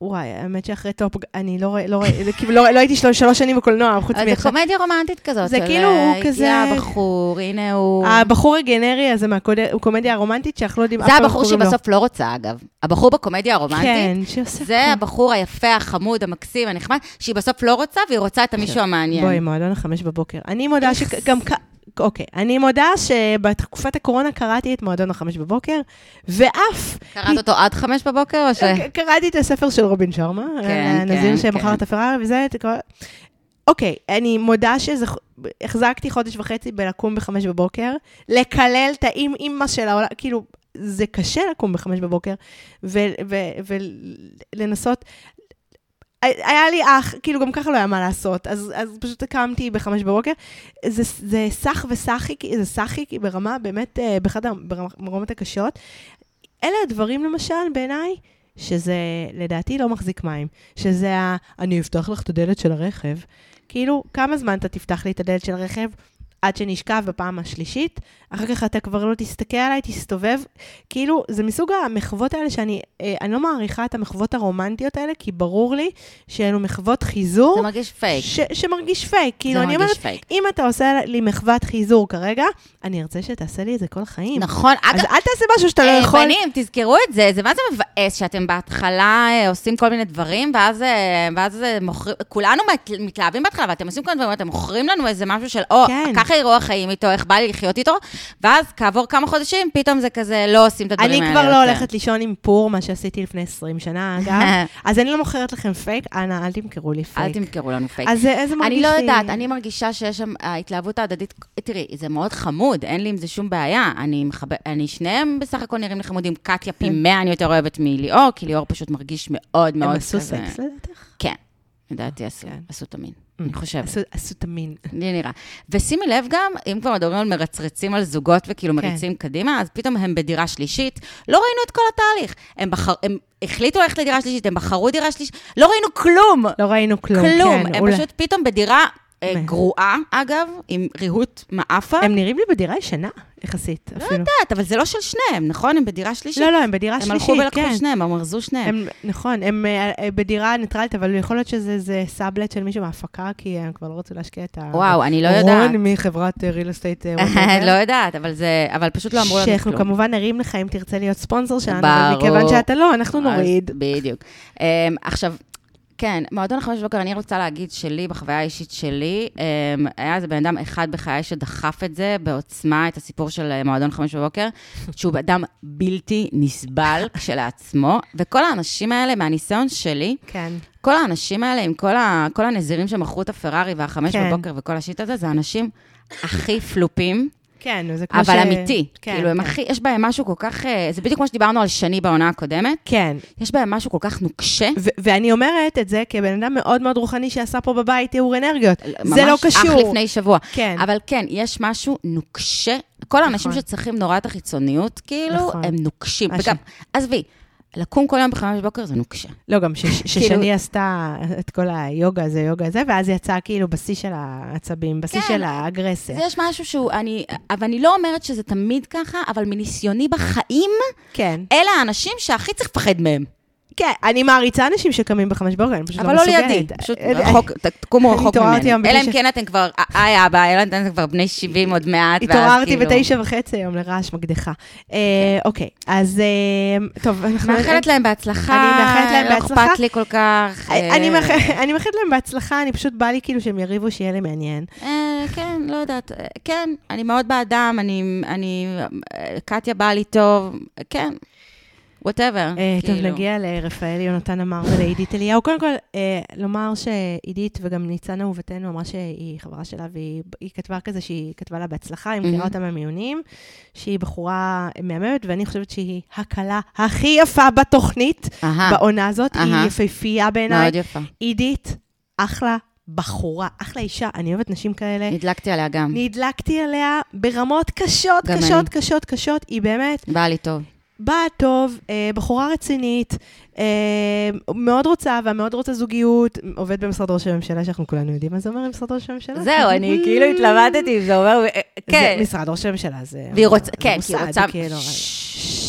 Speaker 2: וואי, האמת שאחרי טופ, אני לא רואה, לא רואה, זה כאילו לא, לא הייתי שלוש, שלוש שנים בקולנוע, חוץ
Speaker 1: אז זה
Speaker 2: מעכשיו.
Speaker 1: קומדיה רומנטית כזאת.
Speaker 2: זה
Speaker 1: של,
Speaker 2: כאילו הוא
Speaker 1: אה,
Speaker 2: כזה-
Speaker 1: הגיע הבחור, הנה הוא...
Speaker 2: הבחור הגנרי הזה מהקומדיה הרומנטית, שאנחנו לא יודעים אף
Speaker 1: זה
Speaker 2: פעם איך
Speaker 1: הבחור
Speaker 2: קוראים לו.
Speaker 1: שבסוף לא רוצה, אגב. הבחור בקומדיה הרומנטית,
Speaker 2: כן, שעושה...
Speaker 1: זה הבחור היפה, החמוד, המקסים, הנחמד, שהיא בסוף לא רוצה, והיא רוצה את המישהו המעניין.
Speaker 2: כן. בואי, מועדון החמש בבוקר. אני מודה שגם... כ- אוקיי, אני מודה שבתקופת הקורונה קראתי את מועדון החמש בבוקר, ואף...
Speaker 1: קראת אותו עד חמש בבוקר, או ש...
Speaker 2: ק- קראתי את הספר של רובין שרמה,
Speaker 1: אה.
Speaker 2: אה,
Speaker 1: כן,
Speaker 2: הנזיר
Speaker 1: כן,
Speaker 2: שמכר
Speaker 1: כן.
Speaker 2: את הפרארי וזה, את כל- אוקיי, אני מודה שהחזקתי חודש וחצי בלקום בחמש בבוקר, לקלל את האימא של העולם, כאילו, זה קשה לקום בחמש בבוקר, ולנסות... היה לי אח, כאילו גם ככה לא היה מה לעשות, אז, אז פשוט קמתי בחמש בבוקר. זה, זה סח וסחי, כי- זה סחי כי ברמה באמת, אה, באחד הרמות הקשות. אלה הדברים למשל, בעיניי, שזה לדעתי לא מחזיק מים. שזה ה... אני אפתח לך את הדלת של הרכב. כאילו, כמה זמן אתה תפתח לי את הדלת של הרכב? עד שנשכב בפעם השלישית, אחר כך אתה כבר לא תסתכל עליי, תסתובב. כאילו, זה מסוג המחוות האלה שאני אה, אני לא מעריכה את המחוות הרומנטיות האלה, כי ברור לי שאלו מחוות חיזור
Speaker 1: זה מרגיש פייק.
Speaker 2: ש- שמרגיש פייק. כאילו,
Speaker 1: זה
Speaker 2: אני
Speaker 1: מרגיש
Speaker 2: אומרת,
Speaker 1: פייק.
Speaker 2: אם אתה עושה לי מחוות חיזור כרגע, אני ארצה שתעשה לי את זה כל החיים.
Speaker 1: נכון,
Speaker 2: אז
Speaker 1: אגב,
Speaker 2: אל תעשה משהו שאתה
Speaker 1: אה,
Speaker 2: לא יכול.
Speaker 1: בנים, תזכרו את זה, זה מה זה מבאס שאתם בהתחלה אה, עושים כל מיני דברים, ואז, אה, ואז אה, מוכרים, כולנו מת- מתלהבים בהתחלה, ואתם עושים כל מיני דברים, אתם מוכרים לנו איזה משהו של, או,
Speaker 2: כן.
Speaker 1: ככה יראו החיים איתו, איך בא לי לחיות איתו, ואז כעבור כמה חודשים, פתאום זה כזה, לא עושים את הדברים
Speaker 2: אני
Speaker 1: האלה כן.
Speaker 2: כבר לא
Speaker 1: יותר. אה,
Speaker 2: הולכת לישון עם פור, מה שעשיתי לפני 20 שנה, אגב. אז אני לא מוכרת לכם פייק, אנא, אל תמכרו לי
Speaker 1: אל
Speaker 2: פייק.
Speaker 1: תמכרו לנו פייק.
Speaker 2: אז אה, איזה מרגיש לי...
Speaker 1: אני לא יודעת, אני מרגישה שיש שם, ההתלהבות ההדדית, תראי, זה מאוד חמוד, אין לי עם זה שום בעיה. אני מחבר, אני, שניהם בסך הכל נראים לי חמודים. קטיה פי מאה אני יותר אוהבת מליאור, כי ליאור פשוט מרגיש מאוד מאוד
Speaker 2: כן.
Speaker 1: כזה.
Speaker 2: הם עשו סקס לדעתך?
Speaker 1: כן, לדעתי עשו,
Speaker 2: כן.
Speaker 1: עשו תמין, אני חושבת,
Speaker 2: עשו- עשו תמין.
Speaker 1: לי נראה. ושימי לב גם, אם כבר מדברים על מרצרצים על זוגות וכאילו
Speaker 2: כן.
Speaker 1: מריצים קדימה, אז פתאום הם בדירה שלישית, לא ראינו את כל התהליך. הם, בחר, הם החליטו ללכת לדירה שלישית, הם בחרו דירה שלישית, לא ראינו כלום.
Speaker 2: לא ראינו כלום.
Speaker 1: כלום,
Speaker 2: כן,
Speaker 1: הם
Speaker 2: אולי-
Speaker 1: פשוט פתאום בדירה אה,
Speaker 2: מה?
Speaker 1: גרועה, אגב, עם ריהוט מעפה.
Speaker 2: הם נראים לי בדירה ישנה, יחסית,
Speaker 1: לא
Speaker 2: אפילו.
Speaker 1: יודעת, אבל זה לא של שניהם, נכון? הם בדירה שלישית.
Speaker 2: לא, לא, הם בדירה
Speaker 1: הם
Speaker 2: שלישית,
Speaker 1: הלכו ולקחו
Speaker 2: כן.
Speaker 1: שניהם, הם ארזו שניהם.
Speaker 2: הם, נכון, הם אה, אה, בדירה ניטרלית, אבל יכול להיות שזה איזה סאבלט של מישהו מההפקה, כי הם כבר לא רצו להשקיע את ה...
Speaker 1: וואו, אני לא יודעת.
Speaker 2: רון מחברת אה, ריל אסטייט.
Speaker 1: לא יודעת, אבל זה, אבל פשוט לא אמרו לנו
Speaker 2: שאנחנו
Speaker 1: כלום.
Speaker 2: כמובן נרים לך אם תרצה להיות ספונסר שלנו, אבל מכיוון שאתה לא, אנחנו
Speaker 1: אז
Speaker 2: נוריד.
Speaker 1: בדיוק. Um, עכשיו, כן, מועדון החמש בבוקר, אני רוצה להגיד שלי, בחוויה האישית שלי, um, היה איזה בן אדם אחד בחיי שדחף את זה בעוצמה, את הסיפור של אה, מועדון חמש בבוקר, שהוא בן אדם בלתי נסבל כשלעצמו, וכל האנשים האלה, מהניסיון שלי,
Speaker 2: כן.
Speaker 1: כל האנשים האלה, עם כל, ה, כל הנזירים שמכרו את הפרארי והחמש
Speaker 2: כן.
Speaker 1: בבוקר וכל השיט הזה, זה האנשים הכי פלופים.
Speaker 2: כן, זה כמו ש...
Speaker 1: אבל אמיתי.
Speaker 2: כן,
Speaker 1: כאילו, הם
Speaker 2: כן.
Speaker 1: הכי, יש בהם משהו כל כך... אה, זה בדיוק כמו שדיברנו על שני בעונה הקודמת.
Speaker 2: כן.
Speaker 1: יש בהם משהו כל כך נוקשה.
Speaker 2: ו- ואני אומרת את זה כבן אדם מאוד מאוד רוחני שעשה פה בבית תיאור אנרגיות.
Speaker 1: ממש
Speaker 2: זה לא קשור.
Speaker 1: אך לפני שבוע.
Speaker 2: כן.
Speaker 1: אבל כן, יש משהו נוקשה. כל האנשים
Speaker 2: נכון.
Speaker 1: שצריכים נורא את החיצוניות, כאילו,
Speaker 2: נכון.
Speaker 1: הם נוקשים.
Speaker 2: משהו.
Speaker 1: וגם, עזבי, לקום כל יום בחמש בבוקר זה נוקשה.
Speaker 2: לא, גם ש- ש-
Speaker 1: כאילו-
Speaker 2: ששני עשתה את כל היוגה הזה, יוגה הזה, ואז יצאה כאילו בשיא של העצבים, בשיא
Speaker 1: כן.
Speaker 2: של האגרסיה.
Speaker 1: זה יש משהו שהוא, אני, אבל אני לא אומרת שזה תמיד ככה, אבל מניסיוני בחיים,
Speaker 2: כן.
Speaker 1: אלה האנשים שהכי צריך לפחד מהם.
Speaker 2: כן, אני מעריצה אנשים שקמים בחמש בבוקר, אני פשוט לא
Speaker 1: אבל לא
Speaker 2: מסוגלת.
Speaker 1: לידי, פשוט
Speaker 2: אה,
Speaker 1: רחוק, ת- תקומו
Speaker 2: אני
Speaker 1: רחוק
Speaker 2: התעוררתי היום
Speaker 1: ממני. אלא אם
Speaker 2: בתשע.
Speaker 1: כן אתם כבר, היי אבא, אלא אם כן אתם כבר בני 70 עוד מעט, ואז
Speaker 2: התעוררתי
Speaker 1: כאילו- כן.
Speaker 2: בתשע וחצי היום לרעש מקדחה. אה, אוקיי, אז אה, טוב, אנחנו...
Speaker 1: מאחלת להם בהצלחה,
Speaker 2: אני מאחלת להם
Speaker 1: לא
Speaker 2: בהצלחה.
Speaker 1: אכפת לי כל כך.
Speaker 2: אה, אני
Speaker 1: אה,
Speaker 2: מאח- אני מאחלת להם בהצלחה, אני פשוט בא לי כאילו שהם יריבו, שיהיה לי מעניין.
Speaker 1: אה, כן, לא יודעת. אה, כן, אני מאוד באדם, אני, אני, אה, קטיה באה לי טוב, אה, כן, כאילו. וואטאבר.
Speaker 2: אה, טוב, נגיע לרפאל יונתן אמר ולעידית אליהו. קודם כל, אה, לומר שעידית וגם ניצן אהובתנו אמרה שהיא חברה שלה, והיא היא כתבה כזה שהיא כתבה לה בהצלחה, היא מכירה
Speaker 1: מהמם.
Speaker 2: אותה מהמיונים, שהיא בחורה מהממת, ואני חושבת שהיא הכלה הכי יפה בתוכנית, בעונה הזאת,
Speaker 1: אה. אהה.
Speaker 2: היא יפהפייה בעיניי.
Speaker 1: מאוד יפה.
Speaker 2: עידית, אחלה בחורה, אחלה אישה, אני אוהבת נשים כאלה.
Speaker 1: נדלקתי עליה גם,
Speaker 2: נדלקתי עליה ברמות קשות,
Speaker 1: גם
Speaker 2: קשות,
Speaker 1: אני.
Speaker 2: קשות, קשות. היא באמת
Speaker 1: באה לי טוב.
Speaker 2: באה טוב, אה, בחורה רצינית, אה, מאוד רוצה, ומאוד רוצה זוגיות, עובד במשרד ראש הממשלה, שאנחנו כולנו יודעים מה זה אומר במשרד ראש הממשלה.
Speaker 1: זהו, אני כאילו התלבטתי, זה אומר, אה,
Speaker 2: כן.
Speaker 1: כן.
Speaker 2: משרד ראש הממשלה זה...
Speaker 1: והיא רוצה,
Speaker 2: זה
Speaker 1: כן, כי היא
Speaker 2: מוסד,
Speaker 1: רוצה...
Speaker 2: כאילו,
Speaker 1: ששש.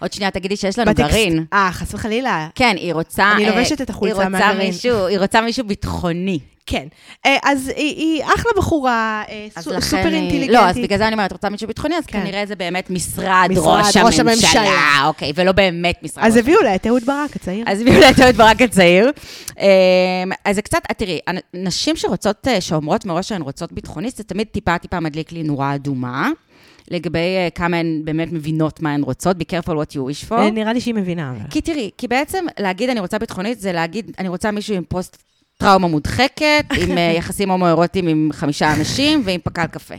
Speaker 1: עוד שנייה תגידי שיש לנו
Speaker 2: בטקסט-
Speaker 1: גרעין.
Speaker 2: אה, חס וחלילה.
Speaker 1: כן, היא רוצה...
Speaker 2: אני
Speaker 1: אה,
Speaker 2: לובשת את החולצה
Speaker 1: היא רוצה
Speaker 2: מהגרעין.
Speaker 1: מישהו- היא רוצה מישהו ביטחוני.
Speaker 2: כן. אה, אז היא, היא אחלה בחורה, אה,
Speaker 1: אז
Speaker 2: סו-
Speaker 1: לכן
Speaker 2: סופר
Speaker 1: היא-
Speaker 2: אינטליגנטית.
Speaker 1: לא, אז בגלל זה אני אומרת, רוצה מישהו ביטחוני, אז
Speaker 2: כן.
Speaker 1: כנראה זה באמת משרד
Speaker 2: משרד
Speaker 1: ראש
Speaker 2: ראש
Speaker 1: הממשלה.
Speaker 2: הממשלה.
Speaker 1: אוקיי, ולא באמת משרד ראש
Speaker 2: אז הביאו לה את אהוד ברק הצעיר.
Speaker 1: אז הביאו לה את אהוד ברק הצעיר. אמ, אז זה קצת, אה, תראי, הנ- נשים שרוצות, אה, שאומרות מראש שהן רוצות ביטחונית, זה תמיד טיפה טיפה מדליק לי נורה אדומה, לגבי אה, כמה הן באמת מבינות מה הן רוצות, be careful what you wish for.
Speaker 2: אה, נראה לי שהיא מבינה. אבל.
Speaker 1: כי תראי, כי בעצם להגיד אני רוצה ביטחונית, זה להגיד, אני רוצה מישהו עם פוסט טראומה מודחקת, עם אה, יחסים הומואירוטיים עם חמישה אנשים ועם פקל קפה.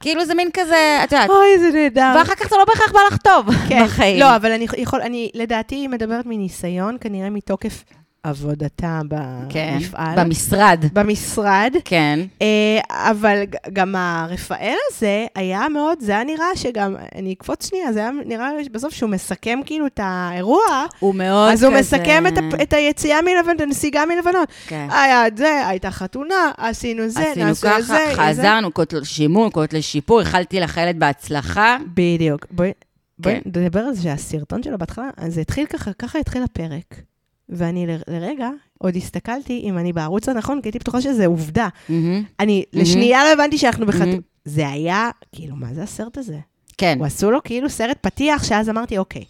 Speaker 1: כאילו זה מין כזה, את יודעת,
Speaker 2: אוי, זה נהדר.
Speaker 1: ואחר כך זה לא בהכרח בא לך טוב
Speaker 2: כן.
Speaker 1: בחיים.
Speaker 2: לא, אבל אני יכול, אני, לדעתי, היא מדברת מניסיון, כנראה מתוקף עבודתה
Speaker 1: כן,
Speaker 2: במפעל.
Speaker 1: במשרד.
Speaker 2: במשרד.
Speaker 1: כן.
Speaker 2: אה, אבל ג- גם הרפאל הזה היה מאוד, זה היה נראה שגם, אני אקפוץ שנייה, זה היה נראה לי בסוף שהוא מסכם כאילו את האירוע,
Speaker 1: הוא מאוד
Speaker 2: אז הוא מסכם את הפ- את היציאה מלבנון, את הנסיגה מלבנון.
Speaker 1: כן.
Speaker 2: היה את זה, הייתה חתונה, עשינו זה,
Speaker 1: עשינו
Speaker 2: נעשו את זה.
Speaker 1: ככה,
Speaker 2: זה.
Speaker 1: חזרנו, קוטל שימון, קוטל שיפור, איחלתי לך ילד בהצלחה.
Speaker 2: בדיוק. בואי בואי
Speaker 1: כן.
Speaker 2: נדבר על זה שהסרטון שלו בהתחלה, אז זה התחיל ככה, ככה התחיל הפרק. ואני ל- לרגע עוד הסתכלתי אם אני בערוץ הנכון, כי הייתי בטוחה שזה עובדה.
Speaker 1: מהמם.
Speaker 2: אני
Speaker 1: Mhm.
Speaker 2: לשנייה לא הבנתי שאנחנו בכלל...
Speaker 1: מהמם.
Speaker 2: זה היה, כאילו, מה זה הסרט הזה?
Speaker 1: כן.
Speaker 2: הוא עשו לו כאילו סרט פתיח, שאז אמרתי, אוקיי,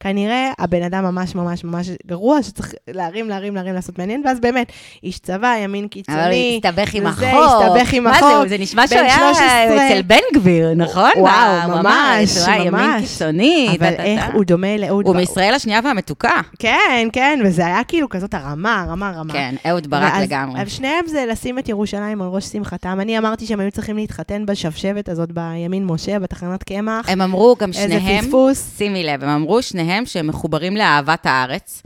Speaker 2: כנראה הבן אדם ממש ממש ממש גרוע, שצריך להרים, להרים, להרים, לעשות מעניין, ואז באמת, איש צבא, ימין קיצוני.
Speaker 1: אבל הוא הסתבך עם
Speaker 2: וזה,
Speaker 1: החוק.
Speaker 2: הסתבך עם
Speaker 1: מה זה,
Speaker 2: החוק.
Speaker 1: הוא- זה נשמע
Speaker 2: בן
Speaker 1: שהוא היה
Speaker 2: 13.
Speaker 1: אצל בן גביר, נכון?
Speaker 2: וואו,
Speaker 1: ה- הוא
Speaker 2: ממש,
Speaker 1: אמר, שהוא היה ימין
Speaker 2: ממש.
Speaker 1: קיצוני.
Speaker 2: אבל
Speaker 1: טה, טה,
Speaker 2: איך
Speaker 1: טה.
Speaker 2: הוא לא- דומה לאהוד
Speaker 1: הוא
Speaker 2: ברק.
Speaker 1: מישראל השנייה והמתוקה.
Speaker 2: כן, כן, וזה היה כאילו כזאת הרמה, הרמה, הרמה.
Speaker 1: כן, אהוד ברק
Speaker 2: ואז-
Speaker 1: לגמרי.
Speaker 2: אבל שניהם זה לשים את ירושלים על ראש שמחתם. אני אמרתי שהם היו צריכים להתחתן בשבשבת הזאת בימין משה, בתחנת קמח.
Speaker 1: הם אמרו גם
Speaker 2: איזה
Speaker 1: שניהם,
Speaker 2: פספוס.
Speaker 1: שימי לב, הם אמרו שניהם שהם מחוברים לאהבת הארץ.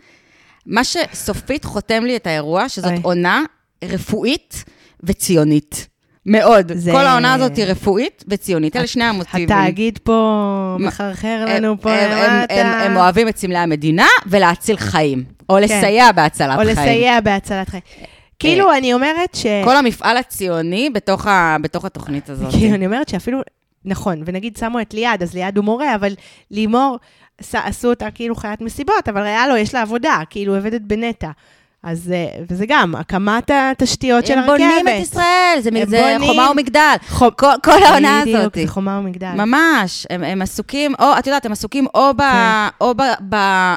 Speaker 1: מה שסופית חותם לי את האירוע, שזאת
Speaker 2: אוי.
Speaker 1: עונה רפואית וציונית. מאוד.
Speaker 2: זה-
Speaker 1: כל העונה הזאת היא רפואית וציונית. אלה שני המוטיבים.
Speaker 2: התאגיד פה
Speaker 1: מה-
Speaker 2: מחרחר
Speaker 1: הם-
Speaker 2: לנו פה לא
Speaker 1: הם- הם-
Speaker 2: למטה.
Speaker 1: הם- הם אוהבים את סמלי המדינה ולהציל חיים. או לסייע בהצלת
Speaker 2: כן. או
Speaker 1: חיים.
Speaker 2: לסייע בהצלת חיים. כאילו, אני אומרת ש...
Speaker 1: אה, כל המפעל הציוני בתוך, ה... בתוך התוכנית הזאת.
Speaker 2: כאילו, אני אומרת שאפילו, נכון, ונגיד שמו את ליעד, אז ליעד הוא מורה, אבל לימור, ש- עשו אותה כאילו חיית מסיבות, אבל היה לו, יש לה עבודה, כאילו, עובדת בנטע. אז אה, וזה גם, הקמת התשתיות של
Speaker 1: הם
Speaker 2: הרכבת.
Speaker 1: בונים את ישראל, זה, מ-
Speaker 2: הם
Speaker 1: זה
Speaker 2: בונים.
Speaker 1: חומה ומגדל.
Speaker 2: חום-
Speaker 1: כל, כל העונה הזאת.
Speaker 2: בדיוק, זה חומה ומגדל.
Speaker 1: ממש, הם, הם עסוקים, או, את יודעת, הם עסוקים או, ב, או ב, ב, אה,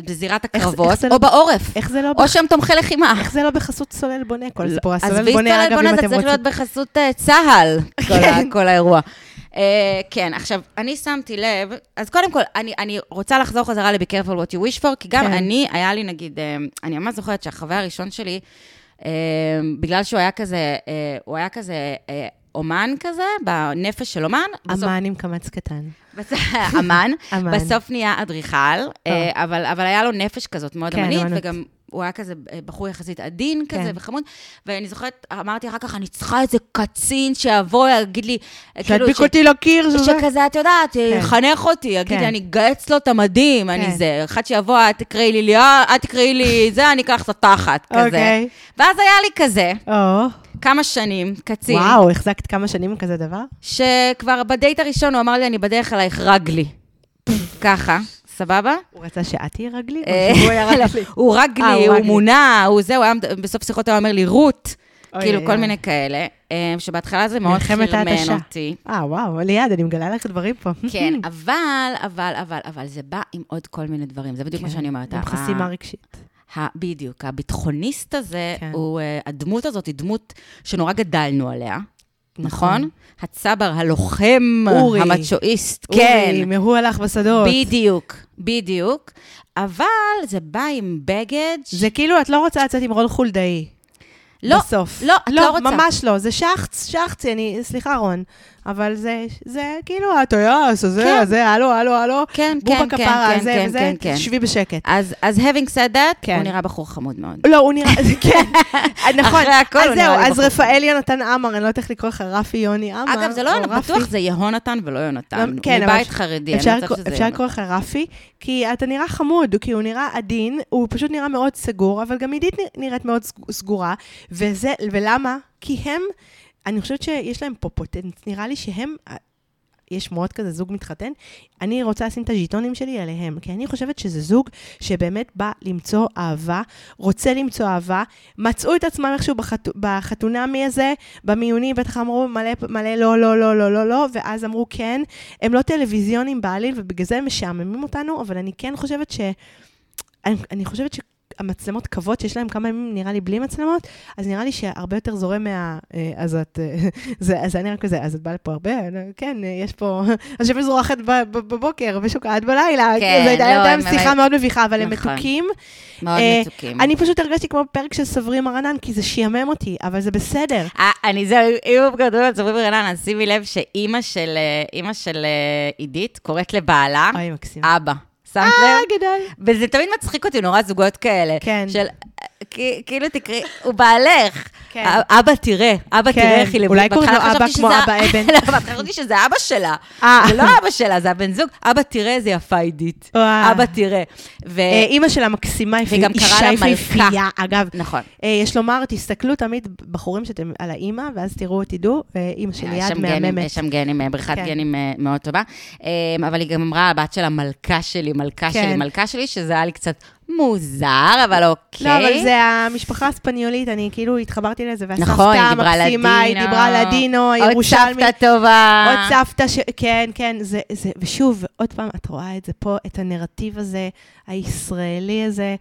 Speaker 1: בזירת
Speaker 2: כן. איך זה-
Speaker 1: הקרבות,
Speaker 2: איך זה
Speaker 1: או
Speaker 2: לא-
Speaker 1: בעורף,
Speaker 2: איך זה לא...
Speaker 1: או שהם תומכי לחימה.
Speaker 2: איך זה לא בחסות סולל בונה? כל סיפור
Speaker 1: לא, אז
Speaker 2: הסולל
Speaker 1: ויסטרל
Speaker 2: בונה, אגב,
Speaker 1: בונה,
Speaker 2: אם
Speaker 1: זה
Speaker 2: אתם
Speaker 1: צריך
Speaker 2: רוצים...
Speaker 1: להיות בחסות אה, צה"ל, כל ה-
Speaker 2: כן.
Speaker 1: כל האירוע. אה, כן, עכשיו, אני שמתי לב, אז קודם כל, אני- אני רוצה לחזור חזרה ל-Be careful what you wish for, כי גם
Speaker 2: כן.
Speaker 1: אני, היה לי נגיד, אה, אני ממש זוכרת שהחוויה הראשון שלי, אה, בגלל שהוא היה כזה, אה, הוא היה כזה אה, אומן כזה, בנפש של אומן, בסוף
Speaker 2: אמן עם קמץ קטן.
Speaker 1: בס- אמן,
Speaker 2: אמן.
Speaker 1: בסוף נהיה אדריכל, אה, אבל, אבל היה לו נפש כזאת מאוד
Speaker 2: כן,
Speaker 1: אמנית,
Speaker 2: אמנות.
Speaker 1: וגם הוא היה כזה אה, בחור יחסית עדין כזה
Speaker 2: כן.
Speaker 1: וחמוד, ואני זוכרת, אמרתי אחר כך, אני צריכה איזה קצין שיבוא, יגיד לי, אה, כאילו,
Speaker 2: שידביק
Speaker 1: ש-
Speaker 2: אותי לקיר, שזה...
Speaker 1: שכזה, את יודעת, אה,
Speaker 2: כן.
Speaker 1: יחנך אותי, יגיד
Speaker 2: כן.
Speaker 1: לי, אני אגייץ לו את המדים, אני
Speaker 2: כן.
Speaker 1: זה, אחד שיבוא, את תקראי לי ליה, את תקראי לי זה, אני אקח לך את התחת, כזה.
Speaker 2: אוקיי.
Speaker 1: ואז היה לי כזה,
Speaker 2: או,
Speaker 1: כמה שנים, קצין,
Speaker 2: וואו, החזקת כמה שנים עם כזה דבר?
Speaker 1: שכבר בדייט הראשון הוא אמר לי, אני בדרך אלייך רגלי. ככה, סבבה?
Speaker 2: הוא רצה שאת תהיי רגלי? או
Speaker 1: אה,
Speaker 2: שהוא היה רגלי?
Speaker 1: לא, הוא
Speaker 2: אה,
Speaker 1: רגלי,
Speaker 2: הוא
Speaker 1: הוא
Speaker 2: רגלי.
Speaker 1: מונע, הוא זה, הוא היה מד- בסוף שיחות היה אומר לי רות,
Speaker 2: אוי,
Speaker 1: כאילו
Speaker 2: אוי,
Speaker 1: כל
Speaker 2: אוי.
Speaker 1: מיני כאלה, אה, שבהתחלה זה מאוד
Speaker 2: מלחמת
Speaker 1: חרמן
Speaker 2: ההתשה.
Speaker 1: אותי.
Speaker 2: אה, וואו, ליעד, אני מגלה לך דברים פה.
Speaker 1: כן, אבל, אבל, אבל, אבל זה בא עם עוד כל מיני דברים, זה בדיוק מה
Speaker 2: כן,
Speaker 1: שאני אומרת. אה,
Speaker 2: גם
Speaker 1: ה-
Speaker 2: חסימה רגשית.
Speaker 1: ה- בדיוק, הביטחוניסט הזה,
Speaker 2: כן.
Speaker 1: הוא, אה, הדמות הזאת היא דמות שנורא גדלנו עליה, נכון?
Speaker 2: נכון.
Speaker 1: הצבר, הלוחם,
Speaker 2: אורי.
Speaker 1: המצ'ואיסט, כן.
Speaker 2: אורי, מהוא הלך בשדות.
Speaker 1: בדיוק, בדיוק. אבל זה בא עם בגד... ש-
Speaker 2: זה כאילו, את לא רוצה לצאת עם רון חולדאי.
Speaker 1: לא,
Speaker 2: בסוף.
Speaker 1: לא, את לא רוצה.
Speaker 2: לא, ממש לא. זה שחץ, שחצי, אני, סליחה, רון. אבל זה, זה כאילו, הטייס,
Speaker 1: כן.
Speaker 2: הזה, הזה, הלו, הלו, הלו.
Speaker 1: כן,
Speaker 2: בובה
Speaker 1: כן, כן,
Speaker 2: כפרה,
Speaker 1: כן,
Speaker 2: זה
Speaker 1: כן,
Speaker 2: וזה,
Speaker 1: כן, כן.
Speaker 2: שבי בשקט.
Speaker 1: אז, אז having said that,
Speaker 2: כן.
Speaker 1: הוא נראה בחור חמוד מאוד.
Speaker 2: לא, הוא נראה, זה כן, נכון.
Speaker 1: אחרי הכל הוא
Speaker 2: אז
Speaker 1: נראה
Speaker 2: זהו,
Speaker 1: לי
Speaker 2: אז
Speaker 1: בחור.
Speaker 2: רפאל יונתן עמר, אני לא יודעת איך לקרוא לך רפי יוני עמר.
Speaker 1: אגב, זה לא,
Speaker 2: או
Speaker 1: יונ-
Speaker 2: רפי.
Speaker 1: בטוח זה יהונתן ולא יונתן.
Speaker 2: לא, כן,
Speaker 1: הוא
Speaker 2: אבל
Speaker 1: מבית
Speaker 2: אפ-
Speaker 1: חרדי, אני
Speaker 2: אפשר
Speaker 1: חושבת
Speaker 2: לקרוא-
Speaker 1: שזה
Speaker 2: אפשר
Speaker 1: יונתן.
Speaker 2: לקרוא לך רפי, כי אתה נראה חמוד, כי הוא כאילו נראה עדין, הוא פשוט נראה מאוד סגור, אבל גם עידית נ- נראית מאוד סג- סגורה, וזה, ולמה? כי הם, אני חושבת שיש להם פה פוטנט, נראה לי שהם, אה, יש מאוד כזה זוג מתחתן, אני רוצה לשים את הז'יטונים שלי עליהם, כי אני חושבת שזה זוג שבאמת בא למצוא אהבה, רוצה למצוא אהבה, מצאו את עצמם איכשהו בחת... בחתונמי הזה, במיוני בטח אמרו מלא, מלא לא, לא, לא, לא, לא, לא, ואז אמרו כן. הם לא טלוויזיונים בעליל, ובגלל זה הם משעממים אותנו, אבל אני כן חושבת ש... אני, אני חושבת שהמצלמות כבות שיש להם כמה ימים, נראה לי, בלי מצלמות, אז נראה לי שהרבה יותר זורם מה... אה, אז את... אה, זה, אז אני רק כזה, אז את באה לפה הרבה? אה, כן, אה, יש פה... השמש זורחת ב- ב- בבוקר, בשוק עד בלילה. כאילו,
Speaker 1: כן,
Speaker 2: זה הייתה
Speaker 1: לא,
Speaker 2: הייתה להם
Speaker 1: הם-
Speaker 2: שיחה מאוד מביכה, אבל הם
Speaker 1: נכון.
Speaker 2: מתוקים.
Speaker 1: מאוד
Speaker 2: אה,
Speaker 1: מתוקים.
Speaker 2: אני פשוט הרגשתי כמו בפרק של סברי מרנן, כי זה שעמם אותי, אבל זה בסדר.
Speaker 1: אה, אני זהו, אם הוא כתוב על צורי ברנן, אז שימי לב שאימא של אה, אימא של אה, עידית קוראת לבעלה
Speaker 2: אוי, מקסים.
Speaker 1: אבא. שמת
Speaker 2: אה,
Speaker 1: לב?
Speaker 2: גדול.
Speaker 1: וזה תמיד מצחיק אותי, נורא זוגות כאלה.
Speaker 2: כן.
Speaker 1: של, אה, כ- כאילו תקראי, הוא בעלך.
Speaker 2: כן.
Speaker 1: אה, אבא תראה, אבא
Speaker 2: כן.
Speaker 1: תראה איך היא
Speaker 2: אולי
Speaker 1: לבושה.
Speaker 2: קוראים לו אבא כמו אבא אבן.
Speaker 1: לא, בהתחלה חשבתי שזה אבא שלה.
Speaker 2: אה.
Speaker 1: זה לא אבא שלה, זה הבן זוג. אבא תראה איזה יפה עידית.
Speaker 2: וואו.
Speaker 1: אבא תראה. ו-
Speaker 2: אה, אימא שלה מקסימה, יפי-
Speaker 1: וגם קרא לה
Speaker 2: אישה
Speaker 1: מלכה.
Speaker 2: יפהפייה, אגב.
Speaker 1: נכון.
Speaker 2: אה, יש לומר, תסתכלו תמיד בחורים שאתם על האימא, ואז תראו, תדעו, אה, אימא שלי
Speaker 1: יש
Speaker 2: יד
Speaker 1: שם גנים,
Speaker 2: מהממת.
Speaker 1: יש שם גנים, אה, בריכת
Speaker 2: כן.
Speaker 1: גנים אה, מאוד טובה. אה, אבל היא גם אמרה, הבת שלה מלכה שלי, מלכה
Speaker 2: כן.
Speaker 1: שלי, מלכה שלי, שזה היה לי קצת מוזר, אבל אוקיי.
Speaker 2: לא, אבל זה המשפחה הספניולית, אני כאילו התחברתי לזה,
Speaker 1: נכון,
Speaker 2: והסבתא
Speaker 1: היא דיברה על
Speaker 2: המקסימה, היא
Speaker 1: הדינו.
Speaker 2: דיברה על הדינו, הירושלמית.
Speaker 1: עוד סבתא טובה.
Speaker 2: עוד סבתא ש... כן, כן, זה, זה... ושוב, עוד פעם, את רואה את זה פה, את הנרטיב הזה, הישראלי הזה,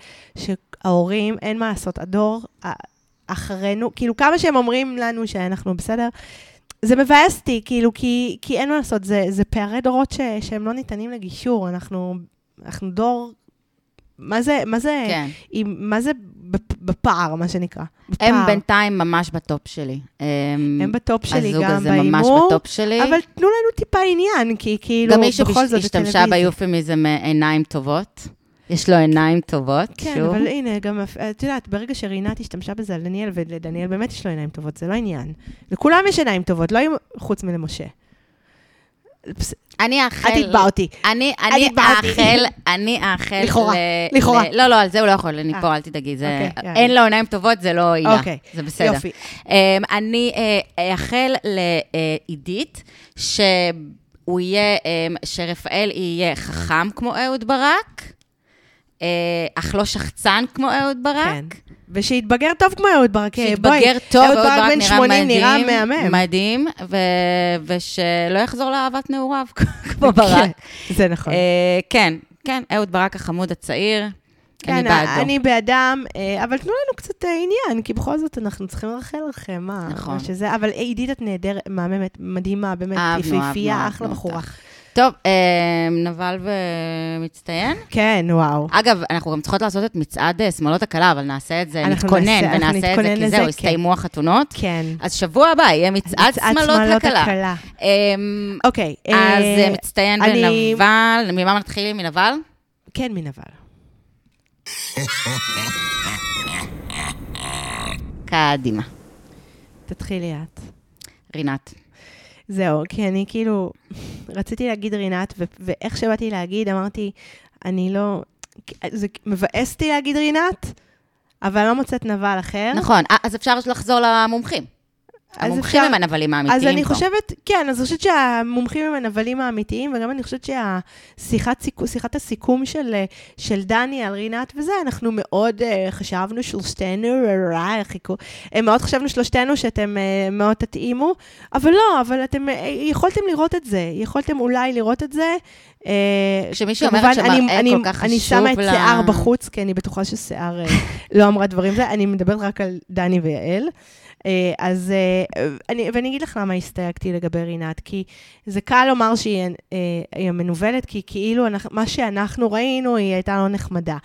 Speaker 2: שההורים, אין מה לעשות, הדור ה- אחרינו, כאילו, כמה שהם אומרים לנו שאנחנו בסדר, זה מבאס אותי, כאילו, כי, כי אין מה לעשות, זה, זה פערי דורות ש, שהם לא ניתנים לגישור, אנחנו, אנחנו דור... מה זה, מה זה,
Speaker 1: כן.
Speaker 2: עם, מה זה בפ- בפער, מה שנקרא? בפער.
Speaker 1: הם בינתיים ממש בטופ שלי. הם,
Speaker 2: הם בטופ שלי
Speaker 1: הזוג
Speaker 2: גם
Speaker 1: הזה ממש
Speaker 2: בהימור,
Speaker 1: בטופ שלי.
Speaker 2: אבל תנו לנו טיפה עניין, כי כאילו,
Speaker 1: אוקיי. גם מישהו
Speaker 2: בכל זאת,
Speaker 1: השתמשה
Speaker 2: הטלוויזיה.
Speaker 1: ביופימיזם אה, עיניים טובות. יש לו עיניים טובות,
Speaker 2: כן,
Speaker 1: שוב.
Speaker 2: אבל הנה, גם, את יודעת, ברגע שרינת השתמשה בזה על דניאל, ולדניאל באמת יש לו עיניים טובות, זה לא עניין. לכולם יש עיניים טובות, לא עם... חוץ מלמשה. פס-
Speaker 1: אני אאחל...
Speaker 2: את התבעה אותי.
Speaker 1: אני, אני
Speaker 2: התבעה אותי.
Speaker 1: אאחל, אני אאחל...
Speaker 2: לכאורה,
Speaker 1: ל-
Speaker 2: לכאורה.
Speaker 1: ל- לא, לא, על זה הוא לא יכול לניפור,
Speaker 2: אה.
Speaker 1: אל תדאגי, זה...
Speaker 2: אוקיי, יאללה.
Speaker 1: אין לו עיניים טובות, זה לא עילה.
Speaker 2: אוקיי,
Speaker 1: זה בסדר.
Speaker 2: יופי.
Speaker 1: אמ, אני אה, אאחל לעידית, שהוא יהיה, אמ, שרפאל יהיה חכם כמו אהוד ברק, אה, אך לא שחצן כמו אהוד
Speaker 2: כן.
Speaker 1: ברק.
Speaker 2: ושיתבגר טוב כמו אהוד ברק. אה, בואי,
Speaker 1: שהתבגר טוב, אהוד ברק
Speaker 2: בן 80 נראה מהמם.
Speaker 1: מדהים, ו... ושלא יחזור לאהבת נעוריו כמו ברק.
Speaker 2: כן, זה נכון.
Speaker 1: אה, כן, כן, אהוד ברק החמוד הצעיר, אני
Speaker 2: כן,
Speaker 1: בעדו.
Speaker 2: אני בעדם, אה, אבל תנו לנו קצת אה, עניין, כי בכל זאת אנחנו צריכים לרחל לכם, מה?
Speaker 1: נכון.
Speaker 2: מה שזה, אבל אה, עידית, את נהדרת, מהממת, מדהימה, באמת,
Speaker 1: אהבנו,
Speaker 2: יפהפייה,
Speaker 1: אהבנו,
Speaker 2: אחלה
Speaker 1: אהבנו
Speaker 2: בחורה.
Speaker 1: טוב, אה, נבל ומצטיין.
Speaker 2: כן, וואו.
Speaker 1: אגב, אנחנו גם צריכות לעשות את מצעד אה, שמאלות הכלה, אבל נעשה את זה,
Speaker 2: אנחנו
Speaker 1: נתכונן,
Speaker 2: נעשה- אנחנו
Speaker 1: ונעשה את זה,
Speaker 2: נתכונן
Speaker 1: כי
Speaker 2: לזה,
Speaker 1: זהו,
Speaker 2: כן.
Speaker 1: הסתיימו החתונות.
Speaker 2: כן.
Speaker 1: אז שבוע הבא יהיה מצעד שמאלות הכלה. אמ,
Speaker 2: אוקיי.
Speaker 1: אז
Speaker 2: אה,
Speaker 1: אה, מצטיין
Speaker 2: אני-
Speaker 1: ונבל, ממה מתחילים? מנבל?
Speaker 2: כן, מנבל.
Speaker 1: קדימה.
Speaker 2: תתחילי את.
Speaker 1: רינת.
Speaker 2: זהו, כי אני כאילו, רציתי להגיד רינת, ו- ואיך שבאתי להגיד, אמרתי, אני לא... זה מבאס אותי להגיד רינת, אבל אני לא מוצאת נבל אחר.
Speaker 1: נכון, אה, אז אפשר לחזור למומחים.
Speaker 2: אז
Speaker 1: המומחים
Speaker 2: אפשר-
Speaker 1: הם הנבלים האמיתיים
Speaker 2: אז
Speaker 1: פה.
Speaker 2: אני חושבת, כן, אז אני חושבת שהמומחים הם הנבלים האמיתיים, וגם אני חושבת שהשיחת סיכו- שיחת הסיכום של, אה, של דני על רינת וזה, אנחנו מאוד uh, חשבנו שלושתנו, אה, חיכו, אה, מאוד חשבנו שלושתנו שאתם uh, מאוד תתאימו, אבל לא, אבל אתם אה, יכולתם לראות את זה, יכולתם אולי לראות את זה. אה,
Speaker 1: כשמישהי
Speaker 2: כמובן,
Speaker 1: אומרת שמראה
Speaker 2: אני-
Speaker 1: כל
Speaker 2: אני-
Speaker 1: כך
Speaker 2: אני
Speaker 1: חשוב
Speaker 2: שמה את
Speaker 1: לה-
Speaker 2: שיער בחוץ, כי אני בטוחה ששיער אה, לא אמרה דברים זה, אני מדברת רק על דני ויעל. אה, אז אה, אני, ואני אגיד לך למה הסתייגתי לגבי רינת, כי זה קל לומר שהיא אה, היא מנוולת, כי כאילו אנחנו, מה שאנחנו ראינו, היא הייתה לא נחמדה.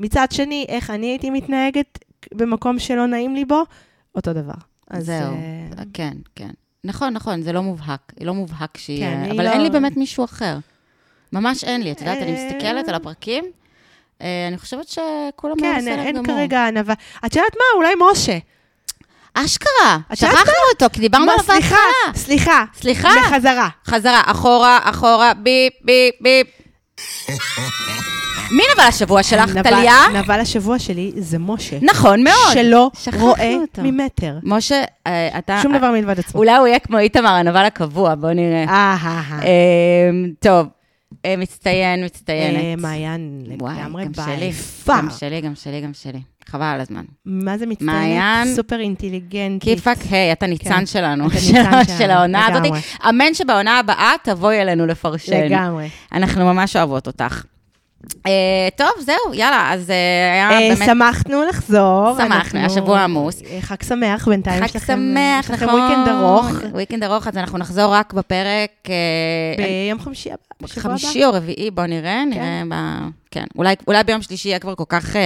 Speaker 2: מצד שני, איך אני הייתי מתנהגת במקום שלא נעים לי בו, אותו דבר. אז
Speaker 1: זהו.
Speaker 2: אה,
Speaker 1: כן, כן. נכון, נכון, זה לא מובהק. לא מובהק שהיא...
Speaker 2: כן,
Speaker 1: כן,
Speaker 2: היא
Speaker 1: אבל
Speaker 2: לא-
Speaker 1: אין לי באמת מישהו אחר. ממש אין לי. את יודעת, אני
Speaker 2: אה.
Speaker 1: מסתכלת על הפרקים, אה, אני חושבת שכולם היו
Speaker 2: כן,
Speaker 1: לא, בסדר
Speaker 2: אין
Speaker 1: גמור.
Speaker 2: כרגע ענווה. את יודעת מה? אולי משה.
Speaker 1: אשכרה,
Speaker 2: את יודעת
Speaker 1: שכחנו אותו, כי דיברנו
Speaker 2: מה,
Speaker 1: עליו
Speaker 2: סליחה,
Speaker 1: בהתחלה.
Speaker 2: סליחה.
Speaker 1: סליחה.
Speaker 2: בחזרה.
Speaker 1: חזרה, אחורה, אחורה, ביפ, ביפ, ביפ. מי נבל השבוע שלך,
Speaker 2: נבל-
Speaker 1: טליה?
Speaker 2: נבל השבוע שלי זה משה.
Speaker 1: נכון מאוד.
Speaker 2: שלא
Speaker 1: שכחנו
Speaker 2: רואה
Speaker 1: אותו.
Speaker 2: ממטר.
Speaker 1: משה, אה, אתה...
Speaker 2: שום דבר אה. מלבד עצמו.
Speaker 1: אולי הוא יהיה כמו איתמר הנבל הקבוע, בוא נראה.
Speaker 2: אהה.
Speaker 1: אמ, טוב, אה, מצטיין,
Speaker 2: אה,
Speaker 1: מצטיינת.
Speaker 2: מעיין לגמרי
Speaker 1: גם שלי,
Speaker 2: by
Speaker 1: גם
Speaker 2: far.
Speaker 1: שלי, גם שלי, גם שלי. חבל על הזמן.
Speaker 2: מה זה מצטיינת?
Speaker 1: מעיין.
Speaker 2: סופר אינטליגנטית.
Speaker 1: קיפאק, היי, אתה ניצן
Speaker 2: כן.
Speaker 1: שלנו,
Speaker 2: אתה
Speaker 1: של-
Speaker 2: ניצן שלנו,
Speaker 1: של העונה הזאת.
Speaker 2: לגמרי.
Speaker 1: אמן שבעונה הבאה תבואי אלינו לפרשן.
Speaker 2: לגמרי.
Speaker 1: אנחנו ממש אוהבות אותך. אה, טוב, זהו, יאללה, אז אה,
Speaker 2: אה,
Speaker 1: היה באמת...
Speaker 2: שמחנו לחזור.
Speaker 1: שמחנו,
Speaker 2: אנחנו-
Speaker 1: השבוע עמוס.
Speaker 2: אה, חג שמח בינתיים. יש
Speaker 1: חג
Speaker 2: לכם-
Speaker 1: שמח,
Speaker 2: יש
Speaker 1: נכון.
Speaker 2: לכם וויקנד ארוך.
Speaker 1: וויקנד ארוך, אז אנחנו נחזור רק בפרק... אה,
Speaker 2: ביום חמישי הבא. בשבוע הבא.
Speaker 1: חמישי או רביעי, בואו נראה, נראה ב... כן, אולי, אולי ביום שלישי יהיה כבר כל כך אה,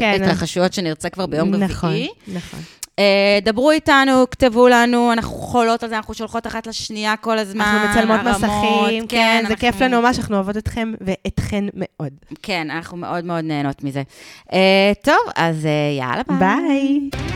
Speaker 2: כן,
Speaker 1: התרחשויות שנרצה כבר ביום רביעי.
Speaker 2: נכון, נכון.
Speaker 1: אה, דברו איתנו, כתבו לנו, אנחנו חולות על זה, אנחנו שולחות אחת לשנייה כל הזמן.
Speaker 2: אנחנו מצלמות
Speaker 1: אה, הרמות,
Speaker 2: מסכים, כן, זה
Speaker 1: אנחנו-
Speaker 2: כיף לנו ממש, אנחנו אוהבות אתכם ואתכן מאוד.
Speaker 1: כן, אנחנו מאוד מאוד נהנות מזה. אה, טוב, אז אה, יאללה, ביי.
Speaker 2: ביי.